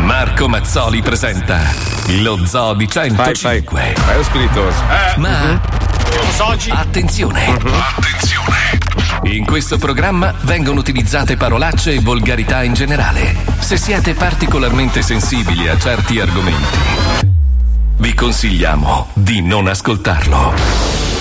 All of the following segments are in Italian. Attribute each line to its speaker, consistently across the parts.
Speaker 1: Marco Mazzoli presenta lo Zoo di 105.
Speaker 2: Vai Mhm. lo spiritoso.
Speaker 1: Ma attenzione!
Speaker 2: Mhm.
Speaker 1: Attenzione! In questo programma vengono utilizzate parolacce e volgarità in generale. Se siete particolarmente sensibili a certi argomenti, vi consigliamo di non ascoltarlo.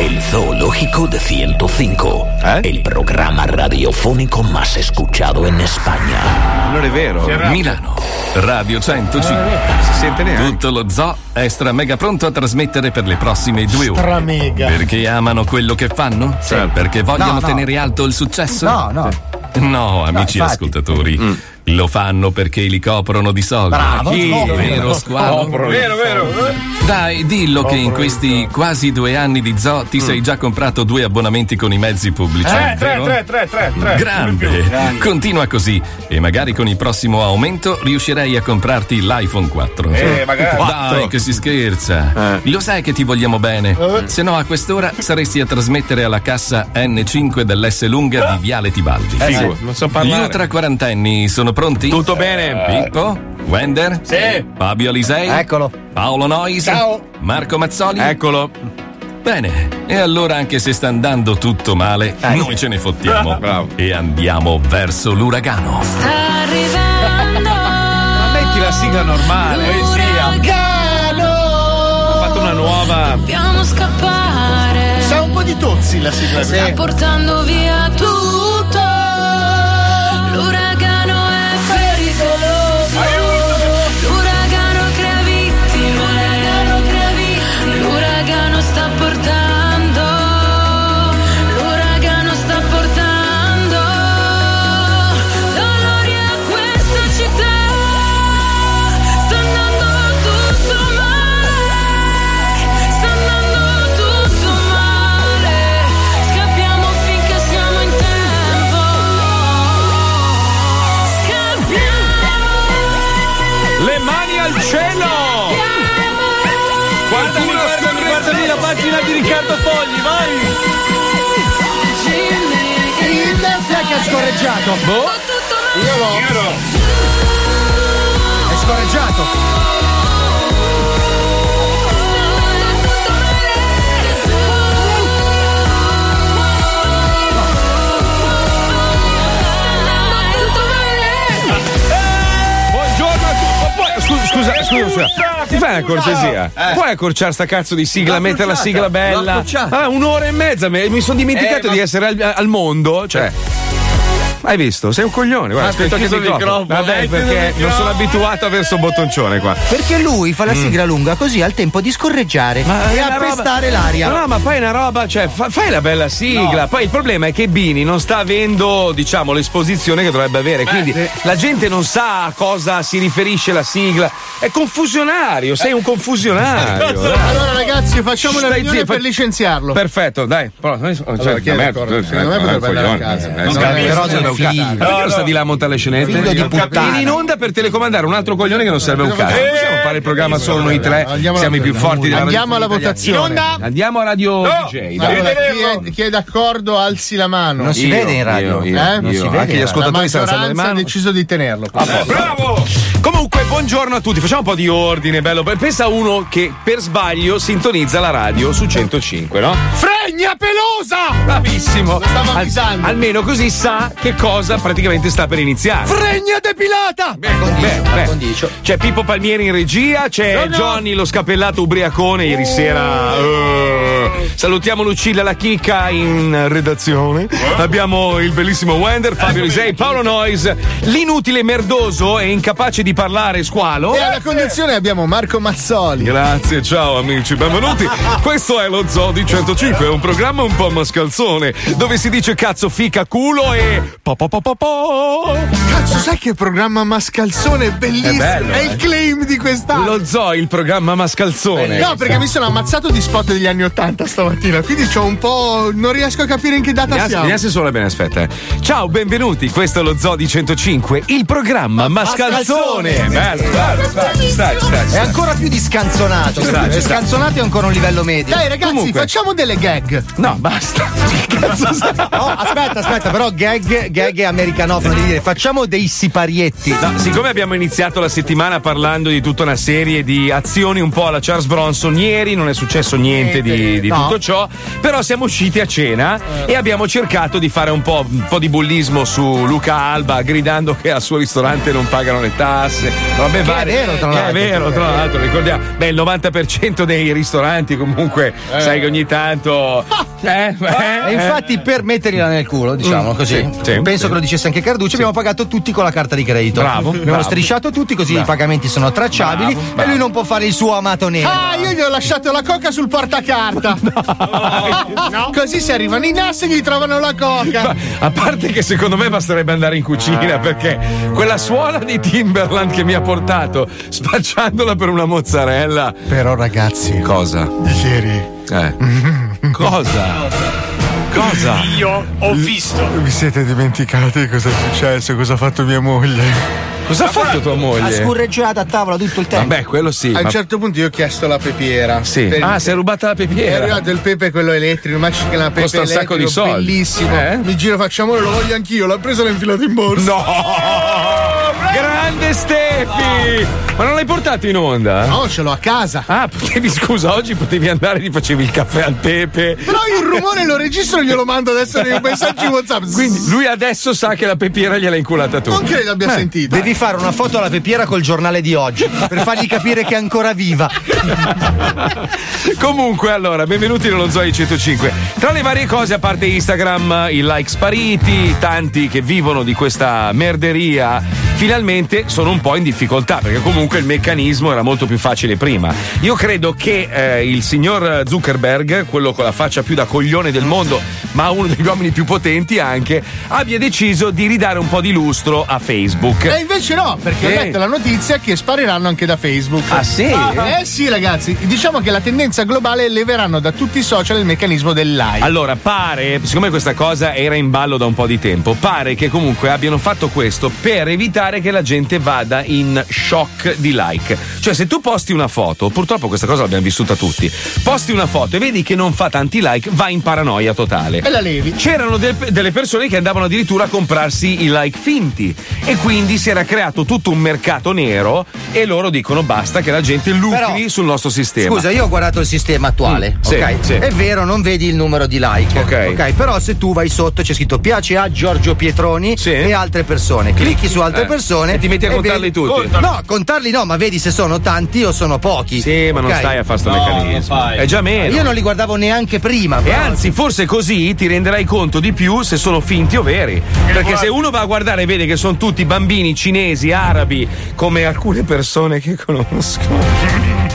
Speaker 3: El Zoológico de 105,
Speaker 4: ¿Eh?
Speaker 3: el programa radiofónico más escuchado en España.
Speaker 2: Non è vero. Ah,
Speaker 1: Milano, Radio 105.
Speaker 2: Si sente neanche.
Speaker 1: Tutto lo zoo è stra mega pronto a trasmettere per le prossime due ore.
Speaker 5: Stramega.
Speaker 1: Perché amano quello che fanno? Perché vogliono
Speaker 5: No, no.
Speaker 1: tenere alto il successo?
Speaker 5: No, no.
Speaker 1: No,
Speaker 5: infatti.
Speaker 1: amici
Speaker 5: Mm.
Speaker 1: ascoltatori, lo fanno perché li coprono di soldi.
Speaker 5: Bravo.
Speaker 1: Sì,
Speaker 5: Coprono.
Speaker 1: vero squalo?
Speaker 2: Vero, vero.
Speaker 1: Dai, dillo che in questi quasi due anni di zoo
Speaker 5: Mm.
Speaker 1: ti sei già comprato due abbonamenti con i mezzi pubblici.
Speaker 5: Eh,
Speaker 6: Eh,
Speaker 1: vero?
Speaker 7: 3, 3, 3, 3.
Speaker 1: Grande. Continua così e magari con il prossimo aumento riuscirei a comprarti l'iPhone 4.
Speaker 7: Eh, magari. Eh.
Speaker 1: Dai, che si scherza. Lo sai che ti vogliamo bene. Se no, a quest'ora saresti a trasmettere alla cassa N5 dell'S lunga di Viale Tibaldi.
Speaker 2: Figo. Eh, Non so
Speaker 1: Gli
Speaker 2: parlare.
Speaker 1: ultra quarantenni sono pronti? Eh,
Speaker 2: Tutto bene.
Speaker 1: Pippo? Wender?
Speaker 7: Sì.
Speaker 1: Fabio Alisei?
Speaker 5: Eccolo.
Speaker 1: Paolo Nois?
Speaker 7: Ciao.
Speaker 1: Marco Mazzoli?
Speaker 2: Eccolo.
Speaker 1: Bene, e allora anche se sta andando tutto male, noi ce ne fottiamo
Speaker 2: Bravo.
Speaker 1: e andiamo verso l'uragano.
Speaker 8: Sta arrivando
Speaker 2: Metti la sigla normale. Ho fatto una nuova.
Speaker 8: Dobbiamo scappare
Speaker 5: C'è un po' di tozzi la sigla.
Speaker 8: Sta portando via tutto L'uragano è pericoloso L'uragano crea vittime L'uragano crea vittime L'uragano sta portando L'uragano sta portando Dolori a questa città Sta andando tutto male Sta andando tutto male Scappiamo finché siamo in tempo Scappiamo
Speaker 2: Le mani al cielo. Qualcuno guardami, guardami la pagina di Riccardo Fogli, vai.
Speaker 5: Il è che ha scorreggiato.
Speaker 2: Boh.
Speaker 5: È scorreggiato.
Speaker 2: Buongiorno a tutti. Scusa, scusa, scusa, scusa. Mi fai una cortesia? Puoi accorciare sta cazzo di sigla, mettere la sigla bella? Ah, un'ora e mezza, me- mi sono dimenticato
Speaker 5: Eh,
Speaker 2: di essere al, al mondo, cioè. Hai visto? Sei un coglione, guarda, aspetta che il Ah, microfono. Vabbè, perché non sono abituato a verso un bottoncione qua.
Speaker 9: Perché lui fa la sigla lunga così ha il tempo di scorreggiare
Speaker 2: Mm. Ma
Speaker 9: e
Speaker 2: è una
Speaker 9: appestare
Speaker 2: roba-
Speaker 9: l'aria.
Speaker 2: No, no, ma poi è una roba, cioè, fa- fai la bella sigla. Poi il problema è che Bini non sta avendo, diciamo, l'esposizione che dovrebbe avere. Quindi la gente non sa a cosa si riferisce la sigla. È confusionario, sei un confusionario. dai.
Speaker 5: Allora ragazzi, facciamo una
Speaker 2: Stai
Speaker 5: riunione
Speaker 2: zitto,
Speaker 5: per
Speaker 2: fai-
Speaker 5: licenziarlo.
Speaker 2: Perfetto, dai. però- cioè,
Speaker 5: chi è
Speaker 2: vabbè,
Speaker 5: d'accordo?
Speaker 2: tu-
Speaker 5: Secondo me
Speaker 2: eh,
Speaker 5: potrebbe andare a
Speaker 2: coglione,
Speaker 5: casa.
Speaker 2: eh,
Speaker 5: Non
Speaker 2: insomma,
Speaker 5: capisco.
Speaker 2: però c'è da un cazzo.
Speaker 9: Figlio.
Speaker 2: Perché non sta di là a montare le
Speaker 9: Figlio
Speaker 2: scenette?
Speaker 9: di
Speaker 2: Vieni in
Speaker 9: puttana.
Speaker 2: onda per telecomandare un altro coglione che non serve un cazzo. Possiamo fare il programma solo noi tre.
Speaker 5: Andiamo alla-
Speaker 2: Siamo i più forti della
Speaker 5: Andiamo alla
Speaker 2: radio italiana.
Speaker 5: votazione.
Speaker 2: Andiamo a Radio DJ. dai.
Speaker 5: Allora, chi è, chi è d'accordo alzi la mano.
Speaker 9: Non si
Speaker 2: Io,
Speaker 9: vede in radio.
Speaker 2: io, io,
Speaker 5: Eh?
Speaker 2: io.
Speaker 5: Non si
Speaker 9: vede.
Speaker 2: Anche gli
Speaker 9: La
Speaker 2: ascoltatori
Speaker 5: la
Speaker 2: stanno alzando le
Speaker 5: maggioranza ha
Speaker 2: mani. Ah.
Speaker 5: deciso di tenerlo.
Speaker 2: Bravo! Comunque, buongiorno a tutti. Facciamo un po' di ordine, bello. Pensa a uno che per sbaglio sintonizza la radio su 105, no?
Speaker 5: Fregna pelosa!
Speaker 2: Bravissimo!
Speaker 5: stavo
Speaker 2: Al-
Speaker 5: avvisando.
Speaker 2: almeno così sa che cosa praticamente sta per iniziare.
Speaker 5: Fregna depilata!
Speaker 2: Beh, beh, beh. C'è Pippo Palmieri in regia, c'è Johnny lo scappellato ubriacone ieri sera. eh. salutiamo Lucilla la chicca in redazione. Abbiamo il bellissimo
Speaker 5: Eh,
Speaker 2: Wender, Fabio Lisei, Paolo Nois, l'inutile merdoso e incapace di parlare squalo.
Speaker 5: E alla conduzione abbiamo Marco Mazzoli.
Speaker 2: Grazie, ciao amici, benvenuti. Questo è lo Zoo di 105, un programma un po' mascalzone, dove si dice cazzo, fica, culo e po po po po po.
Speaker 5: Cazzo, sai che programma mascalzone bellissimo? È,
Speaker 2: bello, eh.
Speaker 5: il claim di quest'anno.
Speaker 2: Lo Zoo, il programma mascalzone.
Speaker 5: No, perché mi sono ammazzato di spot degli anni Ottanta. stamattina, quindi c'ho un po'. non riesco a capire in che data
Speaker 2: Vediamo se-
Speaker 5: siamo.
Speaker 2: vediamo se suona bene, aspetta. eh. Ciao, benvenuti. Questo è lo Zoo di 105, il programma Mascalzone. Bello, bello, bello. Ci sta, ci sta, ci
Speaker 9: È
Speaker 2: sta.
Speaker 9: ancora più di scanzonato.
Speaker 2: Ci sta, ci
Speaker 9: È
Speaker 2: sta.
Speaker 9: scanzonato è ancora un livello medio.
Speaker 5: Dai, ragazzi, facciamo delle gag.
Speaker 2: No, basta.
Speaker 9: No, aspetta, aspetta, però gag, gag è americanofono di dire facciamo dei siparietti.
Speaker 2: No, siccome abbiamo iniziato la settimana parlando di tutta una serie di azioni un po' alla Charles Bronson, ieri non è successo niente di, di
Speaker 9: No. Eh.
Speaker 2: tutto ciò, però siamo usciti a cena e abbiamo cercato di fare un po', un po' di bullismo su Luca Alba, gridando che al suo ristorante non pagano le tasse. Vabbè,
Speaker 9: Che è vero, tra l'altro. eh.
Speaker 2: È vero, tra l'altro, ricordiamo. Beh, il 90% dei ristoranti comunque,
Speaker 9: Eh.
Speaker 2: sai che ogni tanto... Eh, eh,
Speaker 9: E infatti per mettergliela nel culo, diciamo
Speaker 2: Mm,
Speaker 9: così,
Speaker 2: sì, sì,
Speaker 9: penso
Speaker 2: sì.
Speaker 9: che lo dicesse anche Carducci, abbiamo pagato tutti con la carta di credito.
Speaker 2: Bravo,
Speaker 9: Abbiamo
Speaker 2: bravo.
Speaker 9: strisciato tutti così i pagamenti sono tracciabili
Speaker 2: Bravo,
Speaker 9: e
Speaker 2: bravo.
Speaker 9: lui non può fare il suo amato nero.
Speaker 5: Ah, io gli ho lasciato la coca sul portacarta. No. Così se arrivano i NAS gli trovano la coca.
Speaker 2: A parte che secondo me basterebbe andare in
Speaker 5: Ah.
Speaker 2: cucina perché quella suola di Timberland che mi ha portato spacciandola per una mozzarella.
Speaker 9: Però ragazzi,
Speaker 2: Cosa?
Speaker 5: Ieri
Speaker 2: Eh. Cosa? Cosa?
Speaker 7: Io ho visto.
Speaker 5: vi siete dimenticati cosa è successo, cosa ha fatto mia moglie.
Speaker 2: Cosa ha fatto tua
Speaker 9: ha
Speaker 2: moglie?
Speaker 9: scurreggiato a tavola tutto il tempo.
Speaker 2: Vabbè, quello sì.
Speaker 5: A
Speaker 2: ma-
Speaker 5: un certo punto io ho chiesto la pepiera.
Speaker 2: sì.
Speaker 5: Per-
Speaker 2: Ah, si è rubata la
Speaker 5: È
Speaker 2: pepiera.
Speaker 5: arrivato il pepe quello elettrico, ma c'è che la pepe
Speaker 2: Costa un sacco di
Speaker 5: elettrico,
Speaker 2: soldi.
Speaker 5: bellissimo.
Speaker 2: Eh?
Speaker 5: Mi giro facciamolo, lo voglio anch'io, l'ho preso e l'ho infilato in borsa.
Speaker 2: No! Grande Stefi! Ma non l'hai portato in onda? eh?
Speaker 5: No, ce l'ho a casa.
Speaker 2: Ah, potevi, scusa, oggi potevi andare e gli facevi il caffè al pepe.
Speaker 5: Però il rumore lo registro e glielo mando adesso nei messaggi WhatsApp.
Speaker 2: Quindi lui adesso sa che la pepiera gliel'ha inculata tu.
Speaker 5: non credo abbia sentito.
Speaker 9: Eh, Devi fare una foto alla pepiera col giornale di oggi per fargli capire che è ancora viva.
Speaker 2: Comunque, allora, benvenuti nello Zoe 105. Tra le varie cose, a parte Instagram, i like spariti, tanti che vivono di questa merderia, finalmente sono un po' in difficoltà, perché comunque il meccanismo era molto più facile prima. Io credo che eh, il signor Zuckerberg, quello con la faccia più da coglione del mondo, ma uno degli uomini più potenti anche, abbia deciso di ridare un po' di lustro a Facebook.
Speaker 5: E invece no, perché ho
Speaker 2: Sì.
Speaker 5: letto la notizia che spariranno anche da Facebook.
Speaker 2: Ah, sì?
Speaker 5: Eh sì, ragazzi, diciamo che la tendenza globale è leveranno da tutti i social il meccanismo del like.
Speaker 2: Allora, pare, siccome questa cosa era in ballo da un po' di tempo, pare che comunque abbiano fatto questo per evitare che la gente vada in shock di like. Cioè, se tu posti una foto, purtroppo questa cosa l'abbiamo vissuta tutti, posti una foto e vedi che non fa tanti like, va in paranoia totale.
Speaker 5: E la levi.
Speaker 2: C'erano del- delle persone che andavano addirittura a comprarsi i like finti e quindi si era creato tutto un mercato nero e loro dicono basta che la gente lucri
Speaker 9: Però-
Speaker 2: sul nostro sistema.
Speaker 9: Scusa, io ho guardato il sistema attuale,
Speaker 2: Mm, sì,
Speaker 9: ok?
Speaker 2: sì.
Speaker 9: È vero, non vedi il numero di like.
Speaker 2: Ok.
Speaker 9: Però se tu vai sotto c'è scritto piace a Giorgio Pietroni
Speaker 2: Sì.
Speaker 9: e altre persone. Clicchi su altre
Speaker 2: Eh,
Speaker 9: persone
Speaker 2: e ti metti a contarli
Speaker 9: vedi-
Speaker 2: tutti.
Speaker 9: Contano. No, contarli no, ma vedi se sono tanti o sono pochi.
Speaker 2: Sì, ma non
Speaker 9: ok?
Speaker 2: stai a fare sto meccanismo. È già meno.
Speaker 9: Io non li guardavo neanche prima.
Speaker 2: E
Speaker 9: però.
Speaker 2: anzi, forse così ti renderai conto di più se sono finti o veri. Perché se uno va a guardare e vede che sono tutti bambini cinesi, arabi, come alcune persone che conosco.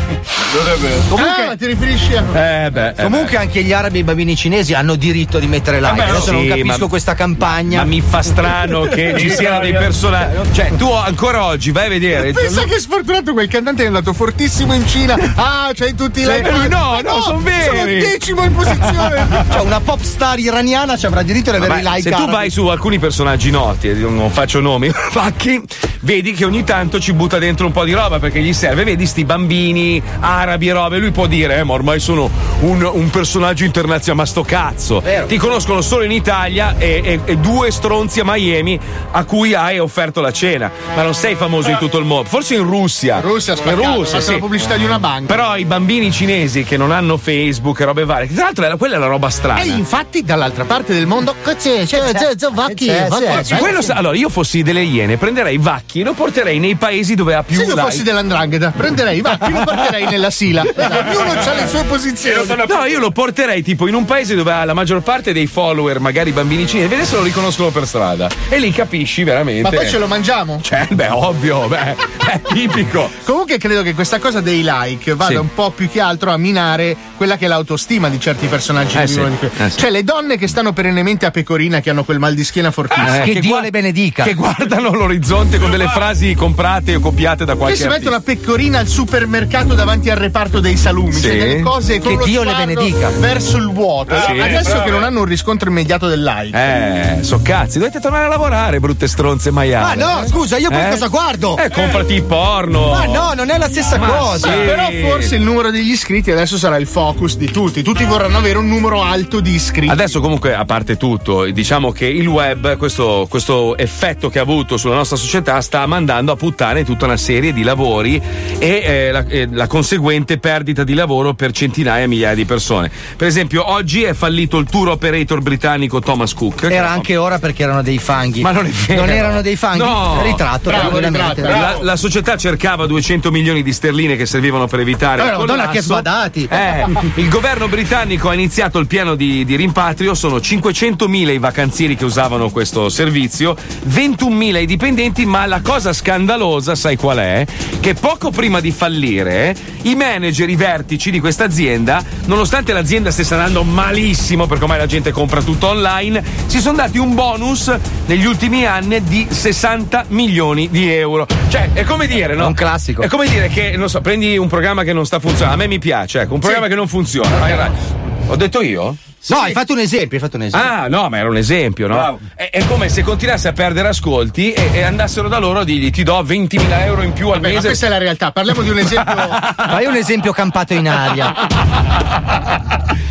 Speaker 5: Comunque, Ah, ti riferisci a.
Speaker 2: Eh beh.
Speaker 9: Comunque anche gli arabi e i bambini cinesi hanno diritto di mettere like.
Speaker 2: Vabbè, no.
Speaker 9: Adesso non
Speaker 2: Sì,
Speaker 9: capisco
Speaker 2: ma-
Speaker 9: questa campagna.
Speaker 2: Ma mi fa strano che ci siano dei personaggi. Cioè, tu ancora oggi vai a vedere.
Speaker 5: Pensa che sfortunato quel cantante è andato fortissimo in Cina. Ah, c'hai tutti i like.
Speaker 2: Eh, no, no, son
Speaker 5: Sono
Speaker 2: veri.
Speaker 5: decimo in posizione.
Speaker 9: Cioè, una pop star iraniana ci avrà diritto di avere
Speaker 2: Vabbè,
Speaker 9: i like.
Speaker 2: se tu
Speaker 9: arabi.
Speaker 2: vai su alcuni personaggi noti, e non faccio nomi, facchi, vedi che ogni tanto ci butta dentro un po' di roba perché gli serve, vedi sti bambini arabi e robe, lui può dire, eh, ma ormai sono un, un personaggio internazionale, ma sto cazzo,
Speaker 9: Vero.
Speaker 2: ti conoscono solo in Italia e, e- e due stronzi a Miami a cui hai offerto la cena, ma non sei famoso in tutto il mondo, forse in Russia.
Speaker 5: Russia,
Speaker 2: in
Speaker 5: spaccato, ha
Speaker 2: Russia,
Speaker 5: fatto
Speaker 2: sì.
Speaker 5: la pubblicità di una banca.
Speaker 2: Però i bambini cinesi che non hanno Facebook e robe varie, che tra l'altro è la- quella è la roba strana.
Speaker 5: E infatti, dall'altra parte del mondo. Cazzo, cioè, zio, vacchi,
Speaker 9: c'è,
Speaker 5: vacchi.
Speaker 9: c'è,
Speaker 2: Eh, quello sa- allora, io fossi delle iene, prenderei Vacchi e lo porterei nei paesi dove ha più
Speaker 5: Se io
Speaker 2: like.
Speaker 5: fossi dell'andrangheta, prenderei, va, chi lo porterei nella sila. Esatto. Ognuno ha le sue posizioni.
Speaker 2: No, io lo porterei tipo in un paese dove ha la maggior parte dei follower, magari bambini cinesi, vedi se lo riconoscono per strada. E lì capisci veramente.
Speaker 5: Ma poi ce lo mangiamo?
Speaker 2: Cioè, beh, ovvio, beh, è tipico.
Speaker 5: Comunque credo che questa cosa dei like vada
Speaker 2: Sì.
Speaker 5: un po' più che altro a minare quella che è l'autostima di certi personaggi
Speaker 2: Eh
Speaker 5: di
Speaker 2: sì,
Speaker 5: Vivo di Que-
Speaker 2: eh sì.
Speaker 5: Cioè le donne che stanno perennemente a pecorina che hanno quel mal di schiena fortissimo.
Speaker 2: Eh,
Speaker 9: che Dio
Speaker 2: gua-
Speaker 9: le benedica.
Speaker 2: Che guardano l'orizzonte con delle frasi comprate o copiate da
Speaker 5: Che
Speaker 2: qualche
Speaker 5: si mettono
Speaker 2: artista.
Speaker 5: a pecorina al supermercato davanti al reparto dei salumi,
Speaker 9: Sì.
Speaker 5: cioè delle cose con
Speaker 9: Che
Speaker 5: lo
Speaker 9: Dio le
Speaker 5: sguardo
Speaker 9: benedica.
Speaker 5: verso il vuoto.
Speaker 2: Sì,
Speaker 5: Adesso
Speaker 2: bravo.
Speaker 5: che non hanno un riscontro immediato dell'hype.
Speaker 2: Eh, so cazzi, dovete tornare a lavorare, brutte stronze maiali.
Speaker 5: Ma no, scusa, io poi cosa guardo?
Speaker 2: Eh, comprati il porno. Ma sì.
Speaker 5: Però forse il numero degli iscritti adesso sarà il focus di tutti. Tutti vorranno avere un numero alto di iscritti.
Speaker 2: Adesso comunque, a parte tutto, diciamo che il web, questo, questo effetto che ha avuto sulla nostra società, sta mandando a puttane tutta una serie di lavori e eh, la, eh, la conseguente perdita di lavoro per centinaia e migliaia di persone. Per esempio, oggi è fallito il tour operator britannico Thomas Cook.
Speaker 9: Era anche ora perché erano dei fanghi.
Speaker 2: Ma non è vero.
Speaker 9: erano dei fanghi?
Speaker 2: No.
Speaker 9: Ritratto, tranquillamente.
Speaker 2: La, la società cercava 200 milioni di sterline che servivano per evitare.
Speaker 9: Allora,
Speaker 2: il
Speaker 9: Madonna, che
Speaker 2: collasso.
Speaker 9: sbadati.
Speaker 2: Eh, il governo britannico ha iniziato il piano di, di rimpatrio. Sono 500.000 i vacanzieri che usavano questo servizio, 21.000 i dipendenti. Ma la cosa scandalosa, sai qual è? Che poco prima di fallire, i manager, i vertici di questa azienda, nonostante l'azienda stesse andando malissimo perché ormai la gente compra tutto online, si sono dati un bonus negli ultimi anni di 60 milioni di euro. Cioè, è come dire, no?
Speaker 9: Un classico.
Speaker 2: È come dire che, non so, prendi un programma che non sta funzionando. A me mi piace, ecco, un programma che non funziona. Vai, vai. Ho detto io?
Speaker 9: No, hai fatto un esempio, hai fatto un esempio.
Speaker 2: Ah, no, ma era un esempio, no? È, è come se continuasse a perdere ascolti e, e andassero da loro a dirgli ti do 20.000 euro in più al
Speaker 5: Beh, ma
Speaker 2: mese.
Speaker 5: questa è la realtà. Parliamo di un esempio.
Speaker 9: Fai un esempio campato in aria.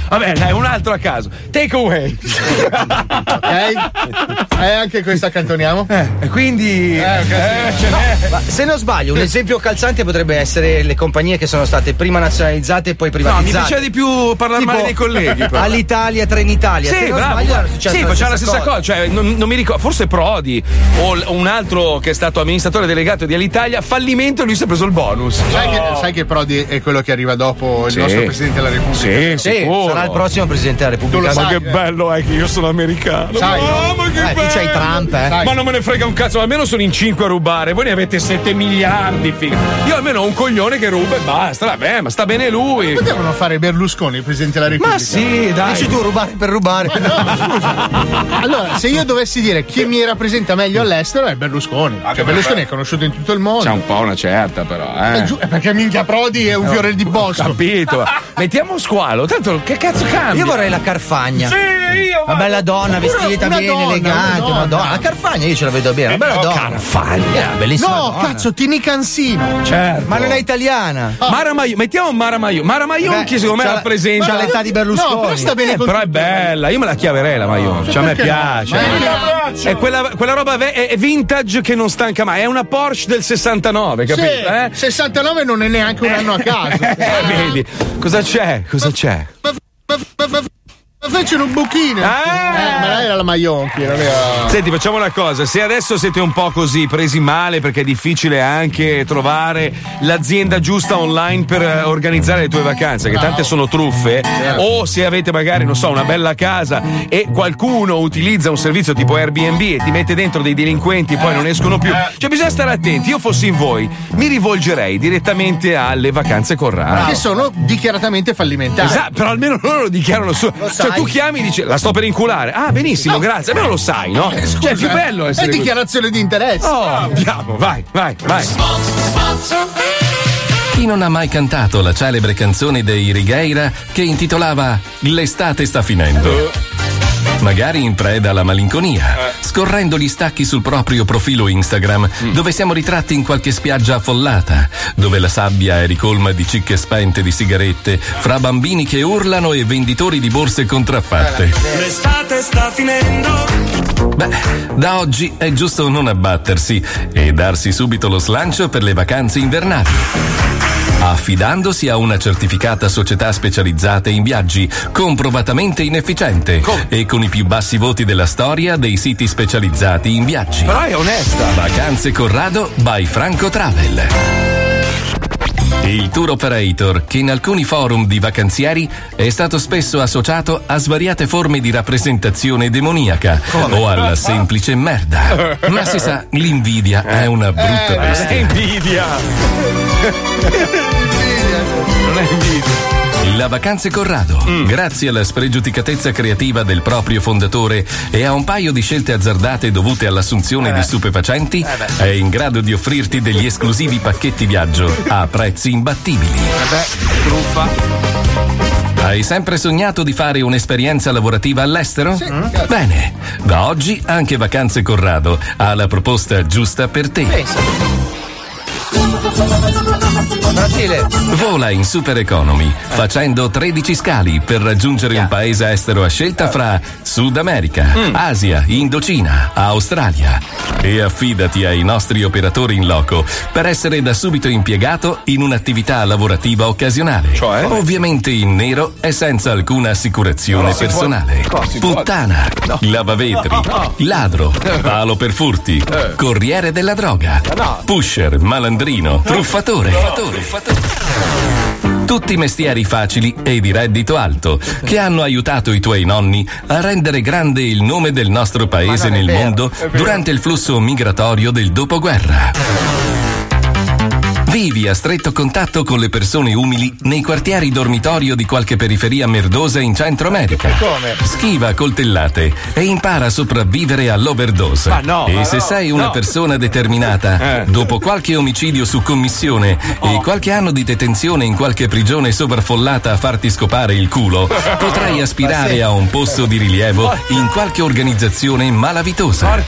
Speaker 2: Vabbè, dai, un altro a caso. Take away.
Speaker 5: ok? E anche questa Eh, accantoniamo.
Speaker 2: Eh, e quindi. eh,
Speaker 9: Ma se non sbaglio, un esempio calzante potrebbe essere le compagnie che sono state prima nazionalizzate e poi privatizzate.
Speaker 2: mi piaceva di più parlare
Speaker 9: Tipo
Speaker 2: male dei colleghi, però.
Speaker 9: All'Italia, Trenitalia. se
Speaker 2: Sì,
Speaker 9: non
Speaker 2: bravo.
Speaker 9: sbaglio, era successa
Speaker 2: Sì, faceva la stessa cosa. Cioè, non, non mi ricordo, forse Prodi o l- un altro che è stato amministratore delegato di Alitalia, fallimento e lui si è preso il bonus.
Speaker 5: Sai, che, sai che Prodi è quello che arriva dopo il
Speaker 2: Sì.
Speaker 5: nostro presidente della Repubblica?
Speaker 9: Sì, sarà il prossimo presidente della
Speaker 5: Tu lo
Speaker 9: Repubblica.
Speaker 5: sai, eh.
Speaker 2: bello è che io sono americano.
Speaker 5: Sai.
Speaker 2: Mamma, che
Speaker 9: Eh, tu c'hai
Speaker 2: bello.
Speaker 9: Trump, eh.
Speaker 5: Sai.
Speaker 2: Ma non me ne frega un cazzo, almeno sono in 5 a rubare, voi ne avete 7 miliardi, figa. Io almeno ho un coglione che ruba e basta, vabbè, ma sta bene lui.
Speaker 5: Potevano fare Berlusconi il presidente della Repubblica.
Speaker 2: Ma sì,
Speaker 9: Dici
Speaker 2: dai.
Speaker 9: tu rubare per rubare.
Speaker 5: Allora, se io dovessi dire chi mi rappresenta meglio all'estero è Berlusconi.
Speaker 2: Ah,
Speaker 5: Cioè, Berlusconi è conosciuto in tutto il mondo.
Speaker 2: C'è un po' una certa, però,
Speaker 5: È
Speaker 2: eh.
Speaker 5: giu- è perché minchia Prodi è un fiore di bosco.
Speaker 2: Capito? Mettiamo un squalo, tanto che cazzo cambia?
Speaker 9: Io vorrei la Carfagna.
Speaker 2: io
Speaker 9: Una bella donna vestita
Speaker 5: una
Speaker 9: bene,
Speaker 5: donna,
Speaker 9: elegante,
Speaker 5: una
Speaker 9: una
Speaker 5: donna.
Speaker 9: donna. La Carfagna io ce la vedo bene, una bella
Speaker 2: Oh,
Speaker 9: donna. Carfagna, Eh, bellissima.
Speaker 5: No,
Speaker 9: donna.
Speaker 5: cazzo, Tini Cansino. Ah.
Speaker 2: Certo.
Speaker 9: Ma non è italiana.
Speaker 2: Mara Maion, Oh. mettiamo Mara Maion. Mara Maion
Speaker 9: Beh,
Speaker 2: che secondo me
Speaker 9: c'ha la-
Speaker 2: rappresenta.
Speaker 9: c'ha l'età di Berlusconi.
Speaker 5: No, però sta bene
Speaker 2: Eh,
Speaker 5: con
Speaker 2: però è
Speaker 5: tutti.
Speaker 2: bella, io me la chiaverei la Maion. Cioè, a me
Speaker 5: Perché
Speaker 2: piace.
Speaker 5: no? Ma
Speaker 2: Eh.
Speaker 5: è-
Speaker 2: È quella, quella roba ve- è è vintage che non stanca mai. È una Porsche del 69, capito? Eh?
Speaker 5: Sì, 69 non è neanche un anno a caso.
Speaker 2: Eh, vedi, cosa c'è? Cosa c'è?
Speaker 5: Ma- ma- ma- ma- ma fecero un buchino.
Speaker 2: Ah!
Speaker 5: Eh, ma lei era la Maionchi, non era-
Speaker 2: Senti, facciamo una cosa. Se adesso siete un po' così presi male perché è difficile anche trovare l'azienda giusta online per eh, organizzare le tue vacanze, che tante sono truffe, o se avete magari, non so, una bella casa e qualcuno utilizza un servizio tipo Airbnb e ti mette dentro dei delinquenti e poi non escono più. Cioè, bisogna stare attenti. Io fossi in voi, mi rivolgerei direttamente alle vacanze con Rana.
Speaker 5: Che sono dichiaratamente fallimentari.
Speaker 2: Esatto, Ah. però almeno loro lo dichiarano su. Cioè,
Speaker 9: sai.
Speaker 2: tu chiami e dici la sto per inculare. Ah, benissimo, grazie. Almeno lo sai,
Speaker 9: Eh,
Speaker 2: no? cioè, è più bello
Speaker 5: Eh, È
Speaker 2: essere. così.
Speaker 5: dichiarazione di interesse.
Speaker 2: Oh, andiamo, vai, vai, vai.
Speaker 1: Chi non ha mai cantato la celebre canzone dei Righeira che intitolava L'estate sta finendo? Magari in preda alla malinconia, scorrendo gli stacchi sul proprio profilo Instagram, dove siamo ritratti in qualche spiaggia affollata, dove la sabbia è ricolma di cicche spente di sigarette, fra bambini che urlano e venditori di borse contraffatte.
Speaker 7: L'estate sta finendo.
Speaker 1: Beh, da oggi è giusto non abbattersi e darsi subito lo slancio per le vacanze invernali. Affidandosi a una certificata società specializzata in viaggi, comprovatamente inefficiente e con i più bassi voti della storia dei siti specializzati in viaggi.
Speaker 2: Però è onesta.
Speaker 1: Vacanze Corrado by Franco Travel. Il tour operator, che in alcuni forum di vacanzieri è stato spesso associato a svariate forme di rappresentazione demoniaca o alla semplice merda. Ma si sa, l'invidia è una
Speaker 2: Eh,
Speaker 1: brutta bestia.
Speaker 2: È invidia. non è invidia.
Speaker 1: La Vacanze Corrado, grazie alla spregiudicatezza creativa del proprio fondatore e a un paio di scelte azzardate dovute all'assunzione di stupefacenti, è in grado di offrirti degli esclusivi pacchetti viaggio a prezzi imbattibili.
Speaker 2: truffa.
Speaker 1: Hai sempre sognato di fare un'esperienza lavorativa all'estero? Bene, da oggi anche Vacanze Corrado ha la proposta giusta per te.
Speaker 9: Brasile.
Speaker 1: Vola in Super Economy facendo 13 scali per raggiungere un paese estero a scelta fra Sud America,
Speaker 2: Mm.
Speaker 1: Asia, Indocina, Australia. E affidati ai nostri operatori in loco per essere da subito impiegato in un'attività lavorativa occasionale.
Speaker 2: Cioè?
Speaker 1: Ovviamente in nero e senza alcuna assicurazione
Speaker 2: No, si
Speaker 1: personale.
Speaker 2: può- no, si può-
Speaker 1: Puttana,
Speaker 2: No.
Speaker 1: lavavetri,
Speaker 2: No. Eh.
Speaker 1: ladro, palo per furti, corriere della droga, pusher, malandrino, truffatore. Tutti mestieri facili e di reddito alto che hanno aiutato i tuoi nonni a rendere grande il nome del nostro paese
Speaker 10: non è
Speaker 1: nel
Speaker 10: vero,
Speaker 1: mondo
Speaker 10: è vero.
Speaker 1: durante il flusso migratorio del dopoguerra. Vivi a stretto contatto con le persone umili nei quartieri dormitorio di qualche periferia merdosa in Centro America. Schiva coltellate e impara a sopravvivere all'overdose. e se sei una persona determinata, dopo qualche omicidio su commissione e qualche anno di detenzione in qualche prigione sovraffollata a farti scopare il culo, potrai aspirare a un posto di rilievo in qualche organizzazione malavitosa.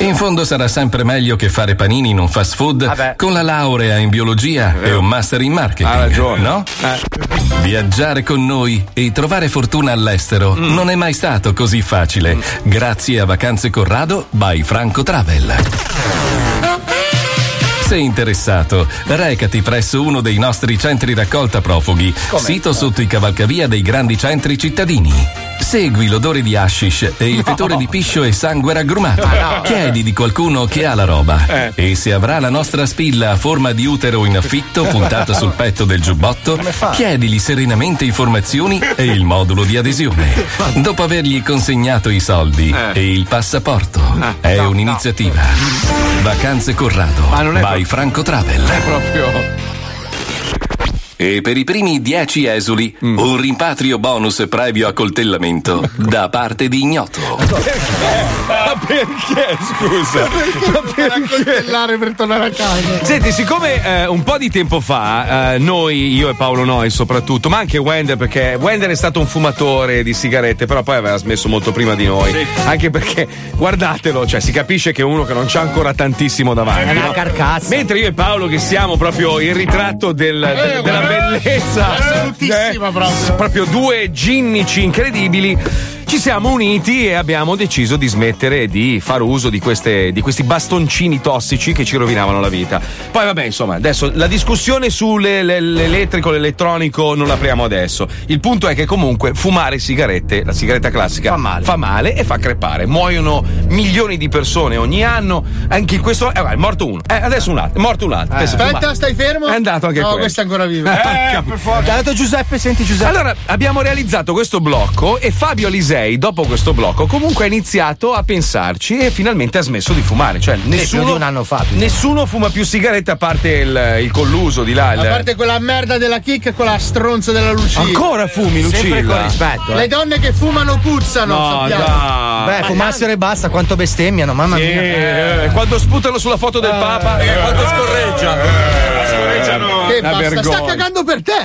Speaker 1: In fondo sarà sempre meglio che fare panini in un fast food
Speaker 2: Ah,
Speaker 1: con la laurea in biologia e un master in marketing.
Speaker 2: Ha ragione. Eh.
Speaker 1: No? Viaggiare con noi e trovare fortuna all'estero
Speaker 2: Mm.
Speaker 1: non è mai stato così facile. Grazie a Vacanze Corrado by Franco Travel. Sei interessato? Recati presso uno dei nostri centri raccolta profughi, sito sotto i cavalcavia dei grandi centri cittadini. Segui l'odore di hashish e il fetore di piscio e sangue raggrumato.
Speaker 11: Ma Ah, no. Eh.
Speaker 1: Chiedi di qualcuno che ha la roba. E se avrà la nostra spilla a forma di utero in affitto puntata sul petto del giubbotto,
Speaker 11: fa?
Speaker 1: chiedigli serenamente informazioni e il modulo di adesione. Dopo avergli consegnato i soldi
Speaker 11: Eh.
Speaker 1: e il passaporto, è un'iniziativa. Vacanze Corrado by Franco Travel. E per i primi 10 esuli,
Speaker 11: Mm.
Speaker 1: un rimpatrio bonus previo accoltellamento da parte di ignoto.
Speaker 2: Ma perché, scusa? Ma perché?
Speaker 5: per tornare a casa.
Speaker 2: Senti, siccome eh, un po' di tempo fa eh, noi, io e Paolo Noi soprattutto, ma anche Wender, perché Wender è stato un fumatore di sigarette, però poi aveva smesso molto prima di noi. Anche perché, guardatelo, cioè si capisce che è uno che non c'ha ancora tantissimo davanti.
Speaker 9: È una
Speaker 2: no?
Speaker 9: carcassa.
Speaker 2: Mentre io e Paolo che siamo proprio il ritratto del- de- della bellezza. Assolutissima proprio. Proprio due ginnici incredibili. Ci siamo uniti e abbiamo deciso di smettere di far uso di, queste- di questi bastoncini tossici che ci rovinavano la vita. Poi vabbè, insomma, adesso la discussione sull'elettrico, l'elettronico non l'apriamo adesso. Il punto è che comunque fumare sigarette, la sigaretta classica, fa male, e fa crepare. Muoiono milioni di persone ogni anno. Anche in questo... Eh, guarda, è morto uno. Eh, adesso un altro. È morto un altro. Pensa,
Speaker 5: Aspetta,
Speaker 2: fumare.
Speaker 5: stai fermo?
Speaker 2: È andato anche
Speaker 5: No,
Speaker 2: quello.
Speaker 5: questo è ancora vivo.
Speaker 2: Eh, per forza.
Speaker 9: Giuseppe, senti Giuseppe.
Speaker 2: Allora, abbiamo realizzato questo blocco e Fabio Lisei, dopo questo blocco, comunque ha iniziato a pensarci e finalmente ha smesso di fumare. Cioè, nessuno,
Speaker 9: più di un anno fa, più.
Speaker 2: nessuno fuma più sigarette a parte il, il colluso di là. il-
Speaker 5: A parte quella merda della kick e quella stronza della Lucia.
Speaker 2: Ancora fumi, Sempre Lucilla? con rispetto, eh.
Speaker 5: Le donne che fumano puzzano,
Speaker 2: No,
Speaker 5: sappiamo.
Speaker 2: dai.
Speaker 9: Beh, fumassero e basta, quanto bestemmiano, mamma
Speaker 2: Sì,
Speaker 9: mia.
Speaker 2: eh, quando sputano sulla foto del Papa, eh, quanto scorreggia. scorreggiano.
Speaker 5: Che
Speaker 2: Una
Speaker 5: basta, sta
Speaker 2: vergogna.
Speaker 5: cagando per te.
Speaker 9: Eh,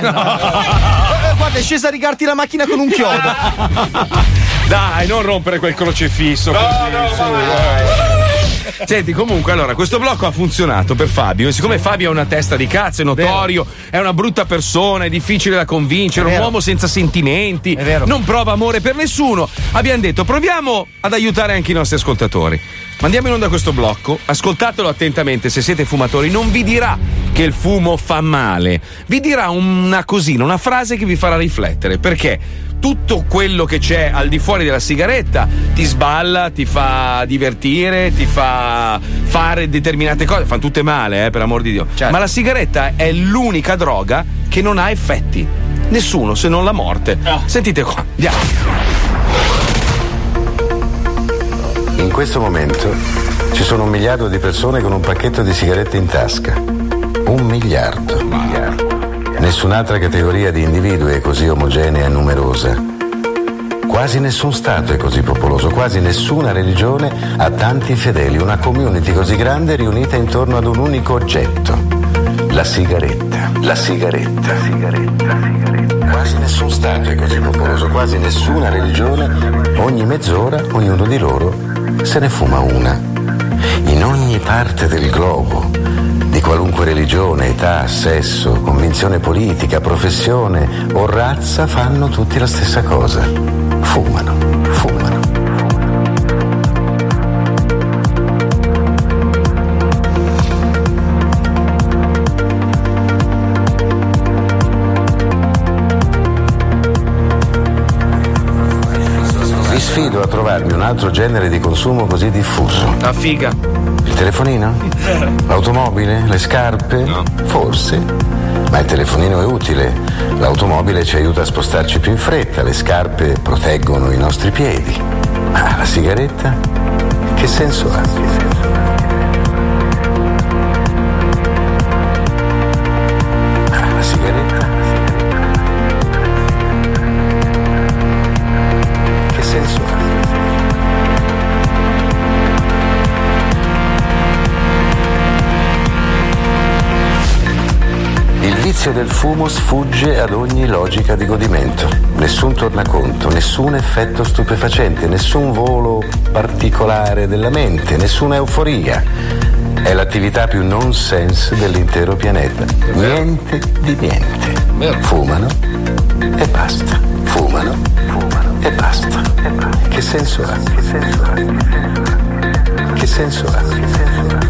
Speaker 9: Guarda, è scesa a rigarti la macchina con un chiodo.
Speaker 2: Dai, non rompere quel crocefisso. così, su, eh. Senti, comunque, allora, questo blocco ha funzionato per Fabio. E siccome Fabio ha una testa di cazzo, è notorio, è una brutta persona, è difficile da convincere, è un uomo senza sentimenti, non prova amore per nessuno. Abbiamo detto, proviamo ad aiutare anche i nostri ascoltatori. Mandiamo in onda questo blocco, ascoltatelo attentamente, se siete fumatori, non vi dirà che il fumo fa male, vi dirà una cosina, una frase che vi farà riflettere, perché tutto quello che c'è al di fuori della sigaretta ti sballa, ti fa divertire, ti fa fare determinate cose, fanno tutte male, eh, per amor di Dio. Ma la sigaretta è l'unica droga che non ha effetti. Nessuno, se non la morte. Sentite qua, andiamo.
Speaker 12: In questo momento ci sono un miliardo di persone con un pacchetto di sigarette in tasca. Un miliardo. Nessuno Nessun'altra categoria di individui è così omogenea e numerosa. Quasi nessun Stato è così popoloso, quasi nessuna religione ha tanti fedeli, una community così grande riunita intorno ad un unico oggetto, la sigaretta. La sigaretta, sigaretta, sigaretta. Quasi nessun Stato è così popoloso, quasi nessuna religione, ogni mezz'ora ognuno di loro se ne fuma una. In ogni parte del globo, di qualunque religione, età, sesso, convinzione politica, professione o razza, fanno tutti la stessa cosa. Fumano, fumano. Vi sfido a trovarmi un altro genere di consumo così diffuso.
Speaker 2: La figa.
Speaker 12: Il telefonino? L'automobile? Le scarpe? Forse. Ma il telefonino è utile. L'automobile ci aiuta a spostarci più in fretta, le scarpe proteggono i nostri piedi. Ma la sigaretta? Che senso ha? Ma la sigaretta? Che senso ha? Il vizio del fumo sfugge ad ogni logica di godimento. Nessun tornaconto, nessun effetto stupefacente, nessun volo particolare della mente, nessuna euforia. È l'attività più nonsense dell'intero pianeta. Niente di niente. Fumano e basta. Fumano, fumano e basta. Che senso ha? Che senso ha? Che senso ha? Che senso ha?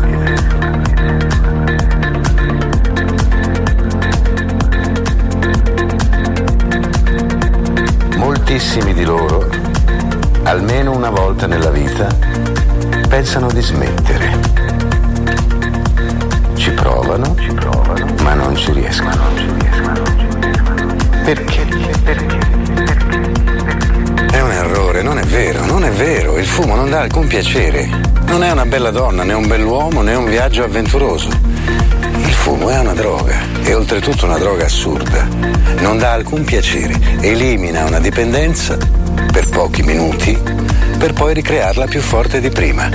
Speaker 12: Moltissimi di loro, almeno una volta nella vita, pensano di smettere. Ci provano, ma non ci riescono. Perché? È un errore, non è vero, non è vero, il fumo non dà alcun piacere. Non è una bella donna, né un bell'uomo, né un viaggio avventuroso. Il fumo è una droga, e oltretutto una droga assurda. Non dà alcun piacere, elimina una dipendenza per pochi minuti, per poi ricrearla più forte di prima.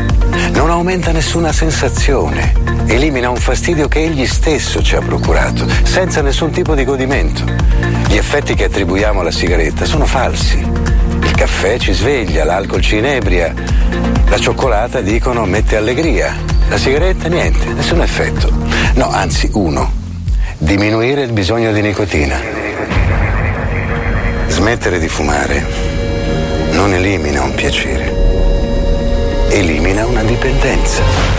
Speaker 12: Non aumenta nessuna sensazione, elimina un fastidio che egli stesso ci ha procurato, senza nessun tipo di godimento. Gli effetti che attribuiamo alla sigaretta sono falsi. Il caffè ci sveglia, l'alcol ci inebria, la cioccolata dicono mette allegria, la sigaretta niente, nessun effetto. No, anzi uno, diminuire il bisogno di nicotina. Smettere di fumare non elimina un piacere, elimina una dipendenza.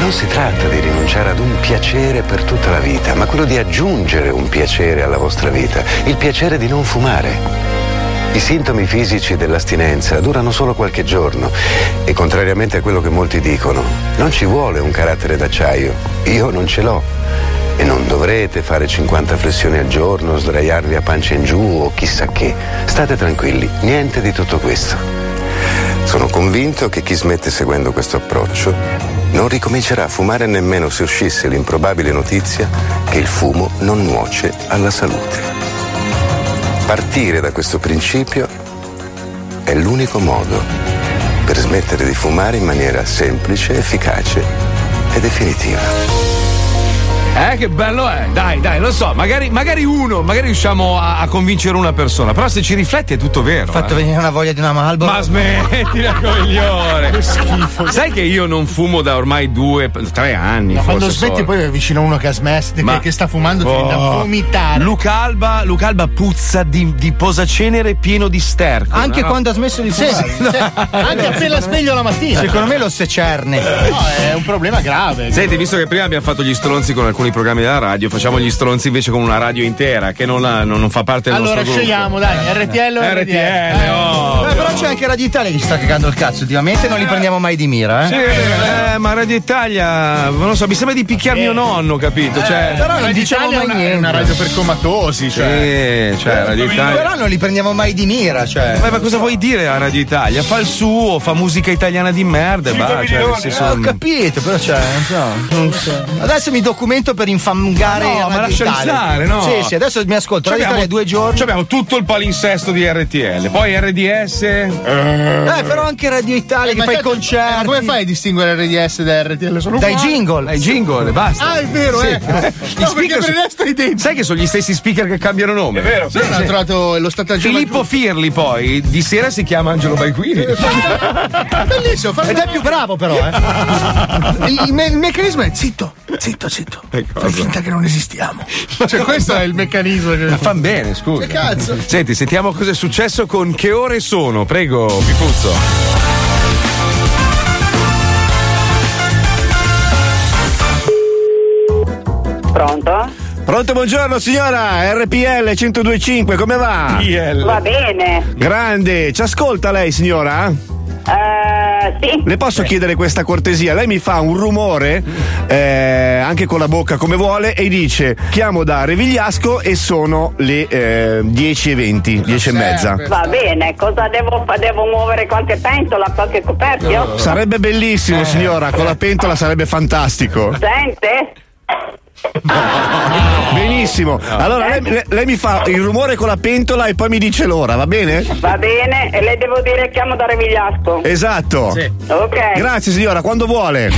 Speaker 12: Non si tratta di rinunciare ad un piacere per tutta la vita, ma quello di aggiungere un piacere alla vostra vita, il piacere di non fumare. I sintomi fisici dell'astinenza durano solo qualche giorno e contrariamente a quello che molti dicono, non ci vuole un carattere d'acciaio. Io non ce l'ho. E non dovrete fare 50 flessioni al giorno, sdraiarvi a pancia in giù o chissà che. State tranquilli, niente di tutto questo. Sono convinto che chi smette seguendo questo approccio non ricomincerà a fumare nemmeno se uscisse l'improbabile notizia che il fumo non nuoce alla salute. Partire da questo principio è l'unico modo per smettere di fumare in maniera semplice, efficace e definitiva.
Speaker 2: Eh, che bello è! Dai, dai, lo so, magari, magari uno, magari riusciamo a, a convincere una persona, però se ci rifletti è tutto vero.
Speaker 9: Fatto
Speaker 2: eh.
Speaker 9: venire una voglia di una Marlboro.
Speaker 2: Ma smettila, coglione! Che schifo. Sai che io non fumo da ormai due, tre anni.
Speaker 5: Ma quando
Speaker 2: forse
Speaker 5: smetti
Speaker 2: solo.
Speaker 5: poi è vicino a uno che ha smesso, che-
Speaker 2: Ma-
Speaker 5: che sta fumando, ti viene da
Speaker 2: Oh.
Speaker 5: vomitare.
Speaker 2: Luca Alba, Luca Alba puzza di, di posacenere pieno di sterco.
Speaker 9: Anche
Speaker 2: no?
Speaker 9: quando ha smesso di
Speaker 5: Sì,
Speaker 9: fumare.
Speaker 5: sì, sì. Anche appena sveglio la mattina.
Speaker 9: Secondo me lo secerne.
Speaker 5: No, è un problema grave.
Speaker 2: Senti, visto che prima abbiamo fatto gli stronzi con alcuni programmi della radio, facciamo gli stronzi invece con una radio intera che non, ha- non- non fa parte del
Speaker 5: allora
Speaker 2: nostro gruppo.
Speaker 5: scegliamo, dai, RTL
Speaker 2: Eh,
Speaker 5: o RTL.
Speaker 2: RTL, oh.
Speaker 9: Beh, eh. però c'è anche Radio Italia che ci sta cagando il cazzo ultimamente, non li prendiamo mai di mira, eh.
Speaker 2: Sì, eh, ma Radio Italia, non lo so, mi sembra di picchiare
Speaker 9: Eh.
Speaker 2: mio nonno, capito? Cioè,
Speaker 9: Però non
Speaker 5: Radio
Speaker 9: diciamo
Speaker 5: Italia è
Speaker 9: mai
Speaker 5: una, è
Speaker 9: niente.
Speaker 5: una radio per comatosi, cioè.
Speaker 2: eh, cioè Radio
Speaker 9: Però
Speaker 2: Italia. Eh,
Speaker 9: non li prendiamo mai di mira, cioè.
Speaker 2: Ma, ma cosa vuoi dire a Radio Italia? Fa il suo, fa musica italiana di merda e basta. Cioè, nel senso,
Speaker 9: Eh, ho capito, però c'è, non so. Adesso mi documento
Speaker 4: tutto per infangare
Speaker 2: No, ma
Speaker 4: Radio
Speaker 2: lasciali
Speaker 4: Italia.
Speaker 2: stare, no?
Speaker 4: Sì, sì, adesso mi ascolto. Radio Italia due giorni.
Speaker 2: Abbiamo tutto il palinsesto di RTL, poi RDS.
Speaker 4: Eh, però anche Radio Italia che fa i concerti.
Speaker 5: Eh, Ma come fai a distinguere RDS da RTL? Sono
Speaker 4: Dai
Speaker 5: uguali.
Speaker 4: jingle.
Speaker 2: Dai jingle, e basta.
Speaker 5: Ah, è vero,
Speaker 2: Sì.
Speaker 5: eh.
Speaker 2: Gli
Speaker 5: No, perché
Speaker 2: speaker
Speaker 5: per il
Speaker 2: sono-
Speaker 5: resto è identico.
Speaker 2: Sai che sono gli stessi speaker che cambiano nome? È vero,
Speaker 5: Sì, hanno trovato lo stratagemma
Speaker 2: Filippo Firli poi di sera si chiama Angelo Baiguini.
Speaker 5: giusto. Ah, Bellissimo, fai
Speaker 4: Ed è più bravo, però, eh.
Speaker 5: il, il me- il meccanismo è zitto, zitto, zitto. Fai finta che non esistiamo. Cioè, questo è il meccanismo. che-
Speaker 2: Fan bene, scusa.
Speaker 5: Che cazzo?
Speaker 2: Senti, sentiamo cosa è successo con che ore sono. Prego, Pipuzzo.
Speaker 13: Pronto?
Speaker 11: Pronto, buongiorno signora, RPL 1025, come va?
Speaker 13: Va bene.
Speaker 11: Grande, ci ascolta lei signora?
Speaker 13: Eh, sì.
Speaker 11: Le posso chiedere questa cortesia? Lei mi fa un rumore, eh, anche con la bocca come vuole, e dice chiamo da Revigliasco e sono le eh, 10.20, 10 e mezza.
Speaker 13: Va bene, cosa devo fare? Devo muovere qualche pentola, qualche coperchio?
Speaker 11: Sarebbe bellissimo signora, con la pentola sarebbe fantastico.
Speaker 13: Sente?
Speaker 11: Benissimo,
Speaker 2: Ah.
Speaker 11: allora lei, lei- lei mi fa il rumore con la pentola e poi mi dice l'ora, va bene?
Speaker 13: Va bene, e le devo dire chiamo da Revigliasco.
Speaker 11: Esatto.
Speaker 13: Ok.
Speaker 11: Grazie signora, quando vuole.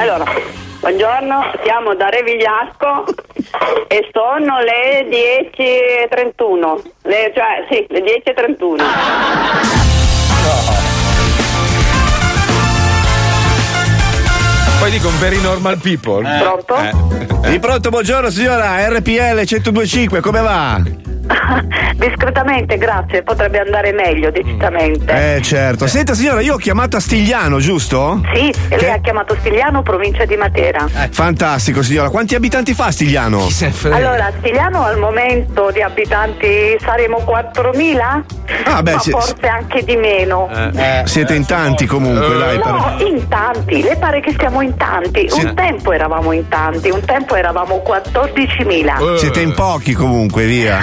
Speaker 13: Allora, buongiorno, siamo da Revigliasco e sono le 10.31. Le- cioè, sì, le 10.31.
Speaker 2: Poi dico un very normal people.
Speaker 13: Pronto?
Speaker 11: Di pronto, buongiorno signora, RPL 1025, come va?
Speaker 13: Discretamente, grazie, potrebbe andare meglio, decisamente.
Speaker 11: Eh certo. Senta signora, io ho chiamato a Stigliano, giusto?
Speaker 13: Sì, e
Speaker 11: Che-
Speaker 13: lei ha chiamato Stigliano, provincia di Matera.
Speaker 11: Fantastico signora, quanti abitanti fa Stigliano?
Speaker 13: Allora, Stigliano al momento di abitanti saremo 4.000,
Speaker 11: Ah, beh,
Speaker 13: ma
Speaker 11: sì,
Speaker 13: forse anche di meno.
Speaker 11: Eh. Siete in tanti comunque, dai.
Speaker 13: No,
Speaker 11: per-
Speaker 13: in tanti, le pare che siamo in tanti. Un tempo eravamo in tanti, un tempo eravamo 14.000.
Speaker 11: Siete in pochi comunque, via.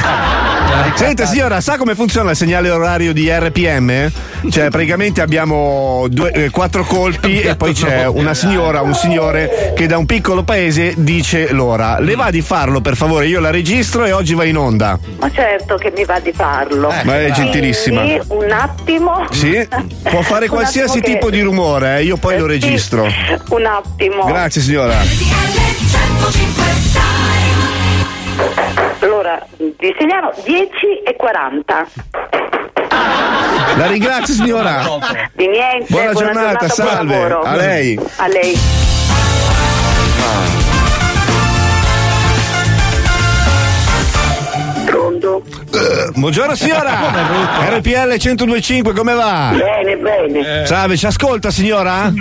Speaker 11: Senta signora, sa come funziona il segnale orario di RPM? Cioè praticamente abbiamo due- eh, quattro colpi e poi c'è una signora, un signore che da un piccolo paese dice l'ora. Le va di farlo per favore, io la registro e oggi va in onda.
Speaker 13: Ma certo che mi va di farlo.
Speaker 11: Eh, ma è gentilissima.
Speaker 13: Quindi, un attimo.
Speaker 11: Sì, può fare
Speaker 13: Un
Speaker 11: qualsiasi
Speaker 13: attimo che-
Speaker 11: tipo di rumore, eh, io poi lo
Speaker 13: Sì,
Speaker 11: registro.
Speaker 13: Un attimo.
Speaker 11: Grazie signora.
Speaker 13: Allora, vi segnalo 10 e 40.
Speaker 11: La ringrazio signora.
Speaker 13: Di niente.
Speaker 11: Buona giornata,
Speaker 13: buon
Speaker 11: salve.
Speaker 13: lavoro.
Speaker 11: A lei.
Speaker 13: A lei. Pronto?
Speaker 11: Buongiorno signora. RPL 1025, come va?
Speaker 13: Bene, bene.
Speaker 11: Salve, ci ascolta signora?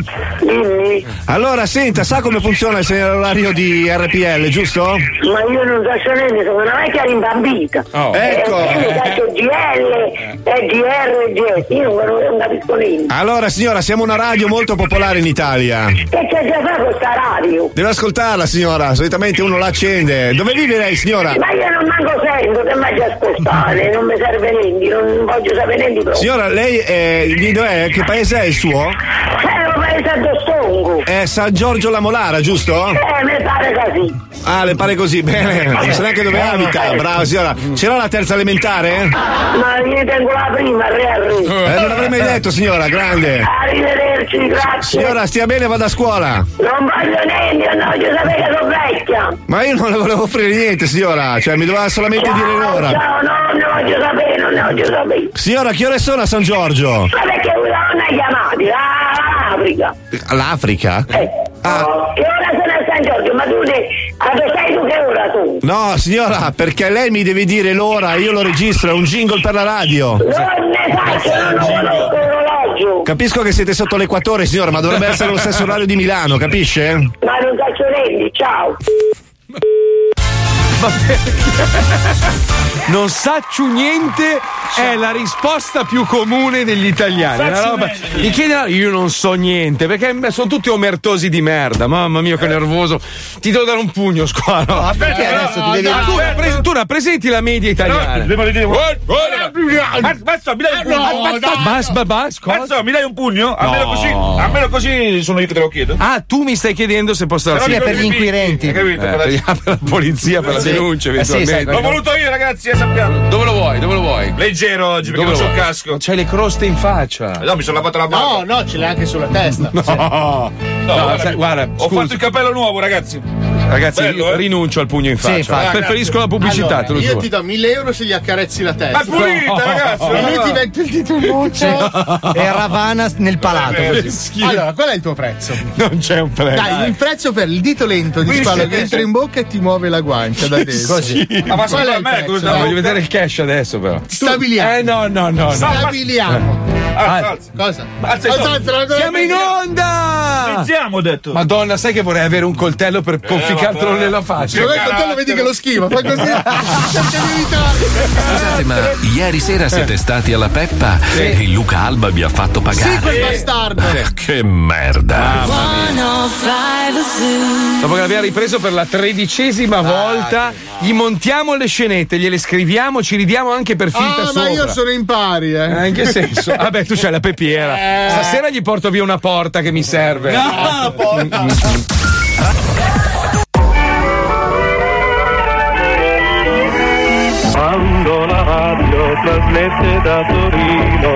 Speaker 13: Dimmi,
Speaker 11: Allora, senta, sa come funziona il segnale orario di RPL, giusto?
Speaker 13: ma io non so niente, sono una vecchia rimbambita.
Speaker 11: Ecco. Eh.
Speaker 13: Eh, Io faccio GL, e GR, GS, io non non capisco niente.
Speaker 11: Allora signora, siamo una radio molto popolare in Italia.
Speaker 13: Che c'è da fare con sta radio?
Speaker 11: Deve ascoltarla signora, solitamente uno la accende. Dove vive lei signora?
Speaker 13: Ma io non manco sento, che mai già ascoltare, non mi serve niente, non voglio sapere niente proprio.
Speaker 11: Signora, lei eh, di dov'è? Che paese è il suo?
Speaker 13: Eh, un paese a stongo.
Speaker 11: È San Giorgio la Molara, giusto?
Speaker 13: Eh, mi pare così.
Speaker 11: Ah, le pare così, bene. Non sa neanche dove abita. Brava signora. Ce l'ha la terza elementare?
Speaker 13: Ma io tengo la prima, re a re.
Speaker 11: Eh, non l'avrei mai detto, signora, grande.
Speaker 13: Arrivederci, grazie.
Speaker 11: Signora, stia bene, vada a scuola.
Speaker 13: Non voglio niente, non voglio sapere che sono vecchia.
Speaker 11: Ma io non le volevo offrire niente, signora. Cioè, mi doveva solamente dire l'ora.
Speaker 13: Ciao, no, non ne voglio sapere, non ne voglio sapere.
Speaker 11: Signora, che ore sono a San Giorgio?
Speaker 13: Ma perché una donna chiamati? L'Africa.
Speaker 11: All'Africa?
Speaker 13: Eh.
Speaker 11: Ah.
Speaker 13: Che ora sono a San Giorgio? Ma tu ne... A dove sei tu che ora tu?
Speaker 11: No, signora, perché lei mi deve dire l'ora, io lo registro, è un jingle per la radio.
Speaker 13: Non ne sai che non lo conosco l'orologio.
Speaker 11: Capisco che siete sotto l'equatore, signora, ma dovrebbe essere lo stesso orario di Milano, capisce?
Speaker 13: Ma non caccio niente, ciao.
Speaker 2: Non saccio niente è la risposta più comune degli italiani.
Speaker 6: Saccio
Speaker 2: Una roba- Gli chiedono, io non so niente, perché beh, sono tutti omertosi di merda. Mamma mia, che nervoso. Ti devo dare un pugno, squalo.
Speaker 6: Ma perché
Speaker 2: Eh,
Speaker 6: adesso ti devi-
Speaker 2: dai, Tu, rappres- tu rappresenti la media italiana.
Speaker 6: No, devo Eh, dire-
Speaker 2: Guarda, guarda.
Speaker 6: Ma- Mazzo, mi Eh, dai un
Speaker 2: No,
Speaker 6: pugno?
Speaker 2: dai. Bas- ba- bas- cosa?
Speaker 6: Mazzo, mi dai un pugno? Almeno
Speaker 2: No.
Speaker 6: così, almeno così sono io che te lo chiedo.
Speaker 2: Ah, tu mi stai chiedendo se posso
Speaker 6: Però
Speaker 2: darsi
Speaker 6: dico di picchi, hai capito? Per la-
Speaker 2: Eh, per la polizia, per la
Speaker 6: Sì.
Speaker 2: denuncia,
Speaker 6: Eh sì, sai,
Speaker 2: eventualmente.
Speaker 6: L'ho voluto io, ragazzi, eh, sappiamo.
Speaker 2: Dove lo vuoi? Dove lo vuoi?
Speaker 6: Leggero oggi, perché
Speaker 2: Dove
Speaker 6: non
Speaker 2: lo
Speaker 6: c'ho il
Speaker 2: vuoi?
Speaker 6: casco. Eh,
Speaker 2: C'hai le croste in faccia.
Speaker 6: No, mi sono lavato la
Speaker 5: No,
Speaker 6: barba.
Speaker 5: no, ce l'hai anche sulla testa.
Speaker 2: No, Oh, no, guarda, sai, guarda,
Speaker 6: Ho
Speaker 2: scusa.
Speaker 6: fatto il capello nuovo, ragazzi.
Speaker 2: Ragazzi,
Speaker 6: Bello,
Speaker 2: io
Speaker 6: eh?
Speaker 2: rinuncio al pugno in
Speaker 6: Sì,
Speaker 2: faccia.
Speaker 6: infatti.
Speaker 2: Eh, Preferisco la pubblicità,
Speaker 5: Allora,
Speaker 2: te lo
Speaker 5: io
Speaker 2: giuro.
Speaker 5: ti do 1000 euro se gli accarezzi la testa.
Speaker 6: Ma è pulita, ragazzi,
Speaker 5: E lui
Speaker 6: allora.
Speaker 5: ti mette il titoluccio.
Speaker 9: E Ravana nel palato.
Speaker 5: Vabbè,
Speaker 9: così.
Speaker 5: schifo. Allora, qual è il tuo prezzo?
Speaker 2: Non c'è un prezzo.
Speaker 5: Dai, un prezzo per il dito lento di
Speaker 2: Quindi
Speaker 5: squalo
Speaker 2: se
Speaker 5: che
Speaker 2: adesso-
Speaker 5: entra in bocca e ti muove la guancia da dentro.
Speaker 2: Sì.
Speaker 6: Ah,
Speaker 5: Ma qual è il prezzo?
Speaker 2: No, voglio vedere il cash adesso, però.
Speaker 5: Stabiliamo.
Speaker 2: Eh, no, no, no. no.
Speaker 5: Stabiliamo.
Speaker 2: Ah,
Speaker 5: Cosa?
Speaker 2: Alza i
Speaker 5: Cosa?
Speaker 2: soldi. Siamo in onda!
Speaker 6: Iniziamo, Ah. ho detto. Eh,
Speaker 2: Madonna, sai che vorrei avere un coltello per conficcartelo nella faccia.
Speaker 5: Se vuoi il coltello vedi che lo schiva, fa così. Cerca di evitare.
Speaker 1: Scusate, ma ieri sera siete stati alla Peppa e Luca Alba vi ha fatto pagare.
Speaker 5: Eh. Sì, quel bastardo.
Speaker 1: Ah, Che merda.
Speaker 8: oh
Speaker 2: Dopo che l'abbiamo ripreso per la
Speaker 6: Ah,
Speaker 2: tredicesima volta, gli montiamo le scenette, gliele scriviamo, ci ridiamo anche per finta
Speaker 5: Ah,
Speaker 2: sopra.
Speaker 5: ma io sono in pari, eh.
Speaker 2: Eh, In che senso? Vabbè, tu c'hai la
Speaker 9: Eh.
Speaker 2: pepiera. Stasera gli porto via una porta che mi serve.
Speaker 6: No, porta.
Speaker 14: Quando la radio trasmette da Torino,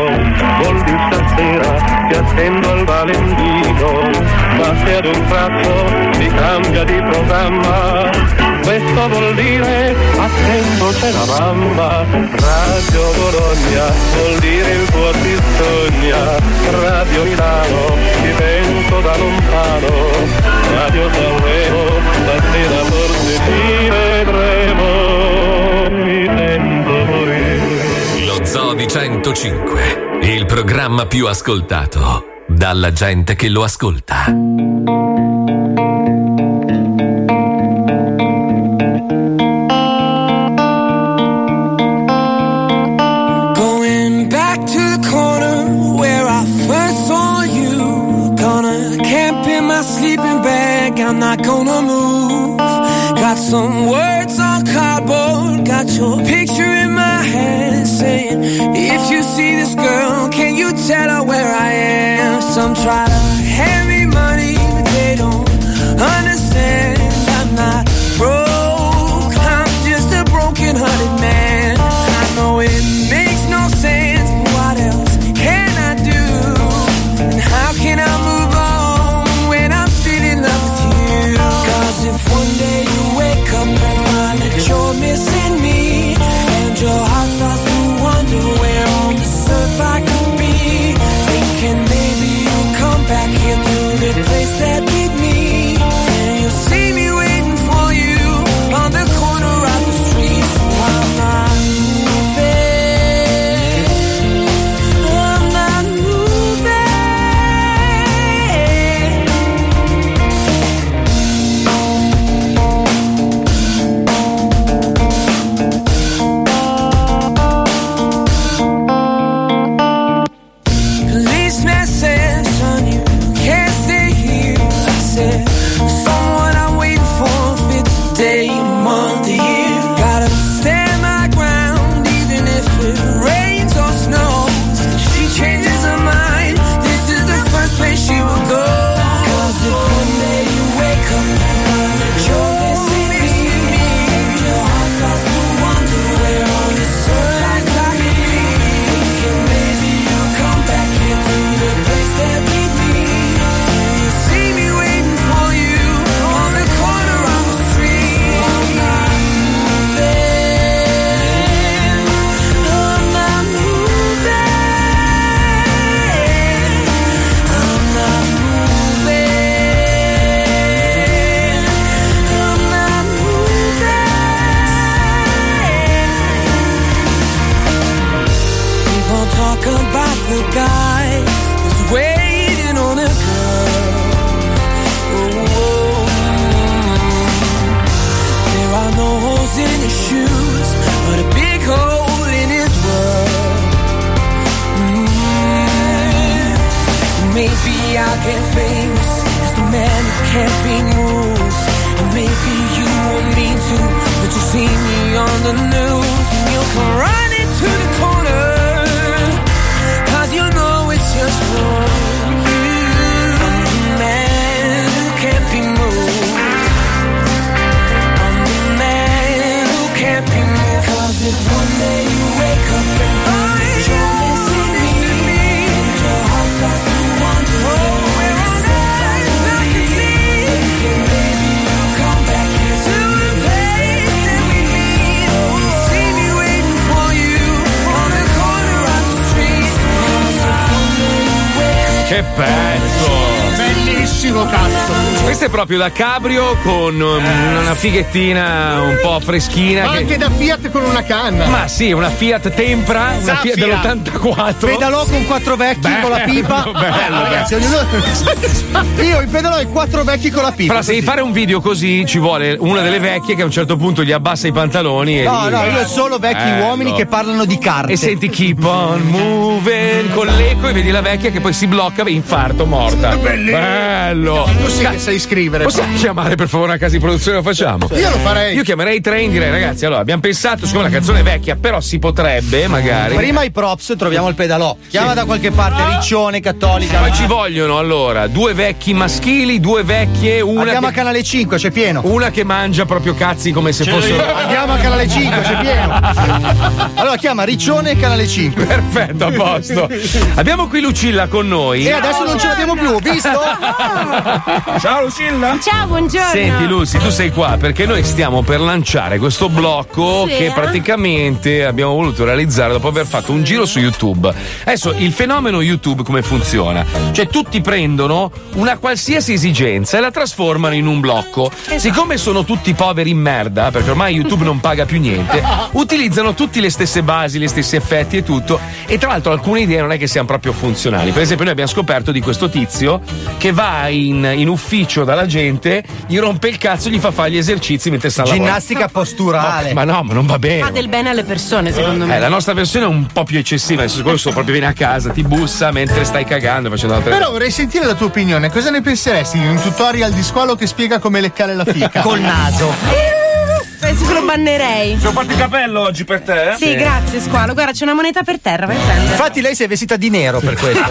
Speaker 14: vuol dire stasera ti attendo al Valentino, ma se ad un tratto si cambia di programma, questo vuol dire attento c'è la mamma, Radio Bologna vuol dire il tuo ti sogna, Radio Milano ti sento da lontano, Radio Sanremo stasera forse ti vedremo.
Speaker 1: Lo Zoo di 105, il programma più ascoltato dalla gente che lo ascolta.
Speaker 8: Going back to the corner where I first saw you. Gonna camp in my sleeping bag, I'm not gonna move. Got some words on cardboard, got your picture in my hand saying, If you see this girl, can you tell her where I am? Some try to hand me money, but they don't understand. I'm not broke, I'm just a broken hearted man. I know it makes no sense. but What else can I do? And how can I move on when I'm still in love with you? Cause if one day you wake up and find that you're missing me, and your heart starts to wonder where on this earth I could be, thinking maybe you'll come back Mm. famous as the man that can't be moved. And maybe you won't mean to, but you see me on the news. And you'll come running to the corner, cause you know it's just for you. I'm the man who can't be moved. I'm the man who can't be moved. Cause if one day you wake up and find you're missing me, and your heart starts to wander. Oh,
Speaker 2: Che pezzo!
Speaker 5: Bellissimo cazzo.
Speaker 2: Questo è proprio da cabrio con um,
Speaker 9: Eh.
Speaker 2: una fighettina un po' freschina.
Speaker 5: Ma
Speaker 2: che-
Speaker 5: anche da Fiat con una canna.
Speaker 2: Ma sì, una Fiat Tempra, una Fiat
Speaker 5: Zafira.
Speaker 2: dell'84.
Speaker 9: Pedalò con quattro vecchi
Speaker 2: Bello,
Speaker 9: con la pipa. Ah,
Speaker 2: bello, bello.
Speaker 9: Ragazzi, ognuno- Io impedalò i quattro vecchi con la pipa.
Speaker 2: Però se devi fare un video così ci vuole una delle vecchie che a un certo punto gli abbassa i pantaloni. e
Speaker 9: No,
Speaker 2: gli-
Speaker 9: no, io solo vecchi
Speaker 2: eh. Bello.
Speaker 9: uomini che parlano di carte.
Speaker 2: E senti keep on moving con l'eco e vedi la vecchia che poi si blocca, infarto, morta. Bello.
Speaker 5: Tu sì che sai scrivere.
Speaker 2: Possiamo chiamare per favore una casa di produzione? Lo facciamo?
Speaker 5: Io lo farei.
Speaker 2: Io chiamerei i train direi, ragazzi, allora abbiamo pensato, siccome la canzone è vecchia, però si potrebbe magari.
Speaker 9: Prima i props, troviamo il pedalò. Chiama da qualche parte, Riccione, Cattolica.
Speaker 2: Poi ci vogliono allora due vecchi maschili, due vecchie, una.
Speaker 9: Andiamo
Speaker 2: che...
Speaker 9: a canale 5, c'è pieno.
Speaker 2: Una che mangia proprio cazzi come se fossero.
Speaker 9: Andiamo a canale 5, c'è pieno. Allora chiama Riccione e canale 5.
Speaker 2: Perfetto, a posto. Abbiamo qui Lucilla con noi.
Speaker 9: E adesso non ce l'abbiamo più, visto?
Speaker 2: Ciao Lucilla.
Speaker 15: Ciao, buongiorno.
Speaker 2: Senti Lucy, tu sei qua perché noi stiamo per lanciare questo blocco
Speaker 15: Sì,
Speaker 2: che
Speaker 15: eh?
Speaker 2: praticamente abbiamo voluto realizzare dopo aver fatto un giro su YouTube. Adesso il fenomeno YouTube come funziona? Cioè tutti prendono una qualsiasi esigenza e la trasformano in un blocco. Siccome sono tutti poveri in merda, perché ormai YouTube non paga più niente, utilizzano tutte le stesse basi, gli stessi effetti e tutto. E tra l'altro alcune idee non è che siano proprio funzionali. Per esempio noi abbiamo scoperto di questo tizio che va in, in ufficio dalla gente, gli rompe il cazzo e gli fa fare gli esercizi mentre sta lavorando.
Speaker 9: Ginnastica posturale.
Speaker 2: Ma no, ma non va bene.
Speaker 15: Fa del bene alle persone, secondo me.
Speaker 2: Eh, la nostra versione è un po' più eccessiva, nel senso che questo proprio viene a casa, ti bussa mentre stai cagando facendo altre
Speaker 5: Però vorrei sentire la tua opinione. Cosa ne penseresti di un tutorial di squalo che spiega come leccare la fica?
Speaker 9: Col naso.
Speaker 15: Penso che Eh, lo bannerei.
Speaker 6: Ci ho fatto il capello oggi per te? eh?
Speaker 15: Sì, grazie, squalo. Guarda, c'è una moneta per terra, vai a prendere.
Speaker 9: Infatti lei si è vestita di nero per questo.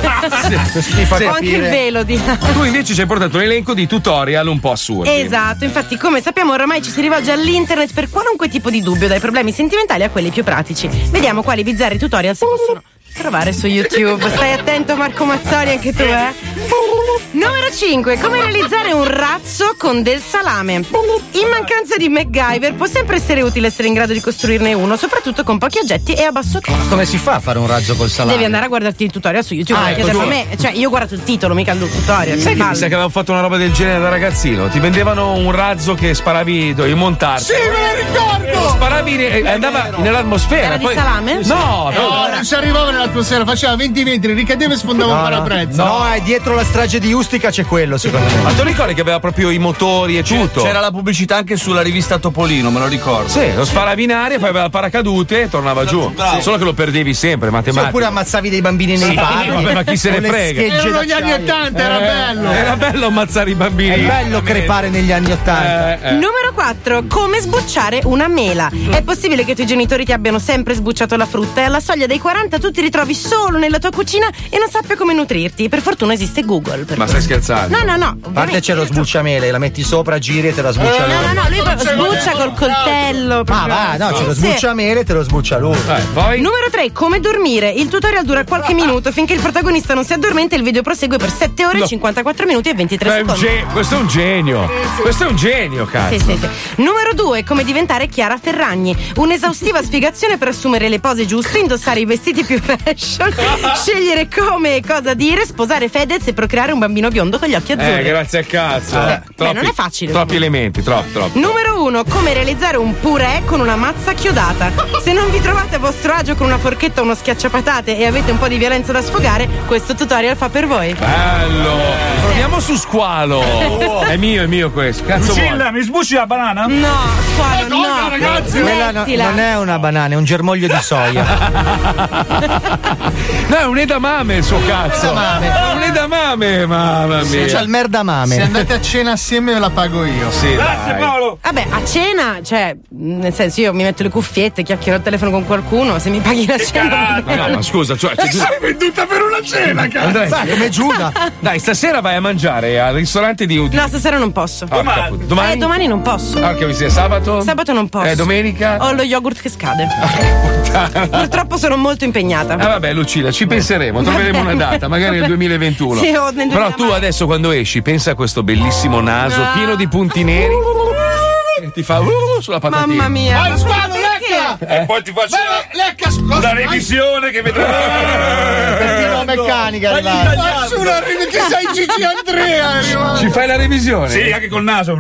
Speaker 15: Ho anche il velo di là.
Speaker 2: Tu invece ci hai portato un elenco di tutorial un po' assurdi.
Speaker 15: Esatto, infatti come sappiamo oramai ci si rivolge all'internet per qualunque tipo di dubbio, dai problemi sentimentali a quelli più pratici. Vediamo quali bizzarri tutorial si possono trovare su YouTube. Stai attento Marco Mazzoli anche tu, eh. Numero 5. Come realizzare un razzo con del salame. In mancanza di MacGyver può sempre essere utile essere in grado di costruirne uno, soprattutto con pochi oggetti e a basso costo.
Speaker 9: Come si fa a fare un razzo col salame?
Speaker 15: Devi andare a guardarti il tutorial su YouTube.
Speaker 9: Ah,
Speaker 15: non
Speaker 9: ecco
Speaker 15: chiederlo a
Speaker 9: tu.
Speaker 15: me. Cioè, io ho guardato il titolo, mica il tutorial.
Speaker 2: Sai che mi
Speaker 15: Palle.
Speaker 2: sa che avevo fatto una roba del genere da ragazzino? Ti vendevano un razzo che sparavi, dovevi montarti.
Speaker 5: Sì, me la ricordo!
Speaker 2: Sparavi e andava nell'atmosfera.
Speaker 15: Era di
Speaker 2: poi-
Speaker 15: salame? Eh,
Speaker 2: No,
Speaker 5: No, non ci arrivava nell'atmosfera, faceva 20 metri, ricadeva e sfondava un parabrezza.
Speaker 9: No, è Ah, dietro la strage di Ustica c'è quello, secondo me.
Speaker 2: Ma te lo ricordi che aveva proprio i motori e tutto?
Speaker 16: C'era la pubblicità anche sulla rivista Topolino, me lo ricordo.
Speaker 2: Sì, lo sparavi in aria, poi aveva il paracadute e tornava giù. Solo che lo perdevi sempre,
Speaker 9: Sì,
Speaker 2: matematica.
Speaker 9: oppure ammazzavi dei bambini nei
Speaker 2: Sì,
Speaker 9: parchi.
Speaker 2: vabbè, ma chi se ne
Speaker 9: con le
Speaker 2: frega?
Speaker 9: schegge
Speaker 2: Erano
Speaker 5: Negli anni
Speaker 9: d'acciaio.
Speaker 5: 80 era
Speaker 2: Eh,
Speaker 5: bello.
Speaker 2: Era bello ammazzare i bambini. Eh,
Speaker 9: È bello crepare negli anni Ottanta.
Speaker 15: Numero 4. Come sbucciare una mela.
Speaker 9: Mm.
Speaker 15: È possibile che i tuoi genitori ti abbiano sempre sbucciato la frutta e alla soglia dei 40 tu ti ritrovi solo nella tua cucina e non sappia come nutrirti. Per fortuna esiste Google. per
Speaker 2: Ma
Speaker 15: questo.
Speaker 2: stai scherzando?
Speaker 15: No, no, no.
Speaker 9: A parte c'è lo sbucciamele, la metti sopra, giri e te la sbuccia lui.
Speaker 15: No, no, no, lui proprio sbuccia col coltello.
Speaker 9: Ma va, no, c'è lo sbucciamele e te lo sbuccia lui.
Speaker 2: Eh,
Speaker 15: Numero 3, come dormire. Il tutorial dura qualche minuto finché il protagonista non si addormenta e il video prosegue per 7 ore,
Speaker 2: No.
Speaker 15: 54 minuti e 23
Speaker 2: Beh, è un
Speaker 15: secondi.
Speaker 2: ge- questo è un genio. Questo è un genio, cazzo.
Speaker 15: Sì, sì, sì. Numero 2, come diventare Chiara Ferragni. Un'esaustiva spiegazione per assumere le pose giuste, indossare i vestiti più fashion, scegliere come e cosa dire, sposare Fedez e procreare un bambino biondo con gli occhi azzurri.
Speaker 2: Eh, grazie al cazzo.
Speaker 15: Sì.
Speaker 2: Eh,
Speaker 15: Beh, non è facile. Mm.
Speaker 2: Troppi elementi, troppi, troppi.
Speaker 15: Numero 1. Come realizzare un purè con una mazza chiodata. Se non vi trovate a vostro agio con una forchetta o uno schiacciapatate e avete un po' di violenza da sfogare, questo tutorial fa per voi.
Speaker 2: Bello. Proviamo su squalo. È mio, è mio questo. Cazzo
Speaker 6: Lucilla,
Speaker 2: vuole.
Speaker 6: mi sbucci la banana?
Speaker 15: No, squalo,
Speaker 6: Madonna,
Speaker 15: no.
Speaker 6: Eh, ragazzi!
Speaker 9: Quella no-
Speaker 15: Smettila.
Speaker 9: non è una banana, è un germoglio di soia.
Speaker 2: No, è un edamame il suo cazzo. È un edamame, mamma mia.
Speaker 9: Social merda mame.
Speaker 5: Se andate a cena assieme ve la pago io.
Speaker 9: Sì, Grazie, dai. Paolo.
Speaker 15: Vabbè, a cena, cioè, mh, nel senso, io mi metto le cuffiette, chiacchierò al telefono con qualcuno, se mi paghi la cena.
Speaker 2: Ma no, ma scusa, cioè.
Speaker 15: E sei
Speaker 2: venduta per una
Speaker 15: cena, cazzo! Sai, come Giuda.
Speaker 2: Dai, stasera vai a mangiare al ristorante di Udine.
Speaker 15: No, stasera non posso.
Speaker 2: Porca puttana. Domani? Ah,
Speaker 15: Eh, domani non posso.
Speaker 2: Porca miseria, sabato?
Speaker 15: Sabato non posso.
Speaker 2: Eh, domenica?
Speaker 15: Ho lo yogurt che scade.
Speaker 2: Ah,
Speaker 15: Purtroppo sono molto impegnata.
Speaker 2: vabbè, Lucilla, ci penseremo, troveremo una
Speaker 15: Vabbè.
Speaker 2: data, magari nel 2021.
Speaker 15: Sì, o nel
Speaker 2: Però tu adesso quando esci, pensa a questo bellissimo naso pieno di punti neri.
Speaker 15: Uh,
Speaker 2: che ti fa uh, sulla patatina.
Speaker 15: Mamma mia.
Speaker 5: Vai, Svano, lecca!
Speaker 2: Eh?
Speaker 6: E poi ti faccio
Speaker 5: Vai, lecca,
Speaker 6: la,
Speaker 5: scusa.
Speaker 6: la revisione che
Speaker 5: Perché la
Speaker 6: vedrai.
Speaker 5: meccanica
Speaker 6: Ma
Speaker 5: è arrivata.
Speaker 6: l'italiano.
Speaker 5: Ma su una rete che sei Gigi Andrea. è arrivato.
Speaker 2: Ci fai la revisione?
Speaker 6: Sì, anche col naso.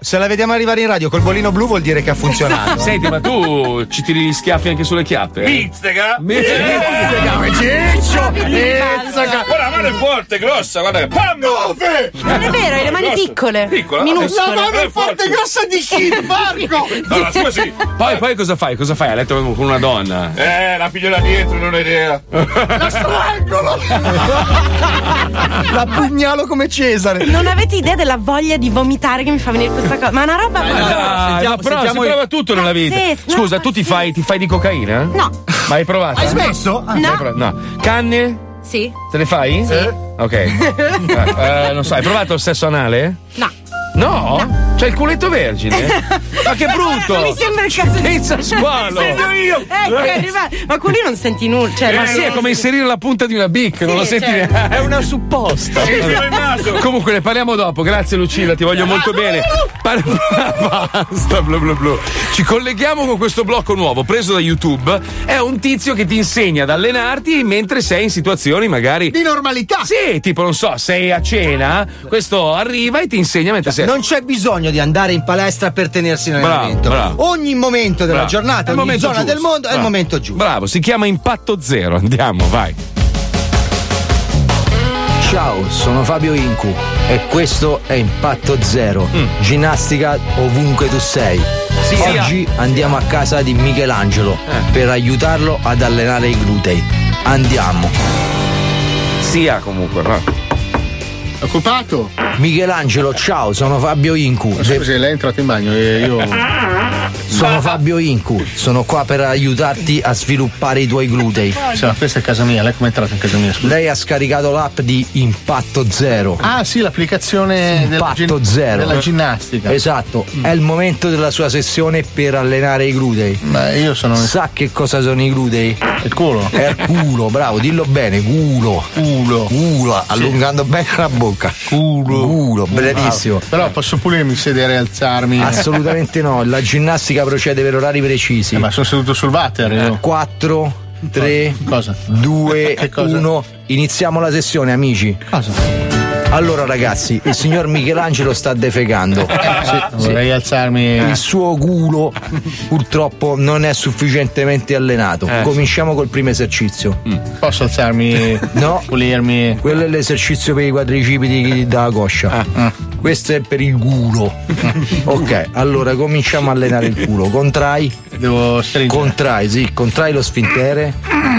Speaker 9: Se la vediamo arrivare in radio col bolino blu vuol dire che ha
Speaker 15: esatto.
Speaker 9: funzionato.
Speaker 2: Esatto. Senti, ma tu ci tiri gli schiaffi anche sulle chiappe?
Speaker 6: Mizzega.
Speaker 2: Mizzega.
Speaker 6: Ciccio.
Speaker 2: Eh.
Speaker 5: Mizzega.
Speaker 6: Guarda, la mano è forte, grossa, guarda che pango.
Speaker 15: Non è vero, hai le mani piccole.
Speaker 2: Piccola?
Speaker 15: Minuscole.
Speaker 2: La mano è forte,
Speaker 5: grossa di Shin, Marco.
Speaker 2: No, no, scusa, sì. Poi, poi cosa fai? Cosa fai? A letto con una donna?
Speaker 6: Eh, la piglio da dietro, non ho idea.
Speaker 5: La strangolo.
Speaker 9: La pugnalo come Cesare.
Speaker 15: Non avete idea della voglia di vomitare che mi fa venire questa cosa? Ma è una roba.
Speaker 2: Ma dai,
Speaker 15: sentiamo-
Speaker 2: ma Ah, però
Speaker 15: sentiamo
Speaker 2: si
Speaker 15: il-
Speaker 2: prova tutto nella vita.
Speaker 15: Pazzesco,
Speaker 2: Scusa,
Speaker 15: no,
Speaker 2: tu ti fai, ti fai di cocaina?
Speaker 15: No.
Speaker 2: Ma hai provato?
Speaker 15: Hai smesso?
Speaker 2: Ah,
Speaker 15: No.
Speaker 2: hai provato? No. Canne?
Speaker 15: Sì?
Speaker 2: Te le fai?
Speaker 15: Sì.
Speaker 2: Ok. Eh, eh, non so, hai provato il sesso anale?
Speaker 15: No.
Speaker 2: No? C'è il culetto vergine? Ma che brutto!
Speaker 15: Non mi sembra il caso di.
Speaker 2: Pensa squalo.
Speaker 15: Sento io! Ecco, è arrivato. Ma quello lì non senti nulla. Cioè,
Speaker 2: Eh, ma
Speaker 15: non-
Speaker 2: sì, è Eh, come inserire la punta di una bic, non lo
Speaker 15: Sì,
Speaker 2: senti
Speaker 15: cioè.
Speaker 2: neanche.
Speaker 15: È
Speaker 2: una supposta.
Speaker 15: Sì, sì, nel naso.
Speaker 2: Comunque ne parliamo dopo. Grazie Lucilla, ti voglio molto bene. Par- Basta, blu blu blu. Ci colleghiamo con questo blocco nuovo preso da YouTube. È un tizio che ti insegna ad allenarti mentre sei in situazioni magari
Speaker 5: Di normalità.
Speaker 2: Sì, tipo non so, sei a cena, questo arriva e ti insegna mentre sei
Speaker 9: Cioè, Non c'è bisogno di andare in palestra per tenersi in
Speaker 2: Bravo,
Speaker 9: allenamento.
Speaker 2: bravo.
Speaker 9: Ogni momento della
Speaker 2: Bravo. È
Speaker 9: giornata,
Speaker 2: il
Speaker 9: ogni
Speaker 2: momento
Speaker 9: zona
Speaker 2: giusto.
Speaker 9: del mondo è il
Speaker 2: Bravo.
Speaker 9: momento giusto.
Speaker 2: Bravo, si chiama Impatto Zero. Andiamo, vai.
Speaker 4: Ciao, sono Fabio Incu e questo è Impatto Zero,
Speaker 2: Mm.
Speaker 4: ginnastica ovunque tu sei.
Speaker 2: Sia.
Speaker 4: Oggi andiamo a casa di Michelangelo
Speaker 2: Eh.
Speaker 4: per aiutarlo ad allenare i glutei. Andiamo.
Speaker 2: Sia comunque, no?
Speaker 5: Occupato?
Speaker 4: Michelangelo, ciao, sono Fabio Incu.
Speaker 5: Scusi, lei è entrato in bagno e io.
Speaker 4: Sono Fabio Incu, sono qua per aiutarti a sviluppare i tuoi glutei.
Speaker 5: Sì, questa è casa mia, lei come è entrata in casa mia?
Speaker 4: Lei ha scaricato l'app di Impatto Zero.
Speaker 5: Ah, sì, l'applicazione della,
Speaker 4: Impatto
Speaker 5: gin-
Speaker 4: zero.
Speaker 5: della ginnastica. Mm.
Speaker 4: Esatto, è il momento della sua sessione per allenare i glutei.
Speaker 5: Ma io sono.
Speaker 4: Sa che cosa sono i glutei?
Speaker 5: Il culo.
Speaker 4: È il culo, bravo, dillo bene, culo.
Speaker 5: Culo.
Speaker 4: Culo, allungando bene la bocca. Culo. Culo, bravissimo.
Speaker 5: Ah, Però posso pure mi sedere e alzarmi.
Speaker 4: Assolutamente no, la ginnastica procede per orari precisi.
Speaker 5: Eh, Ma sono seduto sul water. io.
Speaker 4: 4, 3, 2, 1. Iniziamo la sessione, amici. Allora, ragazzi, il signor Michelangelo sta defecando.
Speaker 5: Eh, Sì, vorrei alzarmi.
Speaker 4: Il suo culo purtroppo non è sufficientemente allenato. Cominciamo col primo esercizio.
Speaker 5: Mm. Posso alzarmi?
Speaker 4: No.
Speaker 5: Pulirmi? Ah.
Speaker 4: Quello è l'esercizio per i quadricipiti dalla coscia. Questo è per il culo. ok, allora cominciamo a allenare il culo. Contrai.
Speaker 5: Devo stringere.
Speaker 4: Contrai, sì, contrai lo sfintere,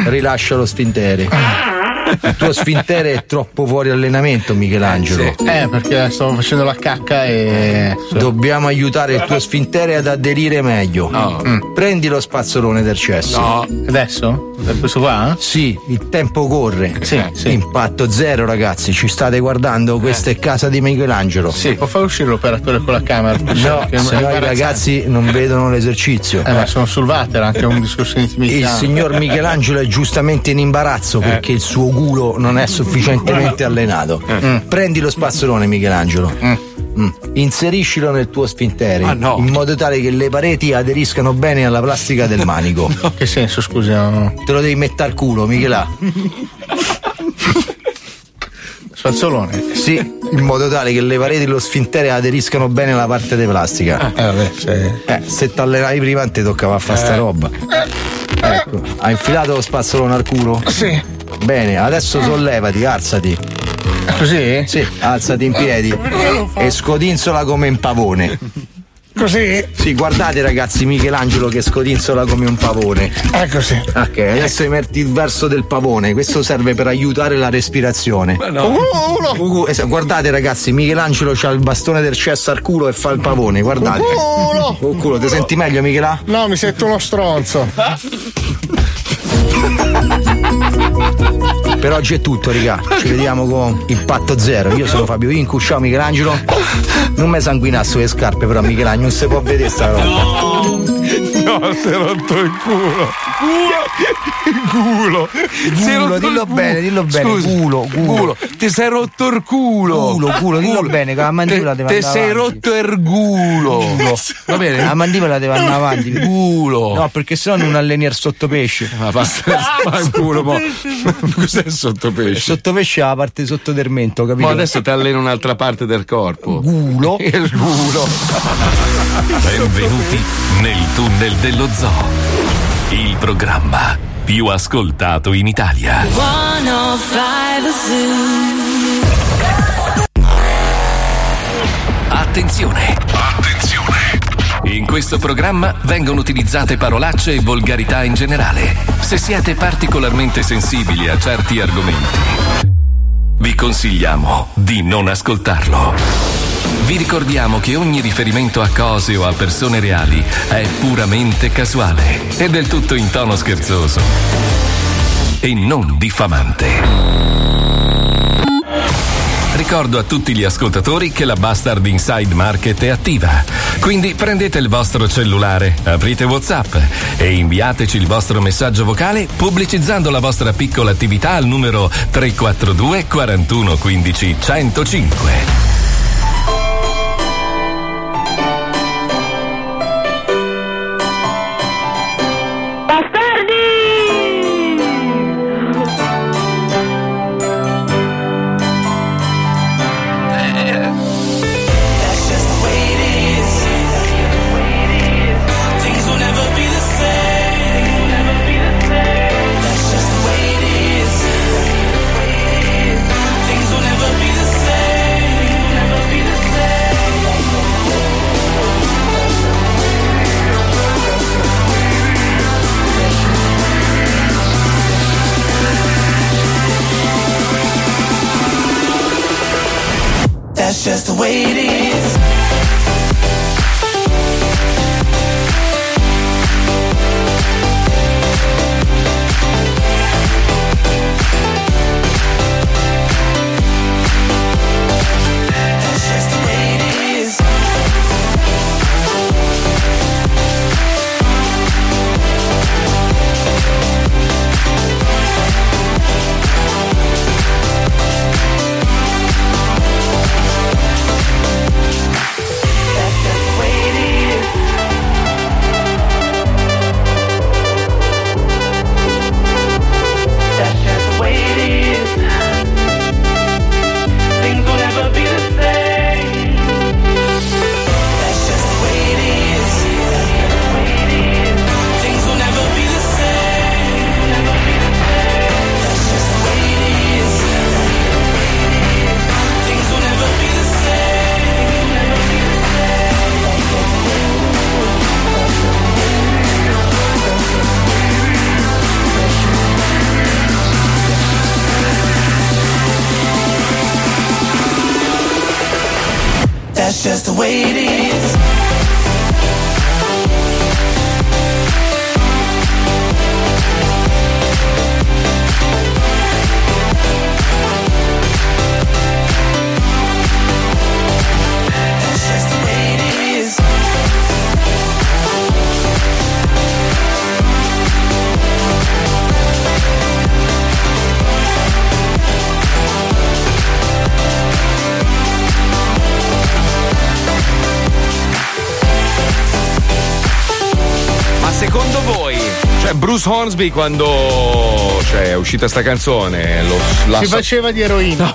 Speaker 4: rilascia lo sfintere.
Speaker 5: Ah.
Speaker 4: Il tuo sfintere è troppo fuori allenamento, Michelangelo.
Speaker 5: Eh, perché stavo facendo la cacca e.
Speaker 4: Eh, Dobbiamo aiutare il tuo sfintere ad aderire meglio. Mm. Prendi lo spazzolone del cesso.
Speaker 5: Adesso? Questo qua?
Speaker 4: Sì, il tempo corre.
Speaker 5: Sì, sì. Eh.
Speaker 4: Impatto zero, ragazzi. Ci state guardando? Questa è casa di Michelangelo.
Speaker 5: Sì, può far uscire l'operatore con la camera.
Speaker 4: No, se no i ragazzi non vedono l'esercizio.
Speaker 5: Eh, ma sono sul water, anche un discorso di intimità.
Speaker 4: Il signor Michelangelo è giustamente in imbarazzo perché il suo culo non è sufficientemente allenato. Mm. Prendi lo spazzolone, Michelangelo. Mm. Inseriscilo nel tuo sfintere in modo tale che le pareti aderiscano bene alla plastica del manico.
Speaker 5: Che senso, scusa? no?
Speaker 4: Te lo devi mettere al culo, Michelà.
Speaker 5: Spazzolone.
Speaker 4: Sì, in modo tale che le pareti dello sfintere aderiscano bene alla parte di plastica.
Speaker 5: Eh, vabbè, Eh. se-
Speaker 4: Eh, se ti allenavi prima ti toccava a fare sta roba. Ecco, hai infilato lo spazzolone al culo?
Speaker 5: Eh, Sì.
Speaker 4: Bene, adesso sollevati, alzati.
Speaker 5: Ah, Così?
Speaker 4: Sì, alzati in piedi e scodinzola come un pavone. Così? Sì, guardate ragazzi Michelangelo che scodinzola come un pavone.
Speaker 5: Eh,
Speaker 4: Ecco sì.
Speaker 2: Ah,
Speaker 4: Ok, adesso emerti il verso del pavone, questo serve per aiutare la respirazione.
Speaker 5: Uno, uno.
Speaker 4: Ugu- es- guardate ragazzi, Michelangelo c'ha il bastone del cesso al culo e fa il pavone, guardate.
Speaker 2: Uhuh,
Speaker 5: Culo.
Speaker 4: Oh, culo, ti senti meglio Michela?
Speaker 5: No, mi sento uno stronzo.
Speaker 4: Per oggi è tutto, raga. Ci vediamo con Impatto Zero. Io sono Fabio Incu, ciao Michelangelo. Non mi sanguinasso le scarpe, però Michelangelo non si può vedere sta roba.
Speaker 2: No, si è rotto il culo. Il culo. Si è
Speaker 4: Culo,
Speaker 2: rotto il
Speaker 4: dillo
Speaker 2: culo.
Speaker 4: bene, dillo bene.
Speaker 2: Scusa.
Speaker 4: Culo, culo.
Speaker 2: Ti sei rotto il culo.
Speaker 4: Culo, culo, dillo bene, che la mandibola deve
Speaker 2: Ti
Speaker 4: andare
Speaker 2: sei
Speaker 4: avanti.
Speaker 2: rotto il culo. Va bene.
Speaker 4: La mandibola deve andare avanti. Culo. No, perché sennò non alleni il sottopesce.
Speaker 2: Ma fa culo, mo. Cos'è il
Speaker 4: Il
Speaker 2: sottopesce?
Speaker 4: sottopesce è la parte sotto del mento, capito?
Speaker 2: Ma adesso ti alleno un'altra parte del corpo.
Speaker 4: Culo.
Speaker 2: Il culo.
Speaker 1: Benvenuti nel tunnel dello zoo. Il programma più ascoltato in Italia.
Speaker 8: 105 Zoo.
Speaker 1: Attenzione! Attenzione! In questo programma vengono utilizzate parolacce e volgarità in generale. Se siete particolarmente sensibili a certi argomenti, vi consigliamo di non ascoltarlo. Vi ricordiamo che ogni riferimento a cose o a persone reali è puramente casuale e del tutto in tono scherzoso e non diffamante. Ricordo a tutti gli ascoltatori che la Bastard Inside Market è attiva, quindi prendete il vostro cellulare, aprite WhatsApp e inviateci il vostro messaggio vocale pubblicizzando la vostra piccola attività al numero 342 41 15 105.
Speaker 8: That's just the way it is. Things will never be the same. That's just the way it is. Things will never be the same. That's just the way it is. That's just the way it is. That's just the way it is.
Speaker 2: Ma secondo voi, cioè Bruce Hornsby quando cioè è uscita sta canzone, lo, la
Speaker 5: Si
Speaker 2: so-
Speaker 5: faceva di eroina.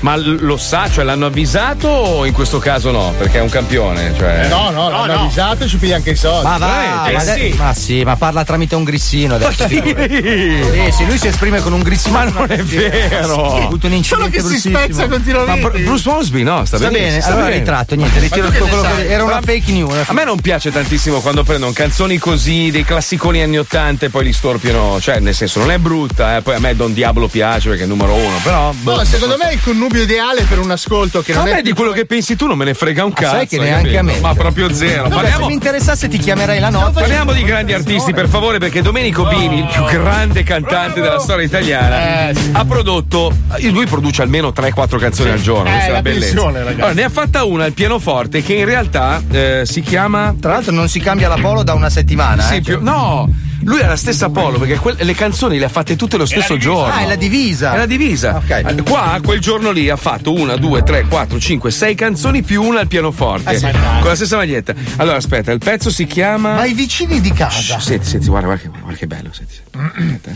Speaker 2: ma l- lo sa, cioè l'hanno avvisato o in questo caso no? Perché è un campione, cioè...
Speaker 5: Eh. No, no, l'hanno avvisato e ci piglia anche i soldi.
Speaker 4: Ma va,
Speaker 5: Eh,
Speaker 4: ma, da- ma sì, ma parla tramite un grissino adesso. Eh Sì, sì, lui si esprime con un grissino. Ma non
Speaker 2: è vero.
Speaker 4: Ha avuto un
Speaker 5: Solo
Speaker 4: incidente
Speaker 5: che si
Speaker 4: bruttissimo.
Speaker 5: spezza
Speaker 2: Ma
Speaker 5: continuamente.
Speaker 2: Bru- Bruce Mosby no, sta,
Speaker 4: Sta
Speaker 2: benissimo,
Speaker 4: bene,
Speaker 2: sta
Speaker 4: allora
Speaker 2: bene.
Speaker 4: ritratto, niente, ritiro
Speaker 2: Ma tu che
Speaker 4: quello
Speaker 2: ne
Speaker 4: che-
Speaker 2: sai?
Speaker 4: era una
Speaker 2: Ma-
Speaker 4: fake news.
Speaker 2: A me non piace tantissimo quando prendono canzoni così, dei classiconi anni 80 e poi li storpiano, cioè nel senso non è brutta, eh, poi a me Don Diablo piace perché è il numero uno, però... boh.
Speaker 5: No, secondo me è il connubio ideale per un ascolto che non
Speaker 2: a me
Speaker 5: è Ah,
Speaker 2: di quello che pensi tu non me ne frega un cazzo.
Speaker 5: sai che
Speaker 2: hai
Speaker 5: neanche
Speaker 2: capito?
Speaker 5: a me.
Speaker 2: Ma proprio zero.
Speaker 4: Vabbè,
Speaker 2: Parliamo,
Speaker 4: se mi interessasse ti chiamerei la notte.
Speaker 2: parliamo di grandi artisti, per favore, perché Domenico Bini, il più grande cantante della storia
Speaker 4: Eh,
Speaker 2: italiana, ha prodotto. eh, Lui produce almeno 3-4 canzoni al giorno.
Speaker 5: Eh,
Speaker 2: questa è la
Speaker 5: la
Speaker 2: bellezza.
Speaker 5: pensione, ragazzi.
Speaker 2: Allora, ne ha fatta una al pianoforte che in realtà eh, si chiama.
Speaker 4: Tra l'altro non si cambia la polo da una settimana.
Speaker 2: Sì,
Speaker 4: eh,
Speaker 2: più- no, lui era la stessa Polo perché quel- le canzoni le ha fatte tutte lo stesso giorno.
Speaker 4: Ah, è la divisa.
Speaker 2: È la divisa. Eh, Qua, quel giorno lì, ha fatto una, due, tre, quattro, cinque, sei canzoni più una al pianoforte.
Speaker 4: Eh sì.
Speaker 2: Con la stessa maglietta. Allora, aspetta, il pezzo si chiama.
Speaker 5: Ma i vicini di casa.
Speaker 2: Senti, senti, guarda, guarda, che- guarda che bello. Senti.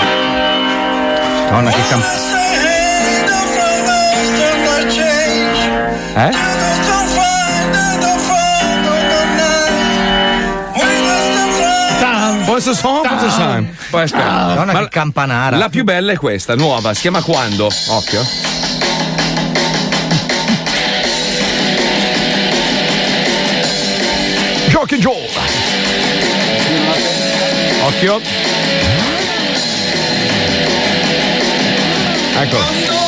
Speaker 4: Madonna, che camp-
Speaker 2: Eh? Posso son,
Speaker 8: Ah.
Speaker 2: posso son. Poi aspetta.
Speaker 4: Madonna,
Speaker 2: Ma
Speaker 4: che campanara.
Speaker 2: La più bella è questa, nuova, si chiama Quando? Occhio. Giochi Joe. Occhio. Eccolo.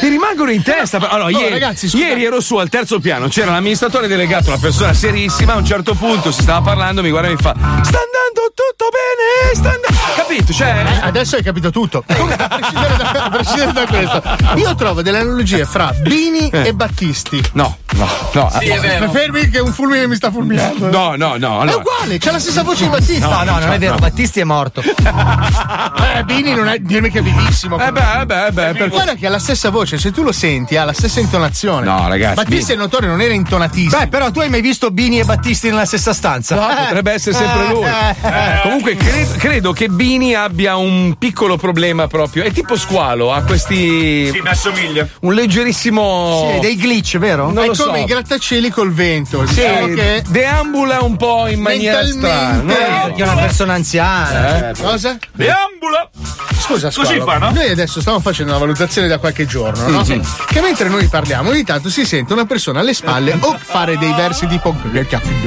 Speaker 2: Ti rimangono in testa. però- Allora,
Speaker 5: No,
Speaker 2: ieri,
Speaker 5: ragazzi, scusa.
Speaker 2: ieri ero su al terzo piano, c'era l'amministratore delegato, una persona serissima. A un certo punto si stava parlando, mi guarda e mi fa: Sta andando tutto bene, sta andando. Capito? Cioè.
Speaker 5: Eh, Adesso hai capito tutto. Comunque, a prescindere da, a prescindere da questo, io trovo delle analogie fra Bini
Speaker 2: Eh.
Speaker 5: e Battisti.
Speaker 2: No, no, no.
Speaker 5: Ma fermi che un fulmine mi sta fulminando.
Speaker 2: No, no, no.
Speaker 5: È
Speaker 2: Allora,
Speaker 5: uguale, c'ha la stessa voce di Battisti.
Speaker 4: No, no, non è vero,
Speaker 2: no.
Speaker 4: Battisti è morto.
Speaker 5: Eh, Bini non è dirmi che è vivissimo.
Speaker 2: Eh beh, eh beh, eh beh, per-
Speaker 5: Guarda che ha la stessa voce, se tu lo senti, ha la stessa intonazione.
Speaker 2: No, ragazzi,
Speaker 5: Battisti è notorio, non era intonatissimo.
Speaker 4: Beh, però tu hai mai visto Bini e Battisti nella stessa stanza?
Speaker 5: No,
Speaker 2: potrebbe essere
Speaker 4: Eh.
Speaker 2: sempre lui. Comunque, cre- credo che Bini abbia un piccolo problema proprio. È tipo squalo, ha questi.
Speaker 6: Sì, mi assomiglia.
Speaker 2: Un leggerissimo.
Speaker 4: Sì, dei glitch, vero?
Speaker 2: Oh. Non
Speaker 5: è
Speaker 2: lo
Speaker 5: come
Speaker 2: so.
Speaker 5: i grattacieli col vento.
Speaker 2: Sì,
Speaker 5: diciamo che
Speaker 2: deambula un po' in maniera strana. Eh.
Speaker 5: mentalmente.
Speaker 4: Eh, Perché è una persona anziana. Eh,
Speaker 5: Cosa?
Speaker 6: Deambula!
Speaker 5: Scusa,
Speaker 6: Così
Speaker 5: Squalo,
Speaker 6: fa, no?
Speaker 5: Noi adesso stiamo facendo una valutazione da qualche giorno, no?
Speaker 2: Mhm.
Speaker 5: Che mentre noi parliamo, ogni tanto si sente una persona alle spalle o fare dei versi tipo.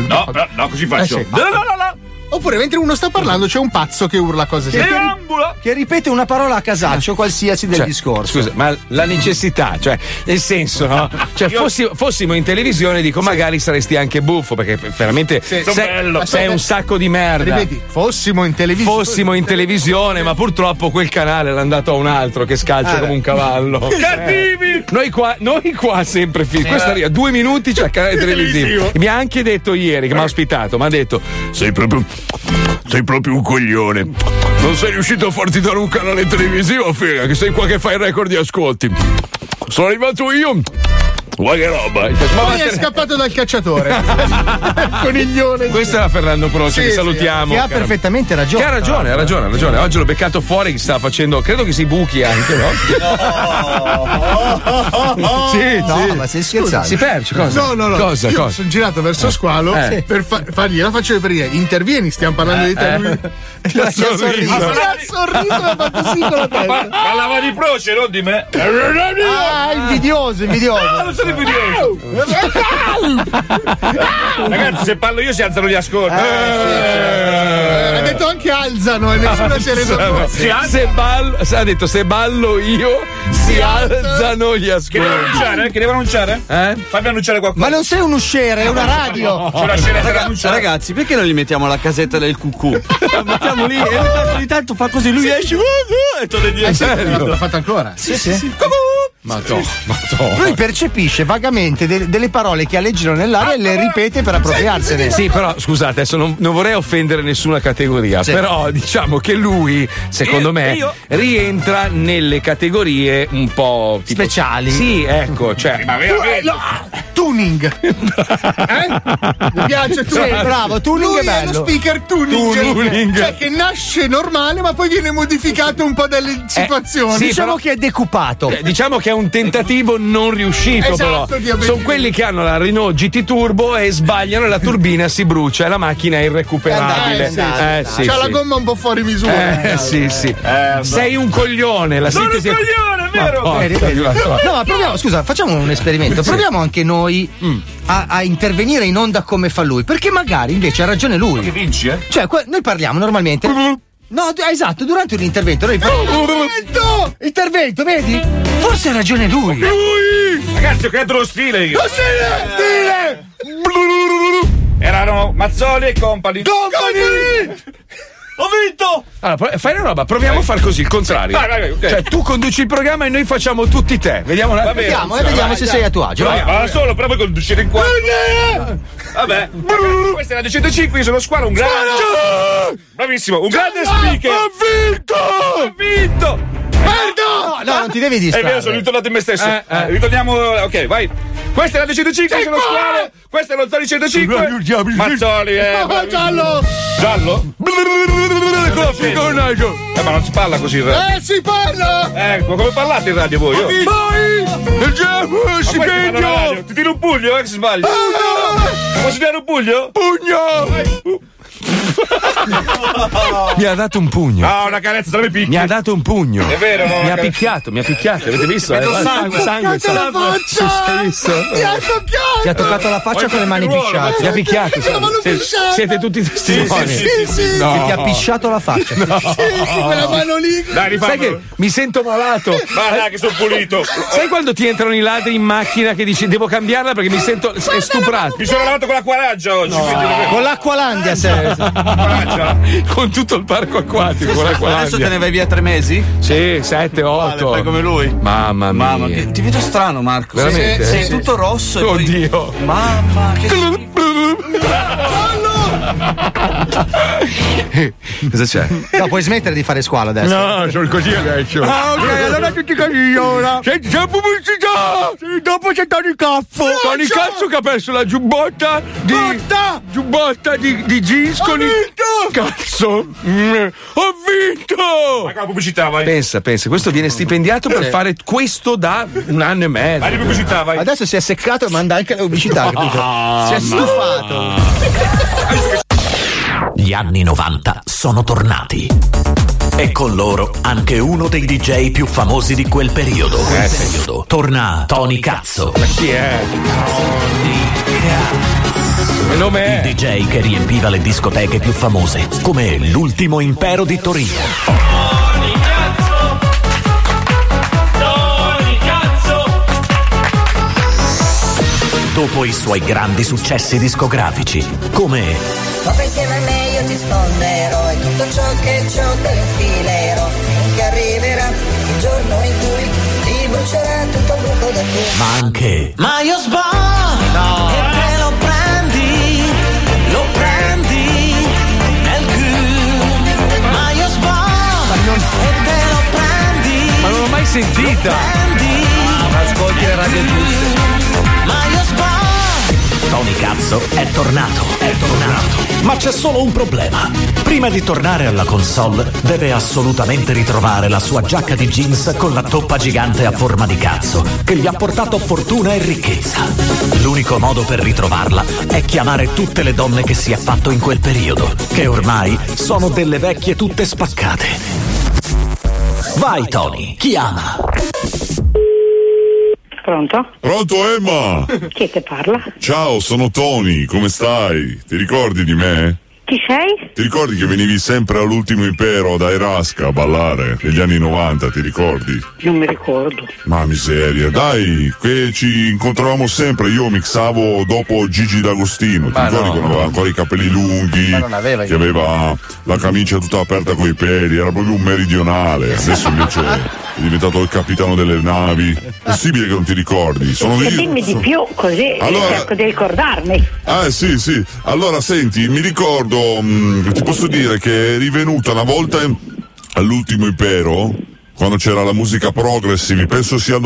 Speaker 6: No, no, no, così faccio.
Speaker 5: Eh sì. Oppure mentre uno sta parlando c'è un pazzo che urla cose
Speaker 4: Che,
Speaker 5: simili.
Speaker 6: Deambula!
Speaker 4: che ripete una parola a casaccio qualsiasi del
Speaker 2: Cioè,
Speaker 4: discorso.
Speaker 2: Scusa, ma la necessità, cioè, nel senso, no? Cioè, fossi- fossimo in televisione, dico, magari saresti anche buffo, perché veramente
Speaker 6: Sono
Speaker 2: sei,
Speaker 6: bello.
Speaker 2: sei un sacco di merda.
Speaker 5: Rivedi, fossimo in televisione.
Speaker 2: Fossimo in televisione, ma purtroppo quel canale l'ha andato a un altro che scalcia
Speaker 17: Ah,
Speaker 2: come un cavallo.
Speaker 6: Cattivi!
Speaker 2: Noi qua, noi qua sempre fi- Questa arriva due minuti c'è il canale televisivo. Mi ha anche detto ieri che mi ha ospitato, mi ha detto: Sei proprio. Sei proprio un coglione. Non sei riuscito a farti dare un canale televisivo, figa, che sei qua che fai il record di ascolti. Sono arrivato io. Guarda che
Speaker 5: Poi
Speaker 2: roba. Ma
Speaker 5: è
Speaker 2: vattene-
Speaker 5: scappato dal cacciatore. Coniglione.
Speaker 2: Questa è la Fernando Croce,
Speaker 5: Sì,
Speaker 2: che
Speaker 5: sì,
Speaker 2: salutiamo.
Speaker 4: Che ha
Speaker 2: cara-
Speaker 4: perfettamente ragione.
Speaker 2: che ha ragione, ha ragione, ha ragione. Oggi l'ho beccato fuori che sta facendo, credo che si buchi anche, no? sì,
Speaker 4: No,
Speaker 2: Oh, sì.
Speaker 4: ma sei scherzato.
Speaker 2: Si perce, cosa?
Speaker 5: No, no, no.
Speaker 2: Cosa,
Speaker 5: Io
Speaker 2: cosa?
Speaker 5: sono girato verso Squalo
Speaker 2: Eh.
Speaker 5: per fa- fargli la faccia per dire intervieni, stiamo parlando di te.
Speaker 2: eh.
Speaker 5: Lui-
Speaker 2: Ti ha
Speaker 5: sorriso.
Speaker 2: sorriso.
Speaker 5: Ha sorriso e ha fatto sì con la
Speaker 6: Ma
Speaker 5: testa.
Speaker 6: parlava di proce, non di me.
Speaker 4: Ah, invidioso, invidioso.
Speaker 6: Ah, non sono invidioso. Ragazzi, se parlo io si alzano gli ascolti.
Speaker 5: Ah, certo. Ha detto anche alzano e nessuno
Speaker 6: Ah,
Speaker 5: si è reso conto.
Speaker 6: Si alza-
Speaker 2: Se ballo, se ha detto se ballo io si alzano gli
Speaker 6: Che devo
Speaker 2: ascolti.
Speaker 6: annunciare? Che devo annunciare?
Speaker 2: Eh?
Speaker 6: Fammi annunciare qualcosa.
Speaker 4: Ma non sei un usciere, è una radio.
Speaker 6: C'è una scena per annunciare.
Speaker 18: Ragazzi, perché non gli mettiamo la casetta del cucù? La mettiamo lì e ogni tanto- ogni tanto fa così, lui esce uh, uh, e torna
Speaker 5: Eh
Speaker 18: indietro.
Speaker 5: sì, l'ha l'ha fatto ancora.
Speaker 4: Sì, sì.
Speaker 5: Cucù.
Speaker 19: Ma to, ma
Speaker 4: Lui percepisce vagamente de- delle parole che alleggiano nell'aria e le ripete per appropriarsene.
Speaker 2: Sì, però scusate, adesso non, non vorrei offendere nessuna categoria,
Speaker 4: Sì.
Speaker 2: però diciamo che lui, secondo
Speaker 4: Io-
Speaker 2: me,
Speaker 4: io-
Speaker 2: rientra nelle categorie un po' tipo-
Speaker 5: Speciali.
Speaker 2: Sì, ecco, cioè.
Speaker 5: Tu- eh, no, tuning. eh? Mi piace
Speaker 2: Sì,
Speaker 5: tuning.
Speaker 2: bravo, tuning
Speaker 5: Lui
Speaker 2: è
Speaker 5: lo
Speaker 2: bello.
Speaker 5: speaker tuning.
Speaker 2: Tuning.
Speaker 5: Cioè che nasce normale ma poi viene modificato un po' dalle situazioni.
Speaker 2: Eh, sì, Diciamo però-
Speaker 5: che è decupato.
Speaker 2: Eh, Diciamo che è un tentativo non riuscito,
Speaker 5: Esatto, di
Speaker 2: però.
Speaker 5: avvenire.
Speaker 2: Sono quelli che hanno la Renault GT Turbo e sbagliano e la turbina si brucia e la macchina è irrecuperabile. eh, sì,
Speaker 5: C'ha
Speaker 2: sì.
Speaker 5: la gomma un po' fuori misura.
Speaker 2: Eh, sì, sì. Sei un coglione, la
Speaker 5: Sono un
Speaker 2: sintesi. è-
Speaker 5: coglione,
Speaker 2: Ma
Speaker 5: vero?
Speaker 2: porca
Speaker 5: Vedi, vedi.
Speaker 2: miseria.
Speaker 4: No, ma proviamo, scusa, facciamo un esperimento.
Speaker 2: Sì.
Speaker 4: Proviamo anche noi a, a intervenire in onda come fa lui, perché magari invece ha ragione lui. Che vinci, eh? Cioè, que- noi parliamo normalmente. No, d- esatto, durante un intervento noi parliamo. Intervento! Intervento, vedi? Forse ha ragione lui.
Speaker 6: Ragazzi, ho creato lo stile io.
Speaker 8: Lo stile!
Speaker 6: Erano Mazzoli e Company. Company! Ho vinto!
Speaker 2: Allora, pro- fai una roba, proviamo a far così, il contrario.
Speaker 6: Vai, vai, vai, ok.
Speaker 2: Cioè, tu conduci il programma e noi facciamo tutti te. Vediamo un attimo.
Speaker 6: Vediamo, eh, vediamo se sei a tuo agio, vai. Eh, Ma solo proprio con 204. Vabbè, questa è la 205, io sono squalo, un grande. Bravissimo, un grande speaker. Ho vinto! Ho vinto! Merda!
Speaker 4: No, no, non ti devi
Speaker 6: È
Speaker 4: distrarre.
Speaker 6: vero, sono ritornato in me stesso.
Speaker 4: Eh, eh.
Speaker 6: Ritorniamo, ok, vai. Questa è la 205, io sono squalo. Questo è lo Zoli 105. Mazzoli, eh.
Speaker 8: Ah, giallo!
Speaker 6: Giallo? Eh, ma non si parla così, in radio.
Speaker 8: Eh, si parla!
Speaker 6: Ecco, come parlate in radio voi?
Speaker 8: Ho
Speaker 6: oh?
Speaker 8: vinto!
Speaker 6: Il Gemmo
Speaker 8: stipendio!
Speaker 6: Ti tiro un pugno, eh, che si sbaglia! Posso tirare un pugno? Pugno!
Speaker 2: Mi ha dato un pugno.
Speaker 6: Ah, una carezza tra le picche.
Speaker 2: Mi ha dato un pugno.
Speaker 6: È vero, no?
Speaker 2: Mi ha
Speaker 6: Una carezza.
Speaker 2: picchiato, mi ha picchiato, avete visto?
Speaker 6: Vedo
Speaker 2: Eh,
Speaker 6: sangue,
Speaker 2: sangue, sangue. Sì, sì, sì.
Speaker 5: toccato!
Speaker 4: Ti ha toccato la faccia
Speaker 2: Poi
Speaker 4: con le mani
Speaker 2: ruolo,
Speaker 4: pisciate.
Speaker 2: ma- Ti ha picchiato, sì. Stavano Sì, pisciando. siete tutti testimoni.
Speaker 4: Sì,
Speaker 2: Sì, sì, sì. No.
Speaker 4: Che ti ha pisciato la faccia.
Speaker 2: No. Dai,
Speaker 4: rifai.
Speaker 2: Sai che mi sento malato.
Speaker 6: Ma dai, che sono pulito.
Speaker 2: Sai quando ti entrano i ladri in macchina che dici devo cambiarla perché mi sento è stuprato?
Speaker 6: Mi sono lavato con la quaraggia oggi.
Speaker 4: Con l'acqualandia sei.
Speaker 2: Con tutto il parco acquatico. con l'acqualandia.
Speaker 17: Adesso te ne vai via tre mesi?
Speaker 2: Sì, sette, otto.
Speaker 17: fai come lui.
Speaker 2: Mamma mia.
Speaker 17: Mamma, che- ti vedo strano, Marco.
Speaker 2: Veramente?
Speaker 17: Sei, sei
Speaker 2: Sì.
Speaker 17: tutto rosso. e poi-
Speaker 2: Oddio.
Speaker 17: Mamma, che
Speaker 2: Cosa c'è?
Speaker 4: No, puoi smettere di fare squalo
Speaker 5: Eh,
Speaker 4: adesso.
Speaker 2: No, sono così adesso.
Speaker 8: Ah, ok, allora
Speaker 4: tutti così ora.
Speaker 2: C'è pubblicità! Dopo c'è Tony Caffo!
Speaker 5: Eh,
Speaker 2: Tony Cazzo che ha perso la giubbotta di. Giubbotta di, di jeans con il. Cazzo! Mm, Ho vinto! Ma
Speaker 6: la pubblicità vai!
Speaker 2: Pensa, pensa, questo viene stipendiato per
Speaker 4: Sì.
Speaker 2: fare questo da un anno e mezzo. Ah.
Speaker 4: Vai di
Speaker 6: pubblicità, vai.
Speaker 4: Adesso si è seccato e manda anche la pubblicità, Ah, capito? Si è stufato.
Speaker 3: Gli anni 90 sono tornati. E con loro anche uno dei DJ più famosi di quel periodo.
Speaker 4: Eh,
Speaker 3: periodo. Torna Ah, Tony Cazzo.
Speaker 2: chi è?
Speaker 3: Il DJ che riempiva le discoteche più famose, come l'ultimo impero di Torino. Dopo i suoi grandi successi discografici, come
Speaker 20: Proprio insieme a me io ti sfonderò e tutto ciò che c'ho te lo filerò finché arriverà il giorno in cui ti brucerà tutto il buco del tuo
Speaker 3: ma anche
Speaker 8: Ma io
Speaker 17: Ah,
Speaker 8: sbaglio! E te lo prendi! Lo prendi! Nel culo! Ma io sbaglio! E te lo prendi!
Speaker 2: Ma non l'ho mai sentita!
Speaker 8: Ma ascolti le radio Ma io sbaglio!
Speaker 3: Tony Cazzo è tornato, è tornato. Ma c'è solo un problema. Prima di tornare alla console, deve assolutamente ritrovare la sua giacca di jeans con la toppa gigante a forma di cazzo, che gli ha portato fortuna e ricchezza. L'unico modo per ritrovarla è chiamare tutte le donne che si è fatto in quel periodo, che ormai sono delle vecchie tutte spaccate. Vai Tony, chiama!
Speaker 10: Pronto?
Speaker 21: Pronto Emma?
Speaker 10: Chi è che parla?
Speaker 21: Ciao, sono Tony, come stai? Ti ricordi di me?
Speaker 10: Chi sei?
Speaker 21: Ti ricordi che venivi sempre all'ultimo impero da Erasca a ballare negli anni 90, ti ricordi?
Speaker 10: Non mi ricordo.
Speaker 21: Ma miseria, dai, che ci incontravamo sempre, io mixavo dopo Gigi D'Agostino, ti
Speaker 17: Ma
Speaker 21: ricordi
Speaker 17: no.
Speaker 21: quando aveva ancora i capelli lunghi,
Speaker 17: Ma non aveva i
Speaker 21: che aveva la camicia tutta aperta coi peli, era proprio un meridionale, adesso invece è diventato il capitano delle navi. Possibile che non ti ricordi? Sono
Speaker 10: E
Speaker 21: io.
Speaker 10: dimmi di
Speaker 21: sono-
Speaker 10: più, così
Speaker 21: Allora-
Speaker 10: cerco di ricordarmi.
Speaker 21: Ah sì sì, allora senti, mi ricordo, mh, ti posso dire che eri venuta una volta in- all'ultimo impero, quando c'era la musica progressive, penso sia il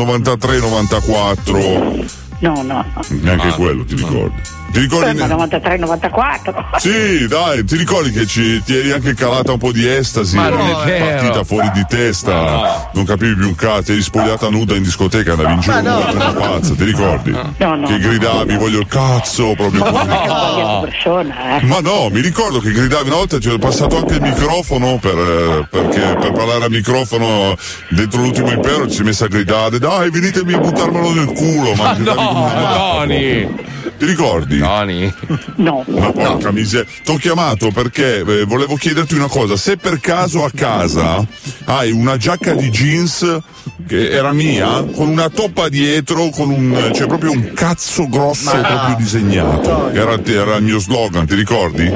Speaker 21: 93-94,
Speaker 10: No, no.
Speaker 21: neanche
Speaker 10: Ah.
Speaker 21: quello ti ricordi. Ti ricordi?
Speaker 10: Ma 93-94.
Speaker 21: Sì, dai, ti ricordi che ci, ti eri anche calata un po' di estasi,
Speaker 10: Ma non
Speaker 21: eri
Speaker 10: è vero.
Speaker 21: partita fuori di testa, non capivi più un cazzo, eri spogliata nuda in discoteca, andavi in giù,
Speaker 10: Ma no.
Speaker 21: come una pazza, ti ricordi?
Speaker 10: no.
Speaker 21: Che gridavi, voglio il cazzo, proprio
Speaker 10: Ma
Speaker 21: così.
Speaker 10: guarda che ho sbagliato persona, eh.
Speaker 21: Ma no, mi ricordo che gridavi una volta, c'era passato anche il microfono per, eh, perché per parlare al microfono dentro l'ultimo impero ci si è messa a gridare, dai venitemi a buttarmelo nel culo, ma gridavi come una matti, proprio. Ti ricordi? Tony.
Speaker 10: No.
Speaker 21: Ma porca miseria. Ti ho chiamato perché eh, volevo chiederti una cosa. Se per caso a casa hai una giacca di jeans che era mia, con una toppa dietro, con un. c'è proprio un cazzo grosso proprio disegnato. Era, era il mio slogan, ti ricordi?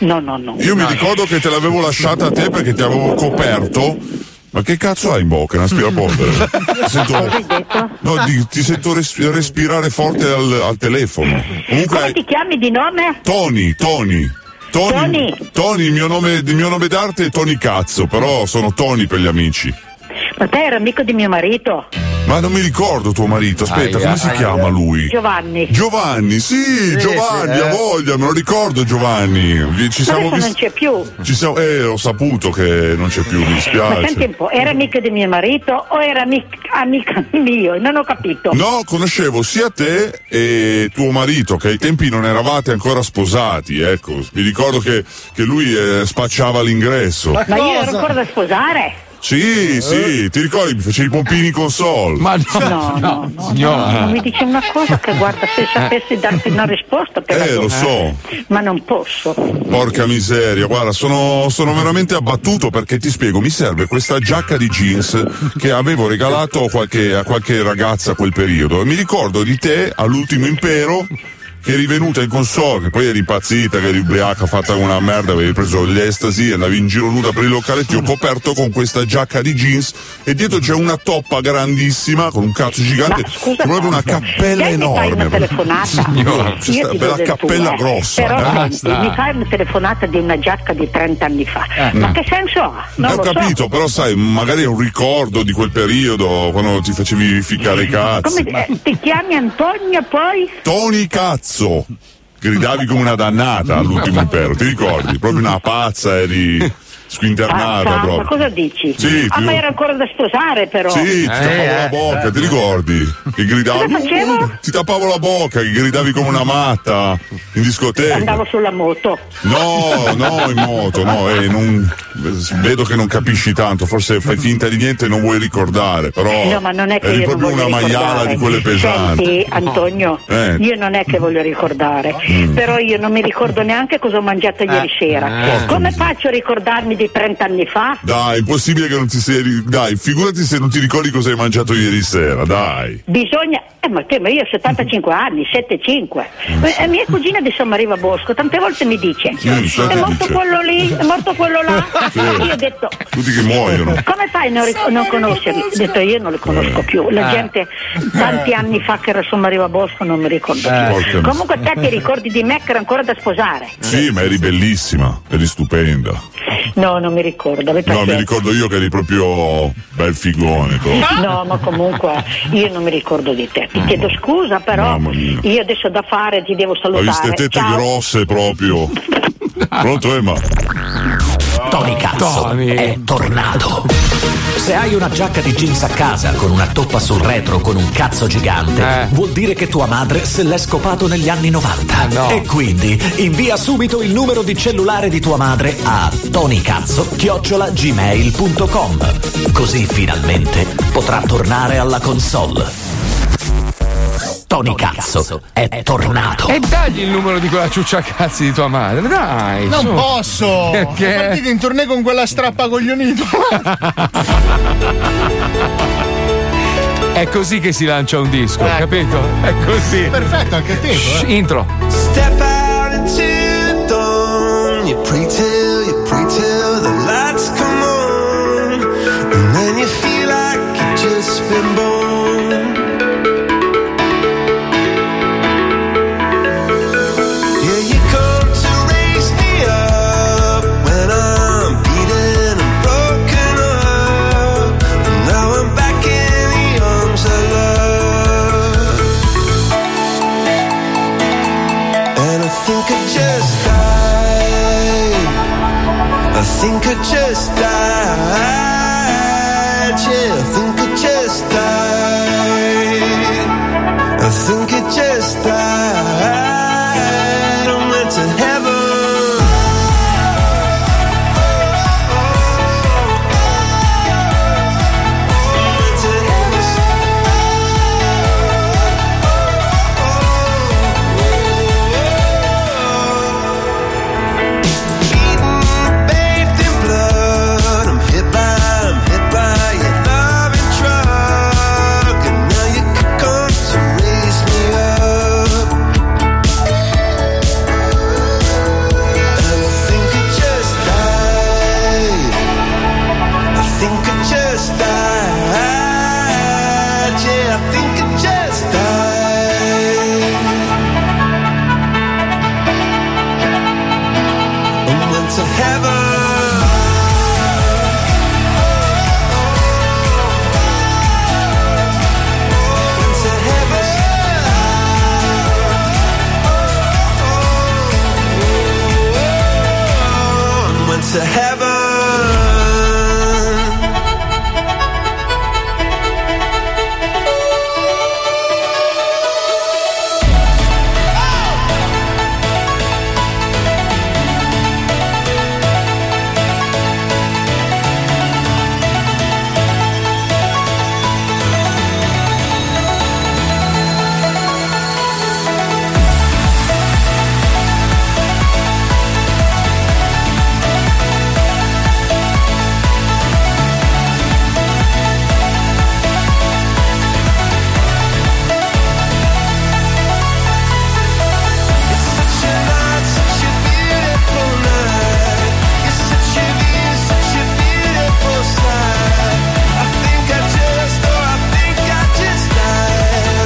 Speaker 10: No, no, no.
Speaker 21: Io mi ricordo che te l'avevo lasciata a te perché ti avevo coperto. Ma che cazzo hai in bocca? Un aspirapolvere? Ti sento- no, di- ti sento respi- respirare forte al, al telefono. Comunque
Speaker 10: Come ti chiami di nome?
Speaker 21: Tony, Tony. Tony,
Speaker 10: Tony.
Speaker 21: Tony, il mio nome, il mio nome d'arte è Tony Cazzo, però sono Tony per gli amici.
Speaker 10: Ma te eri amico di mio marito?
Speaker 21: Ma non mi ricordo tuo marito, aspetta,
Speaker 10: Aia,
Speaker 21: come si
Speaker 10: aia.
Speaker 21: chiama lui?
Speaker 10: Giovanni.
Speaker 21: Giovanni, sì, Giovanni,
Speaker 10: sì, eh.
Speaker 21: a voglia, me lo ricordo Giovanni. Vi- Ci siamo
Speaker 10: Adesso non
Speaker 21: visti.
Speaker 10: c'è più.
Speaker 21: Ci siamo, eh, ho saputo che non c'è più, mi
Speaker 10: Ma senti un
Speaker 21: dispiace.
Speaker 10: po', era amico di mio marito o era amic- amica mio? Non ho capito.
Speaker 21: No, conoscevo sia te e tuo marito, che ai tempi non eravate ancora sposati, ecco. Mi ricordo che, che lui eh, spacciava all'ingresso.
Speaker 10: Ma io ero ancora da sposare?
Speaker 21: Sì, sì, ti ricordi? Mi facevi i pompini con Sol. Ma
Speaker 10: No, no, no.
Speaker 21: Ah.
Speaker 10: no, Mi dice una cosa che guarda, se sapessi darti una risposta te la
Speaker 21: Eh,
Speaker 10: do.
Speaker 21: lo so.
Speaker 10: Ma non posso.
Speaker 21: Porca miseria, guarda, sono, sono veramente abbattuto perché ti spiego, mi serve questa giacca di jeans che avevo regalato a qualche, a qualche ragazza a quel periodo e mi ricordo di te all'ultimo impero che eri venuta in console, che poi eri impazzita, che eri ubriaca, fatta una merda, avevi preso gli estasi, andavi in giro nuda per il locale, ti ho coperto con questa giacca di jeans e dietro c'è una toppa grandissima con un cazzo gigante, proprio una cappella
Speaker 10: Te mi fai una
Speaker 21: enorme.
Speaker 10: telefonata?
Speaker 21: Signora,
Speaker 10: Io
Speaker 21: c'è sta
Speaker 10: ti do
Speaker 21: bella
Speaker 10: del
Speaker 21: cappella
Speaker 10: tuo, eh.
Speaker 21: grossa,
Speaker 10: Però
Speaker 21: eh.
Speaker 10: senti,
Speaker 21: Basta.
Speaker 10: mi fai una telefonata di una giacca di 30 anni fa.
Speaker 21: Eh.
Speaker 10: Ma
Speaker 21: Mm.
Speaker 10: che senso ha? Non
Speaker 21: ho
Speaker 10: lo
Speaker 21: capito, però sai, magari è un ricordo di quel periodo quando ti facevi ficcare i
Speaker 10: so.
Speaker 21: cazzi.
Speaker 10: Come eh, ti chiami Antonio poi?
Speaker 21: Tony Cazzo! Gridavi come una dannata all'ultimo impero, ti ricordi? Proprio una pazza, eri squinternata
Speaker 10: Pazza? Ma
Speaker 21: Ah, proprio.
Speaker 10: cosa dici?
Speaker 21: Sì,
Speaker 10: ah,
Speaker 21: ti-
Speaker 10: ma era ancora da sposare però.
Speaker 21: Sì, ti tappavo
Speaker 10: eh.
Speaker 21: la bocca, ti ricordi? Che gridavi.
Speaker 10: Cosa facevo?
Speaker 21: Ti tappavo la bocca, che gridavi come una matta in discoteca.
Speaker 10: Andavo sulla moto.
Speaker 21: No, no, in moto, no, eh, non- vedo che non capisci tanto, forse fai finta di niente e non vuoi ricordare, però
Speaker 10: Eh, no, ma non è che
Speaker 21: eri
Speaker 10: io non
Speaker 21: proprio
Speaker 10: voglio
Speaker 21: una maiala
Speaker 10: ricordare.
Speaker 21: di quelle pesanti.
Speaker 10: Senti, Antonio,
Speaker 21: Eh. Mm.
Speaker 10: io non è che voglio ricordare, però io non mi ricordo neanche cosa ho mangiato ieri sera.
Speaker 21: Porca
Speaker 10: Come faccio a ricordarmi di 30 anni fa?
Speaker 21: Dai, è impossibile che non ti sei. ri- Dai, figurati se non ti ricordi cosa hai mangiato ieri sera, dai.
Speaker 10: Bisogna, eh ma te, ma io ho
Speaker 21: Mm.
Speaker 10: 75 anni, 75. E mia cugina di Sommariva Bosco tante volte mi dice:
Speaker 21: Sì, cosa
Speaker 10: è
Speaker 21: ti
Speaker 10: morto
Speaker 21: dice?"
Speaker 10: quello lì, è morto quello là.
Speaker 21: Sì.
Speaker 10: Io ho detto:
Speaker 21: Tutti che muoiono.
Speaker 10: Come fai a non, ric- non conoscerli? Ho detto io non li conosco più. La
Speaker 21: Ah.
Speaker 10: gente tanti anni fa che era su Mariva Bosco non mi ricordo
Speaker 21: Eh.
Speaker 10: più.
Speaker 21: Porca
Speaker 10: Comunque te ti ricordi di me che era ancora da sposare?
Speaker 21: Sì, ma eri bellissima, eri stupenda.
Speaker 10: No, non mi ricordo. avete
Speaker 21: No, mi
Speaker 10: ragione.
Speaker 21: ricordo io che eri proprio bel figone. proprio.
Speaker 10: No, ma comunque io non mi ricordo di te. Ti chiedo scusa, però io adesso ho da fare ti devo
Speaker 21: Ho viste
Speaker 10: salutare.
Speaker 21: tette
Speaker 10: Ciao.
Speaker 21: grosse proprio. Pronto, Emma?
Speaker 3: Tony Cazzo è tornato. Se hai una giacca di jeans a casa con una toppa sul retro con un cazzo gigante, vuol dire che tua madre se l'è scopato negli anni 90. E quindi invia subito il numero di cellulare di tua madre a tonicazzo-gmail.com. Così finalmente potrà tornare alla console. Tony Tony Cazzo è tornato.
Speaker 2: E dagli il numero di quella ciuccia cazzi di tua madre, dai.
Speaker 5: Non
Speaker 2: su.
Speaker 5: posso!
Speaker 2: Eh, Perché?
Speaker 5: È partito in tournée con quella strappa coglionito.
Speaker 2: È così che si lancia un disco,
Speaker 4: Ecco.
Speaker 2: capito? È così.
Speaker 5: Perfetto, anche
Speaker 4: eh.
Speaker 5: te.
Speaker 2: Shh, intro.
Speaker 22: Step out into the dawn. You pray till, you pray till the lights come on. And then you feel like you've just been born. Yeah, you come to raise me up when I'm beaten and broken up. And now I'm back in the arms of love. And I think I just died. I think I just died. Yeah, I think I just died. I think I just died. I went to heaven. I went to Bathed in blood, I'm hit by, I'm hit by your loving truck, and now you come to raise me up. And I think I just died. I think I just died. Yeah, I think I just died. I went to heaven. went to heaven.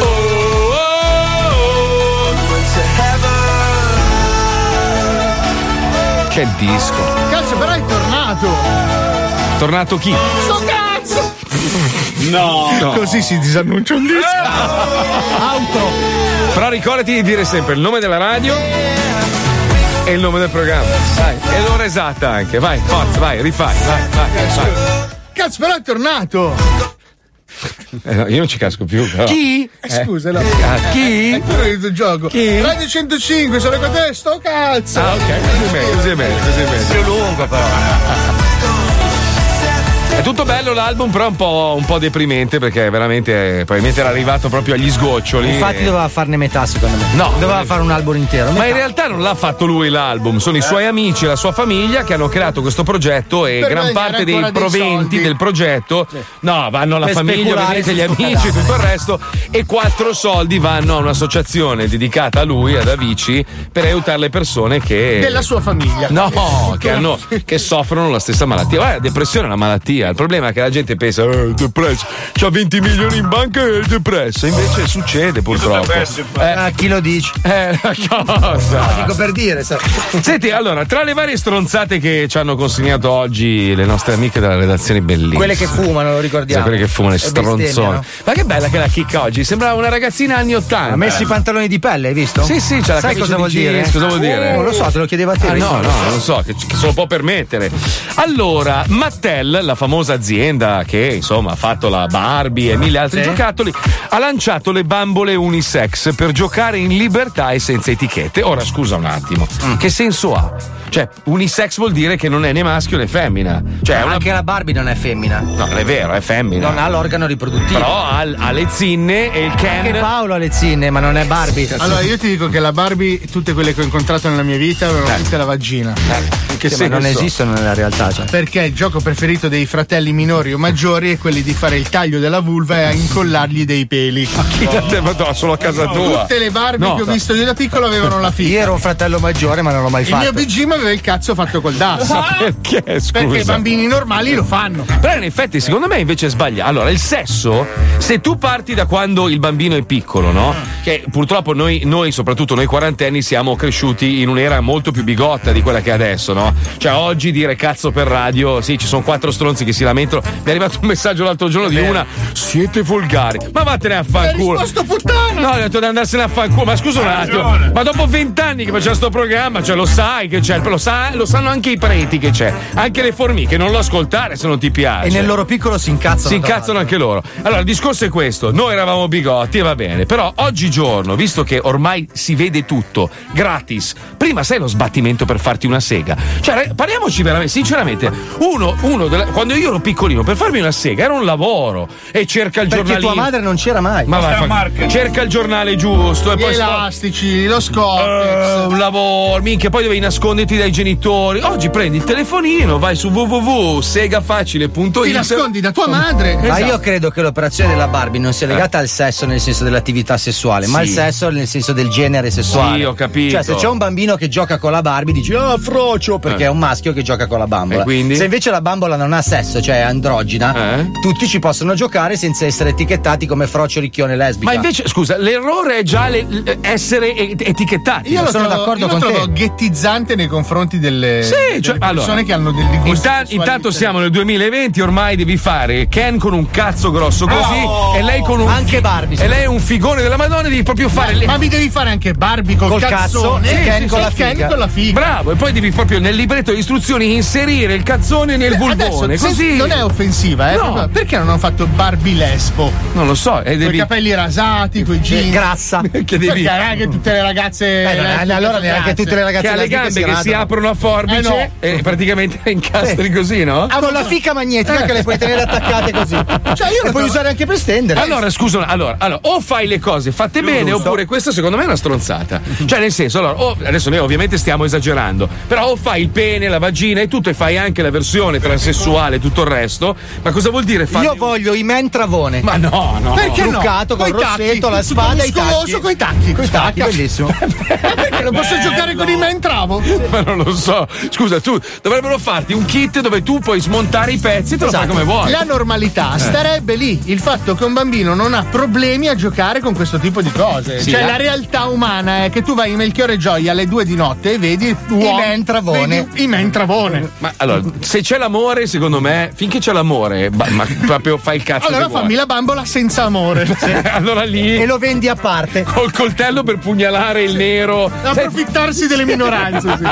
Speaker 22: oh,
Speaker 2: C'è il disco.
Speaker 5: Cazzo, però è tornato.
Speaker 2: Tornato chi?
Speaker 5: Sto cazzo!
Speaker 2: No.
Speaker 5: Così si disannuncia un disco. Eh. Auto.
Speaker 2: Però ricordati di dire sempre il nome della radio e il nome del programma. Dai. E l'ora esatta anche. Vai, forza, vai, rifai. Vai, vai, vai.
Speaker 5: Cazzo, però è tornato.
Speaker 2: Eh, no, io non ci casco più. Però.
Speaker 5: Chi? Eh,
Speaker 2: Eh.
Speaker 5: scusa, no. Eh,
Speaker 2: Cazzo.
Speaker 5: Chi? È quello il gioco.
Speaker 2: Chi?
Speaker 5: Radio 105, sono con te, sto cazzo.
Speaker 2: Ah, ok, così è meglio, così è meglio, così è meglio. Più lungo però.
Speaker 5: eh.
Speaker 2: È tutto bello l'album, però è un po', un po' deprimente perché veramente eh, probabilmente era arrivato proprio agli sgoccioli. Eh.
Speaker 9: Infatti
Speaker 2: e-
Speaker 9: doveva farne metà secondo me.
Speaker 2: No.
Speaker 9: Doveva fare un album intero.
Speaker 2: Ma
Speaker 9: metà.
Speaker 2: in realtà non l'ha fatto lui l'album, sono i suoi amici e la sua famiglia che hanno creato questo progetto e
Speaker 9: Eh. Per
Speaker 2: gran
Speaker 9: guadagnare
Speaker 2: parte dei
Speaker 9: ancora dei
Speaker 2: proventi
Speaker 9: soldi.
Speaker 2: del progetto no, vanno alla
Speaker 9: Per
Speaker 2: famiglia,
Speaker 9: speculare
Speaker 2: ovviamente gli
Speaker 9: su sto
Speaker 2: amici e tutto il resto e quattro soldi vanno a un'associazione dedicata a lui, ad Avici, per aiutare le persone che...
Speaker 5: Della sua famiglia.
Speaker 2: No, che, hanno- che soffrono la stessa malattia. Guarda, la depressione è una malattia. Il problema è che la gente pensa, eh, depresso, c'ha 20 milioni in banca e è depresso. Invece succede purtroppo.
Speaker 9: Ah, chi lo dice?
Speaker 2: Eh, cosa?
Speaker 9: No, dico per dire, sai.
Speaker 2: Senti, allora, tra le varie stronzate che ci hanno consegnato oggi le nostre amiche della redazione bellissima.
Speaker 9: Quelle che fumano, lo ricordiamo.
Speaker 2: Sai, quelle che fumano, le
Speaker 9: E bestemmiano.
Speaker 2: stronzone. Ma che bella che la chicca oggi, sembrava una ragazzina anni 80.
Speaker 9: Ha messo i pantaloni di pelle, hai visto?
Speaker 2: Sì, sì, c'ha la
Speaker 9: Sai
Speaker 2: camicia
Speaker 9: cosa
Speaker 2: di
Speaker 9: vuol
Speaker 2: jeans,
Speaker 9: dire?
Speaker 2: cosa vuol dire?
Speaker 9: Oh, lo so, te lo chiedeva a te.
Speaker 2: Ah, no, no, non lo so, che, che se lo può permettere. Allora, Mattel, la famosa famosa azienda che insomma ha fatto la Barbie e mille altri
Speaker 17: Sì.
Speaker 2: giocattoli, ha lanciato le bambole unisex per giocare in libertà e senza etichette. Ora scusa un attimo,
Speaker 9: Mm.
Speaker 2: che senso ha? Cioè, unisex vuol dire che non è né maschio né femmina. Cioè, è una-
Speaker 9: Anche la Barbie non è femmina.
Speaker 2: No, non è vero, è femmina.
Speaker 9: Non ha l'organo riproduttivo.
Speaker 2: Però ha, ha le zinne e il Ken.
Speaker 9: Anche Paolo ha le zinne, ma non è Barbie.
Speaker 5: Allora, io ti dico che la Barbie, tutte quelle che ho incontrato nella mia vita, avevano
Speaker 2: Eh.
Speaker 5: tutte la vagina.
Speaker 9: Sì, ma non esistono nella realtà. Cioè.
Speaker 5: Perché il gioco preferito dei fratelli minori o maggiori è quelli di fare il taglio della vulva e a incollargli dei peli.
Speaker 2: Ma no, solo a casa tua.
Speaker 5: Tutte le Barbie
Speaker 2: No.
Speaker 5: che ho visto io da piccolo avevano la figa.
Speaker 9: Io ero un fratello maggiore, ma non l'ho mai
Speaker 5: Il mio
Speaker 9: fatto.
Speaker 5: BG mi aveva il cazzo fatto col DAS.
Speaker 2: Ma perché? Scusa.
Speaker 5: Ah. Perché i bambini normali lo fanno.
Speaker 2: Però in effetti, secondo me invece sbaglia. Allora, il sesso, se tu parti da quando il bambino è piccolo, no?
Speaker 5: Ah.
Speaker 2: Che purtroppo noi, noi, soprattutto noi quarantenni, siamo cresciuti in un'era molto più bigotta di quella che è adesso, no? Cioè, oggi dire cazzo per radio, sì, ci sono quattro stronzi che si lamentano. Mi è arrivato un messaggio l'altro giorno di una. Siete volgari. Ma vattene a fanculo.
Speaker 5: Sto puttana!
Speaker 2: No, gli ho detto di andarsene a fanculo, ma scusa un attimo. Ma dopo vent'anni che facciamo sto programma, cioè lo sai che c'è, lo, sa- lo sanno anche i preti che c'è, anche le formiche, non lo ascoltare se non ti piace.
Speaker 9: E nel loro piccolo si incazzano.
Speaker 2: Si incazzano anche loro. Allora, il discorso è questo: noi eravamo bigotti e va bene, però oggigiorno, visto che ormai si vede tutto gratis, prima sai lo sbattimento per farti una sega. Cioè, re- parliamoci veramente, sinceramente, uno, uno della- quando io ero piccolino, per farmi una sega era un lavoro e cerca il
Speaker 9: Perché
Speaker 2: giornalino.
Speaker 9: tua madre non c'era mai.
Speaker 2: Ma vai, fa- cerca il giornale giusto e
Speaker 5: Gli
Speaker 2: poi
Speaker 5: elastici, lo
Speaker 2: scortex. un lavoro, minchia, poi dovevi nasconderti dai genitori. Oggi prendi il telefonino, vai su www.segafacile.it.
Speaker 9: Ti nascondi da tua madre. Ma
Speaker 2: Esatto.
Speaker 5: Esatto.
Speaker 9: io credo che l'operazione della Barbie non
Speaker 2: Eh.
Speaker 9: sia legata al sesso nel senso dell'attività sessuale, ma al
Speaker 2: Sì.
Speaker 9: sesso nel senso del genere sessuale.
Speaker 2: Sì, ho capito.
Speaker 9: Cioè, se c'è un bambino che gioca con la Barbie, dici oh frocio perché
Speaker 2: Eh.
Speaker 9: è un maschio che gioca con la bambola.
Speaker 2: E quindi? Eh?
Speaker 9: Se invece la bambola non ha sesso, cioè è androgina, tutti ci possono giocare senza essere etichettati come frocio ricchione lesbica.
Speaker 2: Ma invece, scusa, l'errore è già le- l- essere e- ah, etichettati.
Speaker 5: Io lo trovo, io lo trovo ghettizzante nei confronti delle,
Speaker 2: Sì,
Speaker 5: delle
Speaker 2: cioè,
Speaker 5: Eh, persone
Speaker 2: allora,
Speaker 5: che hanno del gusti
Speaker 2: inta-
Speaker 5: sessuali
Speaker 2: intanto siamo nel 2020, ormai devi fare Ken con un cazzo grosso così
Speaker 5: Oh!
Speaker 2: e lei con un
Speaker 5: Anche Barbie,
Speaker 2: E
Speaker 5: sì.
Speaker 2: lei è un figone della Madonna, devi proprio fare
Speaker 5: Ma-
Speaker 2: le-
Speaker 5: ma mi devi fare anche Barbie col, cazzone
Speaker 2: sì,
Speaker 5: e Ken
Speaker 2: sì,
Speaker 5: con
Speaker 2: sì,
Speaker 5: la
Speaker 2: Ken
Speaker 5: figa.
Speaker 2: con la figa. Bravo, e poi devi proprio nel libretto di istruzioni inserire il cazzone nel
Speaker 5: Adesso,
Speaker 2: vulvone,
Speaker 5: se-
Speaker 2: così.
Speaker 5: non è offensiva, eh?
Speaker 2: No.
Speaker 5: proprio- Perché non hanno fatto Barbie Lesbo?
Speaker 2: Non lo so, e
Speaker 5: Con i
Speaker 2: devi
Speaker 5: capelli rasati, coi jeans.
Speaker 9: grassa.
Speaker 2: Che devi- Eh,
Speaker 5: Perché non è che tutte le ragazze. eh,
Speaker 9: non è- allora neanche tutte le ragazze
Speaker 2: che ha le
Speaker 9: lesbiche
Speaker 2: gambe
Speaker 9: si
Speaker 2: che si
Speaker 9: radano.
Speaker 2: aprono a forbice
Speaker 9: Eh no.
Speaker 2: e praticamente incastri così, no?
Speaker 9: Ah, con la fica magnetica
Speaker 2: Eh.
Speaker 9: che le puoi tenere attaccate così. Cioè,
Speaker 5: io
Speaker 9: le puoi usare anche per stendere.
Speaker 2: Allora, scusa, allora, allora, o fai le cose fatte bene, oppure questo secondo me è una stronzata. Cioè, nel senso, allora, o- adesso noi ovviamente stiamo esagerando, però o fai il pene, la vagina e tutto, e fai anche la versione transessuale e tutto il resto. Ma cosa vuol dire fare?
Speaker 9: Io voglio i men travone.
Speaker 2: Ma no, no.
Speaker 9: Perché truccato
Speaker 5: Truccato,
Speaker 9: con
Speaker 5: coi tacchi,
Speaker 9: rossetto, la
Speaker 5: tutto
Speaker 9: spada e i
Speaker 5: muscoloso,
Speaker 9: tacchi.
Speaker 5: coi tacchi.
Speaker 9: Coi tacchi,
Speaker 5: Tacchi.
Speaker 9: bellissimo.
Speaker 5: Perché non posso giocare con i men travo?
Speaker 2: Ma non lo so. Scusa, tu dovrebbero farti un kit dove tu puoi smontare i pezzi e te lo fai come vuoi.
Speaker 5: Esatto. La normalità
Speaker 2: Eh.
Speaker 5: starebbe lì. Il fatto che un bambino non ha problemi a giocare con questo tipo di cose.
Speaker 2: Sì, Eh.
Speaker 5: cioè,
Speaker 2: la-
Speaker 5: la realtà umana è che tu vai in Melchiorre Gioia alle due di notte e vedi uom-
Speaker 9: men travone.
Speaker 5: vedi I men travone.
Speaker 2: Ma allora, se c'è l'amore, secondo me, finché c'è l'amore, ba- ma proprio fai il cazzo.
Speaker 5: Allora
Speaker 2: che vuoi.
Speaker 5: fammi la bambola senza amore.
Speaker 2: allora lì.
Speaker 9: E lo vendi a parte.
Speaker 2: Col coltello per pugnalare il nero.
Speaker 5: Approfittarsi delle minoranze. Sì.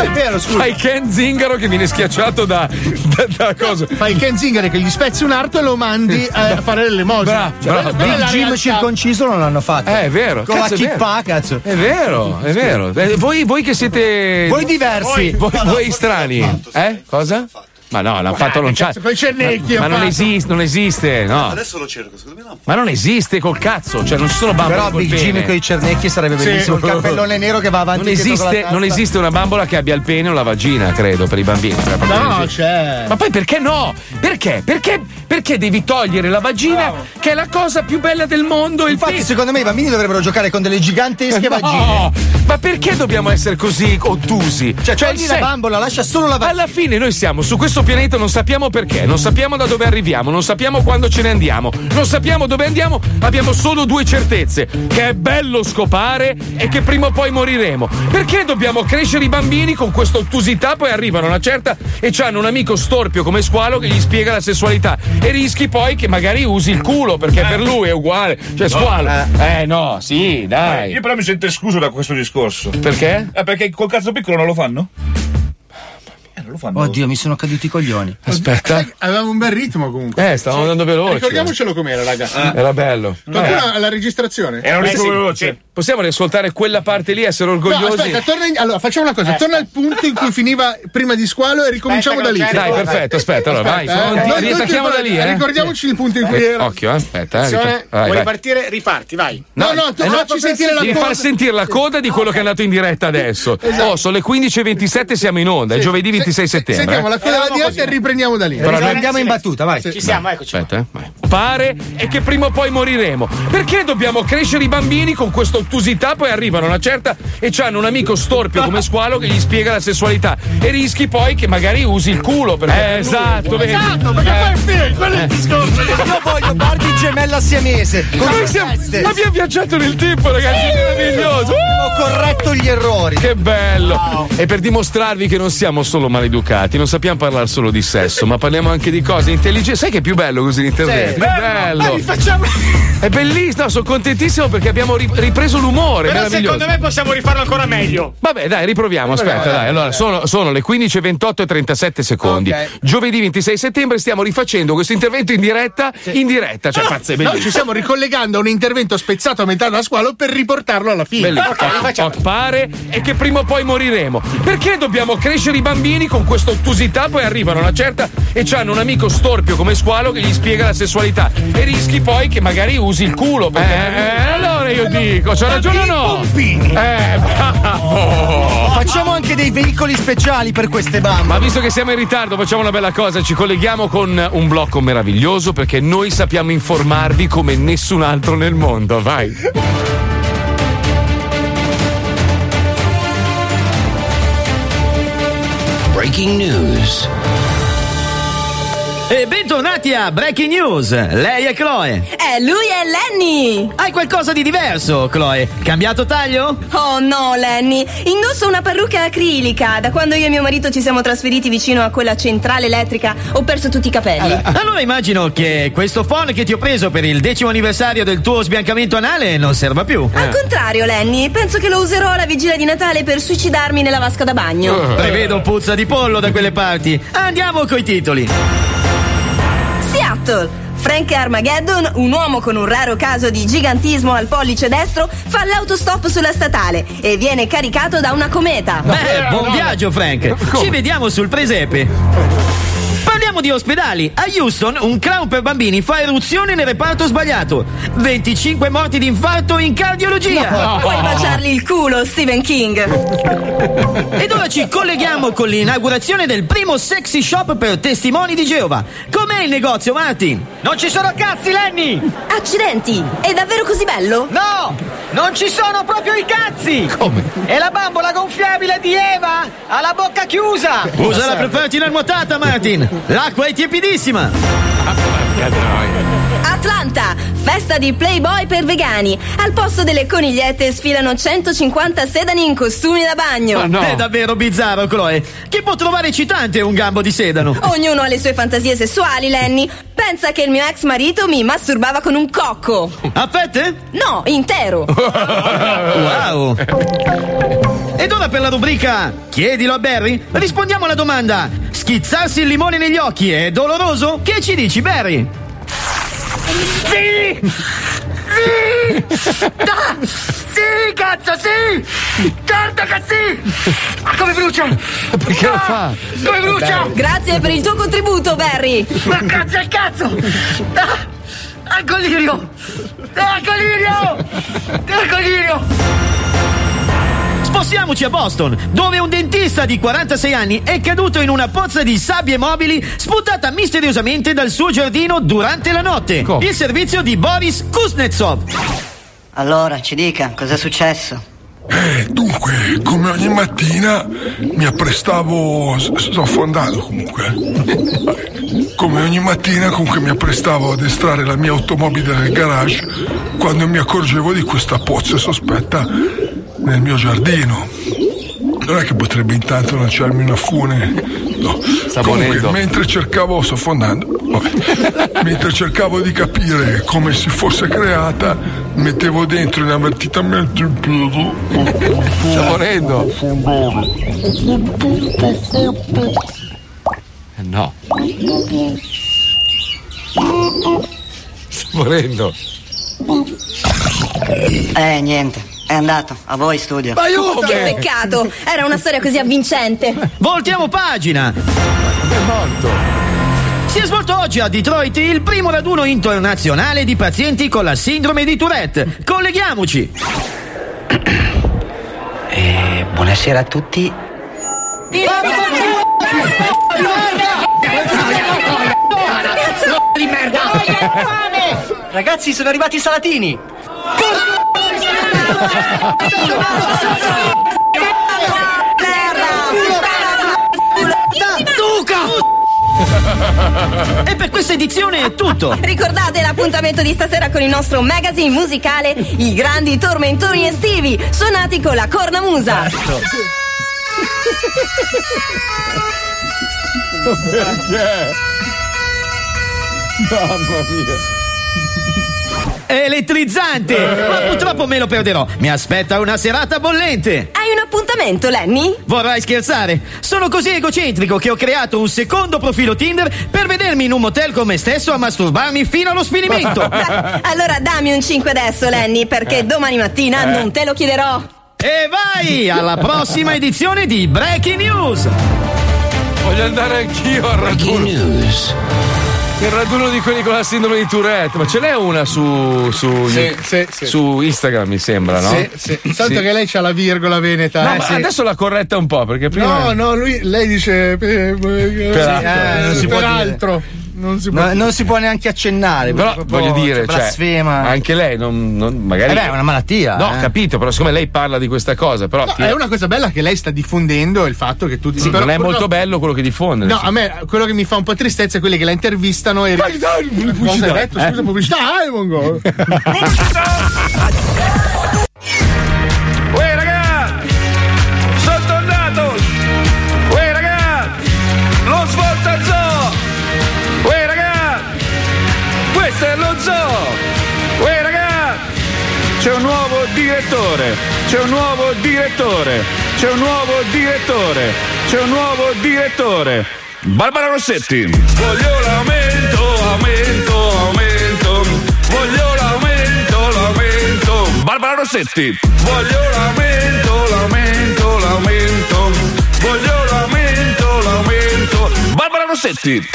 Speaker 2: è vero, scusa. Fai Ken Zingaro che viene schiacciato da, da, da cosa.
Speaker 5: Fai il Ken Zingare che gli spezzi un arto e lo mandi eh, a fare Cioè, le mose.
Speaker 9: Cioè, Il gym circonciso non l'hanno fatto.
Speaker 2: Eh, è vero.
Speaker 9: Con la
Speaker 2: cazzo, è vero.
Speaker 9: chippa, cazzo.
Speaker 2: È vero, è vero. Eh, Voi, voi che siete.
Speaker 9: Voi diversi.
Speaker 2: Voi, voi strani. Eh? Cosa? Ma no, l'hanno fatto non c'è.
Speaker 5: cazzo, coi cernecchi
Speaker 2: Ma, ma
Speaker 5: hanno
Speaker 2: non
Speaker 5: fatto.
Speaker 2: esiste, non esiste, no.
Speaker 16: Adesso lo cerco, secondo me no.
Speaker 2: Ma non esiste col cazzo, cioè non ci sono bambole
Speaker 9: Però
Speaker 2: col
Speaker 9: Big Jim
Speaker 2: pene.
Speaker 9: con i cernecchi sarebbe
Speaker 2: Sì.
Speaker 9: bellissimo. Il cappellone nero che va avanti
Speaker 2: Non
Speaker 9: e dietro con la
Speaker 2: esiste,
Speaker 9: tazza.
Speaker 2: non esiste una bambola che abbia il pene o la vagina, credo, per i bambini. Cioè, proprio non
Speaker 5: No,
Speaker 2: esiste.
Speaker 5: c'è.
Speaker 2: Ma poi perché no? Perché? Perché, perché devi togliere la vagina, che è la cosa più bella del mondo? Il
Speaker 9: Infatti,
Speaker 2: pene?
Speaker 9: secondo me i bambini dovrebbero giocare con delle gigantesche
Speaker 2: No,
Speaker 9: vagine.
Speaker 2: ma perché dobbiamo essere così ottusi?
Speaker 9: Cioè,
Speaker 2: il
Speaker 9: togli la
Speaker 2: se-
Speaker 9: bambola, lascia solo la vagina.
Speaker 2: Alla fine noi siamo su questo pianeta, non sappiamo perché, non sappiamo da dove arriviamo, non sappiamo quando ce ne andiamo, non sappiamo dove andiamo, abbiamo solo due certezze, che è bello scopare e che prima o poi moriremo. Perché dobbiamo crescere i bambini con questa ottusità, poi arrivano a una certa e c'hanno un amico storpio come squalo che gli spiega la sessualità e rischi poi che magari usi il culo perché per lui è uguale, cioè squalo. Eh no, sì, dai.
Speaker 6: Io però mi sento escluso da questo discorso.
Speaker 2: Perché?
Speaker 6: Eh, perché col cazzo piccolo non lo fanno?
Speaker 16: lo
Speaker 9: fanno. Oddio, mi sono caduti i coglioni.
Speaker 2: Aspetta.
Speaker 5: Avevamo un bel ritmo comunque.
Speaker 2: Eh, stavamo andando Eh. veloci.
Speaker 5: Ricordiamocelo com'era, raga.
Speaker 2: Era bello. Eh
Speaker 5: Qualcuno ha la registrazione? Eh,
Speaker 2: Possiamo riascoltare quella parte lì, essere
Speaker 5: No,
Speaker 2: orgogliosi.
Speaker 5: aspetta, torna in- allora facciamo una cosa,
Speaker 2: Eh.
Speaker 5: torna al punto in cui finiva prima di squalo e ricominciamo da lì.
Speaker 2: Dai, perfetto, aspetta, allora
Speaker 5: Aspetta,
Speaker 2: vai.
Speaker 5: eh. Noi- noi
Speaker 2: riattacchiamo da
Speaker 5: ti-
Speaker 2: lì, eh.
Speaker 5: Ricordiamoci il punto in cui
Speaker 2: Eh,
Speaker 5: era.
Speaker 2: Occhio, eh, aspetta, eh.
Speaker 17: Attenzione,
Speaker 2: ripar- vai,
Speaker 17: vuoi
Speaker 2: vai. eh,
Speaker 17: ripartire? Riparti, vai.
Speaker 5: No, no, tu- facci sentire la coda.
Speaker 2: devi
Speaker 5: esatto.
Speaker 2: far sentire la coda di quello che è andato in diretta adesso. Oh, sono le 15.27, siamo in onda, è giovedì 26 settembre.
Speaker 5: Sentiamo
Speaker 2: eh.
Speaker 5: la coda della diretta e riprendiamo da lì.
Speaker 2: Però
Speaker 17: Esatto.
Speaker 2: noi-
Speaker 5: Sì.
Speaker 2: Aspetta, eh, vai. Pare e che prima o poi moriremo. Perché dobbiamo crescere i bambini con questa ottusità? Poi arrivano a una certa e c'hanno un amico storpio come squalo che gli spiega la sessualità. E rischi poi che magari usi il culo. Perché... esatto, vedi. Eh.
Speaker 22: Esatto, perché poi è figo, quello è il discorso. Io voglio parti gemella siamese. Con
Speaker 2: Noi
Speaker 22: due
Speaker 2: siamo-
Speaker 22: teste.
Speaker 2: ma abbiamo viaggiato nel tempo, ragazzi, è meraviglioso.
Speaker 9: Ho corretto gli errori.
Speaker 2: Che bello! E per dimostrarvi che non siamo solo maleducati, non sappiamo parlare solo di sesso, ma parliamo anche di cose intelligenti. Sai che è più bello così l'intervento? È bello! È bellissimo, no, sono contentissimo perché abbiamo ri- ripreso l'umore.
Speaker 17: Però
Speaker 2: meraviglioso.
Speaker 17: secondo me possiamo rifarlo ancora meglio.
Speaker 2: Vabbè, dai, riproviamo. Aspetta, dai. Allora, sono, sono le 15.28 e 37 secondi.
Speaker 17: Ok.
Speaker 2: Giovedì 26 settembre stiamo rifacendo questo intervento in diretta. In diretta, cioè, pazzo,
Speaker 5: Noi
Speaker 2: è bellissimo.
Speaker 5: Ah! ci stiamo ricollegando a un intervento spezzato a metà da squalo per riportarlo alla fine.
Speaker 2: Bellissimo. Ok, pare e che prima o poi moriremo. Perché dobbiamo crescere i bambini con questa ottusità? Poi arrivano a una certa e c'hanno un amico storpio come squalo che gli spiega la sessualità. E rischi poi che magari usi il culo. Perché... Eh, allora io dico, c'ho ragione o no? Eh, bravo!
Speaker 9: Facciamo anche dei veicoli speciali per queste bambole.
Speaker 2: Ma visto che siamo in ritardo, facciamo una bella cosa. Ci colleghiamo con un blocco meraviglioso perché noi sappiamo informarvi come nessun altro nel mondo. Vai.
Speaker 23: Breaking news. E bentornati a Breaking News. Lei è Chloe.
Speaker 20: Eh, lui è Lenny!
Speaker 23: Hai qualcosa di diverso, Chloe? Cambiato taglio?
Speaker 20: Oh no, Lenny! Indosso una parrucca acrilica. Da quando io e mio marito ci siamo trasferiti vicino a quella centrale elettrica, ho perso tutti i capelli.
Speaker 23: Allora immagino che questo phone che ti ho preso per il decimo anniversario del tuo sbiancamento anale non serva più.
Speaker 20: Al contrario, Lenny, penso che lo userò alla vigilia di Natale per suicidarmi nella vasca da bagno.
Speaker 23: Eh. Prevedo puzza di pollo da quelle parti. Andiamo coi titoli.
Speaker 20: Seattle! Frank Armageddon, un uomo con un raro caso di gigantismo al pollice destro, fa l'autostop sulla statale e viene caricato da una cometa.
Speaker 23: Beh, eh, buon viaggio, Frank. Ci vediamo sul presepe. Parliamo di ospedali. A Houston un clown per bambini fa eruzione nel reparto sbagliato. 25 morti di infarto in cardiologia.
Speaker 20: Puoi baciargli il culo, Stephen King.
Speaker 23: Ed ora ci colleghiamo con l'inaugurazione del primo sexy shop per testimoni di Geova. Com'è il negozio, Martin? Non ci sono cazzi, Lenny!
Speaker 20: Accidenti, è davvero così bello?
Speaker 23: No! Non ci sono proprio i cazzi!
Speaker 2: Come?
Speaker 23: E la bambola gonfiabile di Eva ha la bocca chiusa! Usala per farti una nuotata, Martin! L'acqua è tiepidissima!
Speaker 20: Atlanta, festa di Playboy per vegani. Al posto delle conigliette sfilano 150 sedani in costumi da bagno.
Speaker 23: È davvero bizzarro, Chloe! Chi può trovare eccitante un gambo di sedano?
Speaker 20: Ognuno ha le sue fantasie sessuali, Lenny. Pensa che il mio ex marito mi masturbava con un cocco.
Speaker 23: A fette?
Speaker 20: No, intero.
Speaker 11: Oh.
Speaker 23: Wow! Ed ora per la rubrica Chiedilo a Barry, rispondiamo alla domanda: Schizzarsi il limone negli occhi è doloroso? Che ci dici, Barry?
Speaker 22: Sì! Sì! Da! Sì, cazzo, sì! Certo che sì! Ma come brucia! Perché lo fa? Come brucia!
Speaker 20: Grazie per il tuo contributo, Barry.
Speaker 22: Ma cazzo al cazzo! Ah, al colirio! Ah, colirio! Al colirio!
Speaker 23: Spostiamoci a Boston, dove un dentista di 46 anni è caduto in una pozza di sabbie mobili sputata misteriosamente dal suo giardino durante la notte. Il servizio di Boris Kuznetsov.
Speaker 24: Allora, ci dica, cos'è successo?
Speaker 25: Eh, Dunque, come ogni mattina mi apprestavo. s- Sto affondando comunque. Come ogni mattina, comunque mi apprestavo ad estrarre la mia automobile dal garage quando mi accorgevo di questa pozza sospetta nel mio giardino. Non è che potrebbe intanto lanciarmi una fune. No. Comunque,
Speaker 26: Saponetto.
Speaker 25: mentre cercavo, sto affondando. Vabbè. Mentre cercavo di capire come si fosse creata, mettevo dentro inavvertitamente il piede.
Speaker 22: Sta morendo.
Speaker 2: Eh, No. Sto morendo.
Speaker 24: Eh, niente. È andato. A voi studio.
Speaker 20: Che peccato! Era una storia così avvincente.
Speaker 23: Voltiamo pagina! Si è svolto oggi a Detroit il primo raduno internazionale di pazienti con la sindrome di Tourette. Colleghiamoci!
Speaker 24: buonasera a tutti.
Speaker 22: di merda!
Speaker 2: Oh,
Speaker 24: Ragazzi, sono arrivati i salatini.
Speaker 23: E per questa edizione è tutto!
Speaker 20: Ricordate l'appuntamento di stasera con il nostro magazine musicale I grandi tormentoni estivi, suonati con la cornamusa.
Speaker 22: Perché? Mamma mia!
Speaker 23: Elettrizzante! Ma purtroppo me lo perderò. Mi aspetta una serata bollente!
Speaker 20: Hai un appuntamento, Lenny?
Speaker 23: Vorrai scherzare? Sono così egocentrico che ho creato un secondo profilo Tinder per vedermi in un motel con me stesso a masturbarmi fino allo sfinimento.
Speaker 20: Beh, allora dammi un 5 adesso, Lenny,
Speaker 22: Eh.
Speaker 20: perché domani mattina non te lo chiederò.
Speaker 23: E vai alla prossima edizione di Breaking News!
Speaker 2: Voglio andare anch'io al raduno. Il raduno di quelli con la sindrome di Tourette, ma ce n'è una su, su,
Speaker 5: Sì, sì, sì.
Speaker 2: su Instagram, mi sembra, no?
Speaker 5: Sì, sì. Tanto
Speaker 2: Sì.
Speaker 5: che lei c'ha la virgola veneta.
Speaker 2: No,
Speaker 5: eh,
Speaker 2: ma
Speaker 5: sì.
Speaker 2: adesso l'ha corretta un po', perché prima.
Speaker 5: No, no, lui, lei dice.
Speaker 2: Peraltro.
Speaker 5: Peraltro.
Speaker 2: eh, Non si può
Speaker 5: peraltro. Non si può
Speaker 9: No,
Speaker 5: dire.
Speaker 9: non si può neanche accennare.
Speaker 2: Però
Speaker 9: perché proprio,
Speaker 2: voglio dire, cioè,
Speaker 9: blasfema.
Speaker 2: anche lei non, non- magari.
Speaker 9: Eh beh, è una malattia,
Speaker 2: No,
Speaker 9: eh.
Speaker 2: capito, però siccome lei parla di questa cosa, però.
Speaker 5: No,
Speaker 2: ti-
Speaker 5: è una cosa bella che lei sta diffondendo il fatto che tutti
Speaker 2: Sì,
Speaker 5: però
Speaker 2: non è
Speaker 5: purtroppo-
Speaker 2: molto bello quello che diffonde.
Speaker 5: No, a me quello che mi fa un po' tristezza è quelli che la intervistano e.
Speaker 2: Dai, dai, pubblicità,
Speaker 5: Cosa hai detto?
Speaker 2: eh?
Speaker 5: Scusa, pubblicità, eh, Mongo.
Speaker 6: Uè raga! Sono tornato! Uè raga! Lo svolta zoo! Uè raga! Questo è lo zoo! Uè raga! C'è un nuovo direttore! C'è un nuovo direttore! C'è un nuovo direttore! C'è un nuovo direttore! Barbara Rossetti! Voglio l'aumento,
Speaker 22: Oh,
Speaker 6: aumento, aumento! Voglio l'aumento, l'aumento! Barbara Rossetti! Voglio l'aumento, l'aumento, l'aumento. Voglio l'aumento, l'aumento. Barbara Rossetti.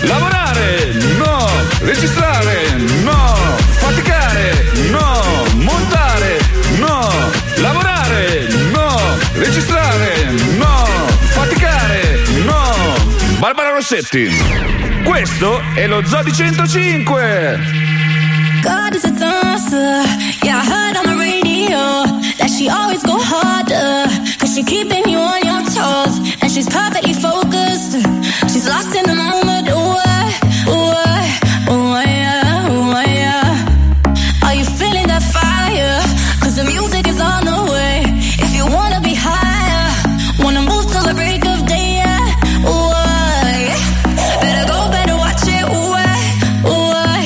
Speaker 6: Lavorare, no. Registrare, no. Faticare, no. Montare, no. Lavorare, no. Registrare, no. Faticare, no. Barbara Rossetti. Questo è lo Zodi 105.
Speaker 7: God is a dancer. Yeah, I heard on the radio that she always go harder. Cause she keeping you on your toes. And she's perfectly focused. She's lost in the moment. Ooh, ah, ooh, ah, ooh, ah, yeah, ooh, ah, yeah. Are you feeling that fire? Cause the music is on the way. If you wanna be higher, wanna move till the break of day, yeah. Ooh, ah, yeah. Better go, better watch it. Ooh, ah, ooh, ah,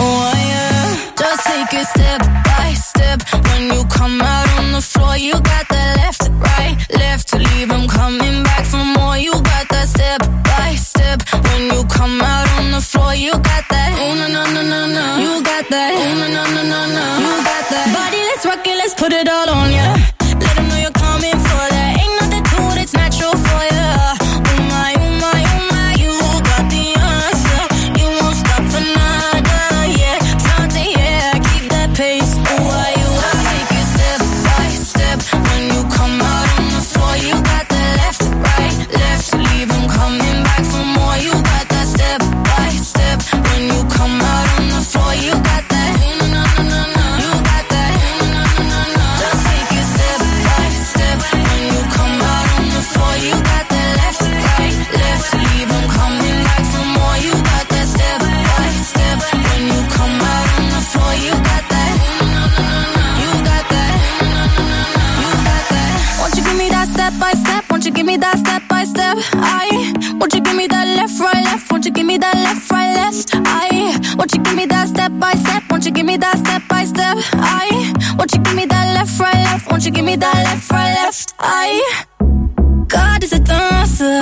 Speaker 7: ooh, ah, yeah. Just take it step by step. When you come out on the floor, you got the left, right, left. Leave 'em coming back for more. You got that step by step. When you come out on the floor, you got that. Ooh, no, no, no, no, no. You got that. Ooh, no, no, no, no, no. You got that. Body, let's rock it. Let's put it all on ya. Let 'em know you're coming for that. Ain't nothing to it. It's natural for ya. Ooh, my, ooh, my, ooh, my. You got the answer. You won't stop for nada. Yeah. Something, yeah. Keep that pace. Ooh, why you just take it step by step. When you come out on the floor, you got the left, right, left. Leave 'em coming back for more. You got that step by step. When you come out on the floor, you got that. Ooh, no, no, no, no. You got that. Ooh, no, no, no, no. Just take it step by step. When you come out on the floor, you got that left, right, left. Leave 'em coming back for more. You got that step by step. When you come out on the floor, you got that. Ooh, no, no, no, no. You got that. Ooh, no, no, no, no. You got that. Won't you give me that step by step? Won't you give me that step by step? I won't you give me that left, right, left? Won't you give me that left, right, left? I won't you give me that step by step? Won't you give me that step by step? I won't you give me that left, right, left? Won't you give me that left, right, left? I God is a dancer,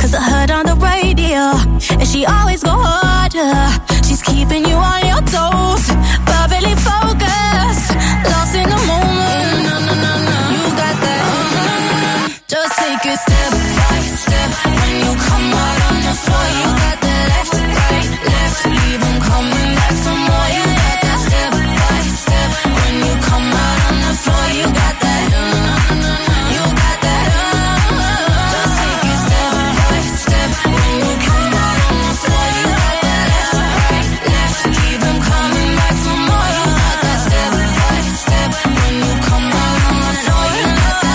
Speaker 7: cause I heard on the radio, and she always go harder. She's keeping you on your toes, perfectly focused, lost in the moment. Na, na, na, na. You got that. na, na, na, na. Just take it step by step. When you come out on the floor, you got the left, right, left. Leave 'em coming back some more. You got that step by step. When you come out on the floor, you got that. na, na, na, na, na. You got that. Just take it step by step. When you come out on the floor, you got that left, right, left. Leave 'em coming back some more. You got that step by step. When you come out on the floor, you got that.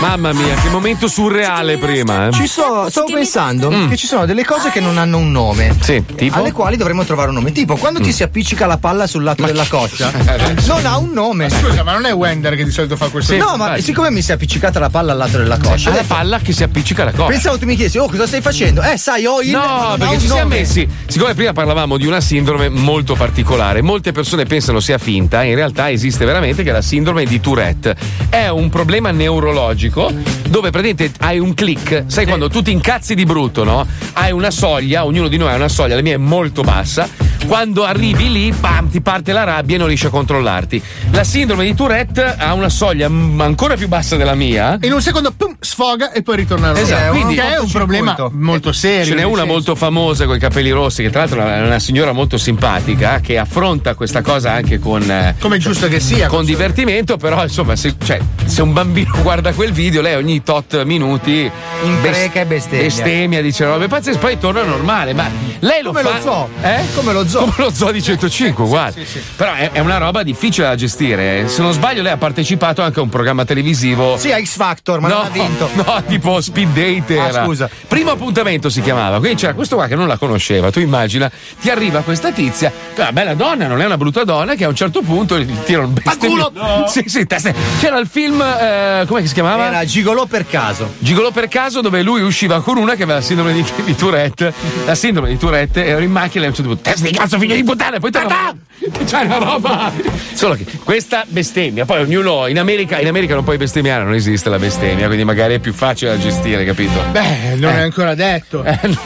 Speaker 2: Mamma mia, che momento surreale prima. Eh.
Speaker 4: Ci so, stavo pensando che ci sono delle cose che non hanno un nome.
Speaker 2: Mm. Sì, tipo? Mm.
Speaker 4: Alle quali dovremmo trovare un nome. Tipo, quando ti si appiccica la palla sul lato della coscia,
Speaker 2: Eh,
Speaker 4: non ha un nome.
Speaker 5: Scusa, Eh, ma non è Wender che di solito fa questo?
Speaker 4: no, ma
Speaker 2: Eh,
Speaker 4: siccome mi si è appiccicata la palla al lato della coscia.
Speaker 2: Alla
Speaker 4: ho detto-
Speaker 2: palla che si appiccica alla coscia.
Speaker 4: Pensavo tu mi chiesi, oh, cosa stai facendo? Eh, sai, ho il.
Speaker 2: No,
Speaker 4: ha un
Speaker 2: perché ci siamo
Speaker 4: nome.
Speaker 2: messi. Siccome prima parlavamo di una sindrome molto particolare, molte persone pensano sia finta, in realtà esiste veramente che è la sindrome di Tourette. È un problema neurologico dove praticamente hai un click, sai quando tu ti incazzi di brutto, no? Hai una soglia, ognuno di noi ha una soglia, la mia è molto bassa. Quando arrivi lì, bam, ti parte la rabbia e non riesci a controllarti. La sindrome di Tourette ha una soglia mm, ancora più bassa della mia.
Speaker 5: In un secondo pum, sfoga e poi ritorna all'ora.
Speaker 2: Esatto, quindi-
Speaker 5: che è un problema
Speaker 4: Eh,
Speaker 5: molto serio.
Speaker 2: Eh, Ce n'è
Speaker 5: nel
Speaker 2: una
Speaker 5: senso.
Speaker 2: molto famosa con i capelli rossi, che tra l'altro è una, una signora molto simpatica, che affronta questa cosa anche con. eh,
Speaker 5: Come è giusto che sia.
Speaker 2: Con divertimento, però insomma, se, cioè, se un bambino guarda quel video, lei ogni tot minuti.
Speaker 4: Impreca e bestemmia.
Speaker 2: Bestemmia, dice robe pazzesche, poi torna normale. Ma lei lo
Speaker 4: Come
Speaker 2: fa.
Speaker 4: lo zoo.
Speaker 2: Eh? Come lo zoo. Come lo zoo di 105, guarda.
Speaker 4: sì, sì.
Speaker 2: Però è, è una roba difficile da gestire. Se non sbaglio, lei ha partecipato anche a un programma televisivo.
Speaker 4: Sì, a X Factor, ma
Speaker 2: no,
Speaker 4: non ha vinto.
Speaker 2: No, tipo Speed Date era.
Speaker 4: Ah, scusa.
Speaker 2: Primo appuntamento si chiamava, quindi c'era questo qua che non la conosceva, tu immagina, ti arriva questa tizia, che è una bella donna, non è una brutta donna, che a un certo punto gli tira un bestemmio.
Speaker 4: culo! No.
Speaker 2: Sì, sì, testa. C'era il film, eh, come si chiamava?
Speaker 4: Era Gigolò per caso.
Speaker 2: Gigolò per caso dove lui usciva con una che aveva la sindrome di, di Tourette. La sindrome di Tourette era in macchina e a un certo punto, testa di cazzo, figlio di puttana, poi torna. C'è una roba. Solo che questa bestemmia, poi ognuno in America, in America non puoi bestemmiare, non esiste la bestemmia, quindi magari è più facile da gestire, capito?
Speaker 5: Beh, non
Speaker 4: Eh.
Speaker 5: è ancora detto.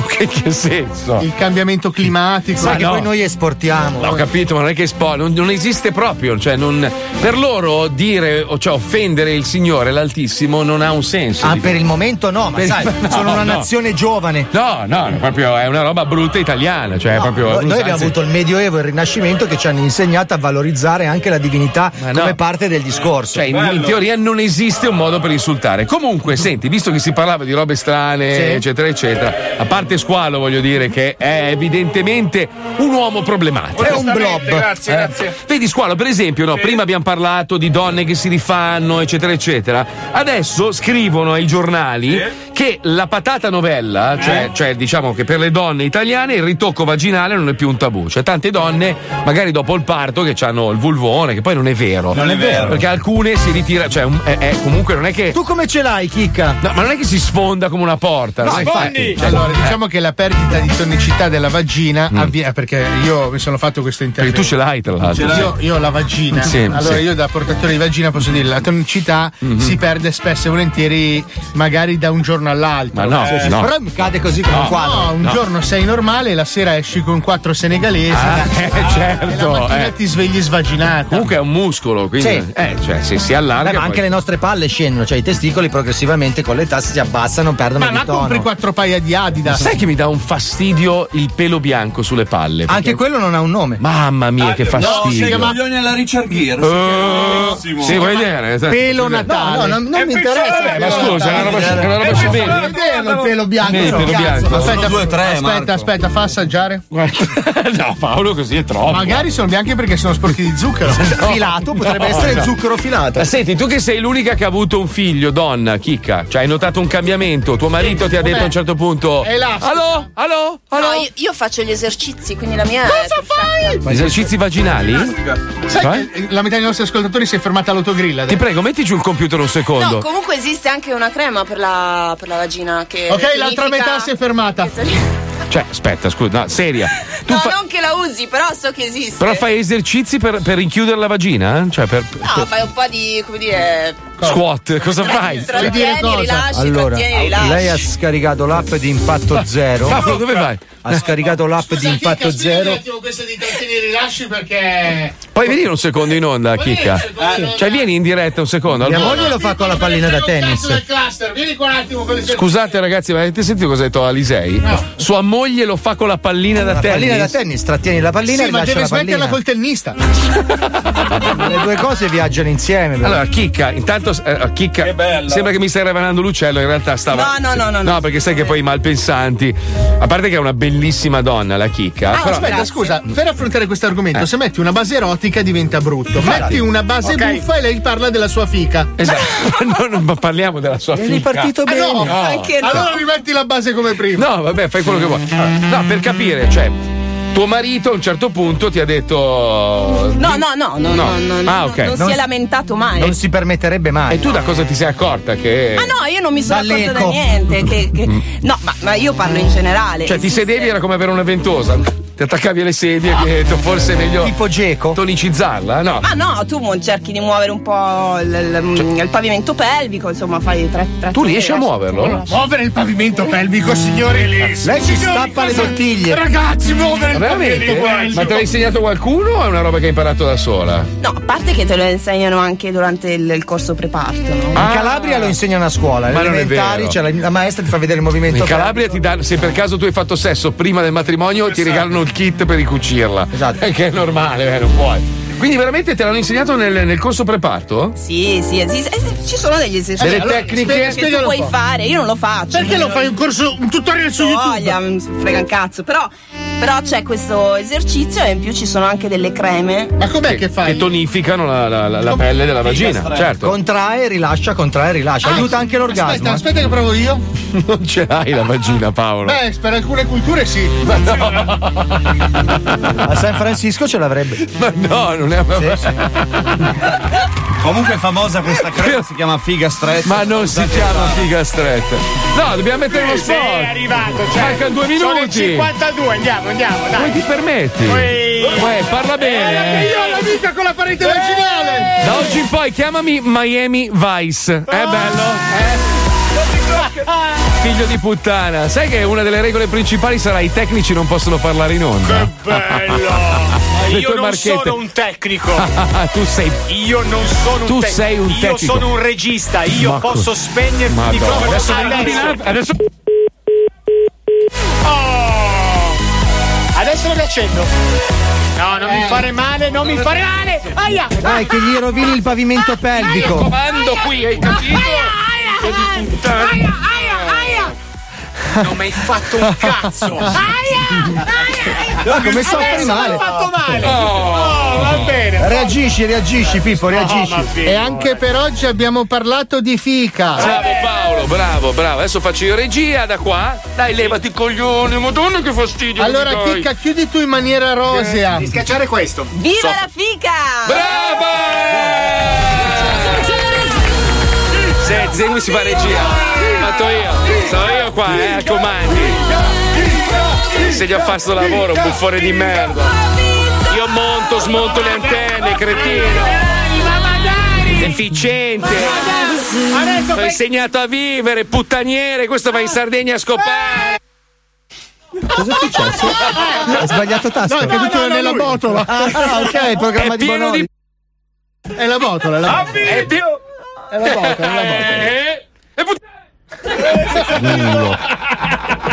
Speaker 2: che, che senso?
Speaker 5: Il cambiamento climatico.
Speaker 2: Ma no.
Speaker 4: esportiamo.
Speaker 2: No, ho capito, ma non è che spo, non, non esiste proprio. Cioè, non- per loro dire, o cioè offendere il Signore, l'Altissimo, non ha un senso.
Speaker 4: Ah,
Speaker 2: dico.
Speaker 4: per il momento no, ma
Speaker 2: Per-
Speaker 4: sai,
Speaker 2: no,
Speaker 4: sono una
Speaker 2: no.
Speaker 4: nazione giovane.
Speaker 2: No, no, no, proprio è una roba brutta italiana. Cioè, è proprio.
Speaker 4: Noi noi abbiamo
Speaker 2: anzi-
Speaker 4: avuto il Medioevo e il Rinascimento che ci hanno insegnato a valorizzare anche la divinità
Speaker 2: no.
Speaker 4: come parte del discorso.
Speaker 2: Cioè, in, in teoria non esiste un modo per insultare. Comunque, senti, visto che si parlava di robe strane,
Speaker 4: Mm. Sì.
Speaker 2: eccetera, eccetera, a parte Squalo, voglio dire che è evidentemente un uomo problematico.
Speaker 4: È un blob.
Speaker 6: Grazie, grazie.
Speaker 2: Vedi, Squalo, per esempio, no, prima abbiamo parlato di donne che si rifanno, eccetera, eccetera. Adesso scrivono ai giornali che la patata novella, cioè, cioè, diciamo che per le donne italiane il ritocco vaginale non è più un tabù. Cioè, tante donne, magari dopo il parto, che hanno il vulvone, che poi non è vero.
Speaker 4: Non è vero.
Speaker 2: Perché alcune si ritira, cioè, un- è- è- comunque non è che.
Speaker 4: Tu come ce l'hai, Chicca?
Speaker 2: No, ma non è che si sfonda come una porta. no, infatti. Cioè,
Speaker 5: allora,
Speaker 2: eh. Mm.
Speaker 5: diciamo che la perdita di tonicità della vagina avviene perché io mi sono fatto questo intervento.
Speaker 2: Perché tu ce l'hai, tra l'altro. Ce l'hai.
Speaker 5: Io, io ho la vagina.
Speaker 2: Sì,
Speaker 5: allora,
Speaker 2: sì. Mm-hmm.
Speaker 5: io da portatore di vagina posso dire la tonicità si perde spesso e volentieri, magari da un giorno all'altro.
Speaker 2: Ma no,
Speaker 5: Sì, sì.
Speaker 2: no.
Speaker 5: però mi cade così come
Speaker 2: No,
Speaker 5: un quadro.
Speaker 2: no,
Speaker 5: un
Speaker 2: no.
Speaker 5: giorno sei normale e la sera esci con quattro senegalesi.
Speaker 2: Ah, eh,
Speaker 5: E la
Speaker 2: certo.
Speaker 5: mattina
Speaker 2: eh.
Speaker 5: ti svegli svaginata.
Speaker 2: Comunque è un muscolo, quindi.
Speaker 4: Sì.
Speaker 2: Eh, cioè, se si allarga.
Speaker 4: Beh, ma anche le
Speaker 2: poi-
Speaker 4: nostre palle scendono, cioè i testicoli progressivamente con le tasse si abbassano, perdono
Speaker 5: Ma
Speaker 4: di
Speaker 5: là
Speaker 4: tono.
Speaker 5: compri quattro paia di Adidas.
Speaker 2: Sai che mi dà un fastidio il pelo bianco sulle palle?
Speaker 4: Anche quello non ha un nome.
Speaker 2: Mamma mia, Ah,
Speaker 16: Ah,
Speaker 2: che fastidio.
Speaker 16: alla Richard Gere.
Speaker 2: Eh,
Speaker 16: si chiama
Speaker 2: sì, vuoi Esatto, vedere?
Speaker 16: Pelo Natale.
Speaker 4: No, no, non, non
Speaker 16: È
Speaker 4: mi
Speaker 16: piccolo,
Speaker 4: interessa.
Speaker 16: eh, ma scusa,
Speaker 4: Natale.
Speaker 16: è una roba-
Speaker 5: è una roba
Speaker 4: Eh,
Speaker 5: scemella.
Speaker 4: posso vederlo il pelo bianco.
Speaker 2: Sì, il pelo
Speaker 4: cazzo.
Speaker 2: bianco.
Speaker 5: Aspetta,
Speaker 2: Uno, due, tre, Marco.
Speaker 5: aspetta, aspetta, fa assaggiare.
Speaker 2: no, Paolo, così è troppo.
Speaker 5: Magari sono bianchi perché sono sporchi di zucchero.
Speaker 4: Filato, potrebbe
Speaker 2: No,
Speaker 4: essere
Speaker 2: no.
Speaker 4: zucchero filato.
Speaker 2: Ma senti, tu che sei l'unica che ha avuto un figlio, donna, chicca, cioè hai notato un cambiamento, tuo marito ti ha detto a un certo punto... Allo, allo, allo.
Speaker 8: No, io, io faccio gli esercizi, quindi la mia. Cosa fai?
Speaker 2: Esercizi vaginali?
Speaker 5: Sai che la metà dei nostri ascoltatori si è fermata all'autogrill adesso.
Speaker 2: Ti prego, metti giù il computer un secondo.
Speaker 8: No, comunque esiste anche una crema per la, per la vagina che.
Speaker 5: Ok, l'altra metà si è fermata.
Speaker 2: Cioè, aspetta, scusa, no, seria. Tu
Speaker 8: no,
Speaker 2: fa-
Speaker 8: non che la usi, però so che esiste.
Speaker 2: Però fai esercizi per, per rinchiudere la vagina? eh? Cioè, per...
Speaker 8: No, fai un po' di, come dire,
Speaker 2: Squat, cosa fai?
Speaker 8: Trattieni, rilasci,
Speaker 4: allora,
Speaker 8: trattieni, rilasci.
Speaker 4: lei ha scaricato l'app di impatto zero.
Speaker 2: Paolo, dove vai?
Speaker 4: Ha scaricato l'app di impatto zero.
Speaker 5: questo di tantini rilasci perché.
Speaker 2: Puoi venire un secondo in onda, Chicca? Cioè, vieni in diretta un secondo.
Speaker 4: Mia
Speaker 2: al volo.
Speaker 4: moglie lo fa con la pallina da tennis.
Speaker 5: cluster, vieni qua un attimo con le
Speaker 2: Scusate ragazzi, ma avete sentito cosa ha detto Alisei? Sua moglie lo fa con la pallina da
Speaker 4: La
Speaker 2: tennis.
Speaker 4: pallina da tennis, trattieni la pallina
Speaker 2: Sì,
Speaker 4: e
Speaker 2: ma
Speaker 4: rilascia
Speaker 2: deve
Speaker 4: la
Speaker 2: smetterla
Speaker 4: pallina.
Speaker 5: col tennista.
Speaker 4: Le due cose viaggiano insieme. però.
Speaker 2: Allora, chicca, intanto eh, chicca, sembra che mi stai ravanando l'uccello, in realtà stava.
Speaker 4: No, no, no, no,
Speaker 2: No, perché sai che poi i malpensanti. A parte che è una bellissima donna la chicca.
Speaker 5: Ah,
Speaker 2: però-
Speaker 5: aspetta, scusa, per affrontare questo argomento,
Speaker 2: Eh.
Speaker 5: se metti una base erotica diventa brutto.
Speaker 2: Infatti.
Speaker 5: Metti una base
Speaker 2: Ok.
Speaker 5: buffa e lei parla della sua fica.
Speaker 2: Esatto, no, no, ma parliamo della sua figlia.
Speaker 5: Ah, no,
Speaker 2: No.
Speaker 5: anche no. Allora rimetti la base come prima.
Speaker 2: No, vabbè, fai quello che vuoi. Allora, No, per capire, cioè, tuo marito a un certo punto ti ha detto.
Speaker 8: No, no, no, no, no, no, no,
Speaker 2: ah, ok.
Speaker 8: non, si è lamentato mai.
Speaker 2: si permetterebbe mai. E tu da cosa ti sei accorta che.
Speaker 8: Ah no, io non mi sono
Speaker 2: Dall'eco.
Speaker 8: accorta da niente. che- che- No, ma, ma io parlo in generale.
Speaker 2: Cioè, ti sedevi era come avere una ventosa. Ti attaccavi alle sedie, che hai detto, forse è meglio. Tipo geco. Tonicizzarla, no?
Speaker 8: Ma Ah, no, tu mo cerchi di muovere un po' il, il- il pavimento pelvico, insomma, fai tra, tra
Speaker 2: Cioè Tu riesci a muoverlo?
Speaker 5: Muovere il pavimento pelvico, signore. Lei
Speaker 2: ci Mm. stappa le
Speaker 5: bottiglie. Ragazzi, muovere il
Speaker 2: Veramente?
Speaker 5: pavimento
Speaker 2: Ma te l'ha
Speaker 5: pelvico.
Speaker 2: insegnato qualcuno o è una roba che hai imparato da sola?
Speaker 8: No, a parte che te lo insegnano anche durante il, il corso preparto, no?
Speaker 4: In
Speaker 2: Ah.
Speaker 4: Calabria lo insegnano a scuola,
Speaker 2: Ma
Speaker 4: alle
Speaker 2: non è
Speaker 4: elementari,
Speaker 2: vero.
Speaker 4: cioè, la, la maestra ti fa vedere il movimento.
Speaker 2: In
Speaker 4: per-
Speaker 2: Calabria ti danno, se per caso tu hai fatto sesso prima del matrimonio, ti regalano il kit per ricucirla. Esatto. Che è normale, eh, non puoi. Quindi veramente te l'hanno insegnato nel, nel corso preparto?
Speaker 8: Sì, sì, sì, sì, eh, ci sono degli esercizi
Speaker 2: Delle tecniche?
Speaker 8: che tu
Speaker 2: Spiegalo
Speaker 8: puoi
Speaker 2: un po'.
Speaker 8: fare, io non lo faccio.
Speaker 5: Perché lo fai un corso, un tutorial su YouTube?
Speaker 8: Voglia, mi frega un cazzo, però, però c'è questo esercizio e in più ci sono anche delle creme.
Speaker 5: Ma com'è che
Speaker 2: Che tonificano la, la- la- la pelle della vagina, certo.
Speaker 4: Contrae, rilascia, contrae, rilascia.
Speaker 5: Ah,
Speaker 4: Aiuta anche l'orgasmo. eh.
Speaker 5: Aspetta, aspetta che provo io.
Speaker 2: Non ce l'hai la vagina, Paolo.
Speaker 5: Beh, per alcune culture sì.
Speaker 4: A San Francisco ce l'avrebbe.
Speaker 2: Ma no, non è
Speaker 4: sì,
Speaker 18: Comunque è famosa questa crema, si chiama figa stretta.
Speaker 2: Ma non si chiama figa stretta. No, dobbiamo mettere uno
Speaker 17: Sì,
Speaker 2: spot.
Speaker 17: è Eh, arrivato, cioè.
Speaker 2: Mancano due
Speaker 17: Sono il
Speaker 2: minuti.
Speaker 17: 52, andiamo, andiamo, dai.
Speaker 2: Come ti permetti? Uè, parla bene. eh.
Speaker 5: Io ho l'amica con la parete vaginale.
Speaker 2: Da oggi in poi chiamami Miami Vice. È
Speaker 17: Ah.
Speaker 2: bello? Eh? Figlio di puttana. Sai che una delle regole principali sarà i tecnici non possono parlare in onda. Che
Speaker 17: bello. Ma io non sono un tecnico.
Speaker 2: tu sei
Speaker 17: Io non sono
Speaker 2: Tu
Speaker 17: un tecnico.
Speaker 2: sei un
Speaker 17: Io
Speaker 2: tecnico.
Speaker 17: sono un regista, io
Speaker 2: Ma
Speaker 17: posso
Speaker 2: cos-
Speaker 17: spegnerti il
Speaker 2: Madonna.
Speaker 17: microfono
Speaker 2: Adesso
Speaker 17: adesso.
Speaker 2: vedi là, adesso-
Speaker 17: Adesso lo riaccendo. No, non
Speaker 5: Eh.
Speaker 17: mi fare male, non mi fare male. Aia!
Speaker 4: Dai, Eh, che gli rovini il
Speaker 5: Ah,
Speaker 4: pavimento pelvico.
Speaker 2: comando qui, hai capito?
Speaker 17: Aia, aia, aia! Non mi hai fatto un cazzo! Aia! Aia!
Speaker 4: No, come soffri
Speaker 17: Adesso
Speaker 4: male.
Speaker 17: Mi ha fatto male!
Speaker 5: Oh.
Speaker 17: Oh, va bene!
Speaker 4: Reagisci, reagisci, Pippo, reagisci.
Speaker 5: e anche per oggi abbiamo parlato di fica.
Speaker 2: Bravo Paolo, bravo, bravo. Adesso faccio io regia da qua. Dai, levati i coglioni, madonna che fastidio.
Speaker 5: Allora,
Speaker 2: mi dai.
Speaker 5: Chicca, chiudi tu in maniera rosea. Di
Speaker 17: Eh, schiacciare questo.
Speaker 8: Viva la fica!
Speaker 2: Se Zegui si fa regia. Fatto io. Sono io qua, eh, a comandi. Se gli ho fatto sto lavoro, un buffone di merda. Io monto, smonto le antenne, cretino. Deficiente.
Speaker 17: Adesso
Speaker 2: Ho insegnato a vivere, puttaniere, questo va in Sardegna a scopare.
Speaker 4: Cosa è successo?
Speaker 8: Eh.
Speaker 4: Ha sbagliato tasto.
Speaker 5: No, è caduto nella
Speaker 4: lui.
Speaker 5: botola.
Speaker 4: Ah, ok, il programma
Speaker 5: È
Speaker 4: di
Speaker 5: pieno
Speaker 4: Bonoli.
Speaker 5: di- Ah, È la botola, è la botola.
Speaker 2: È più-
Speaker 5: Eh. È la botola, è la botola.
Speaker 2: Eh, eh, eh, putt-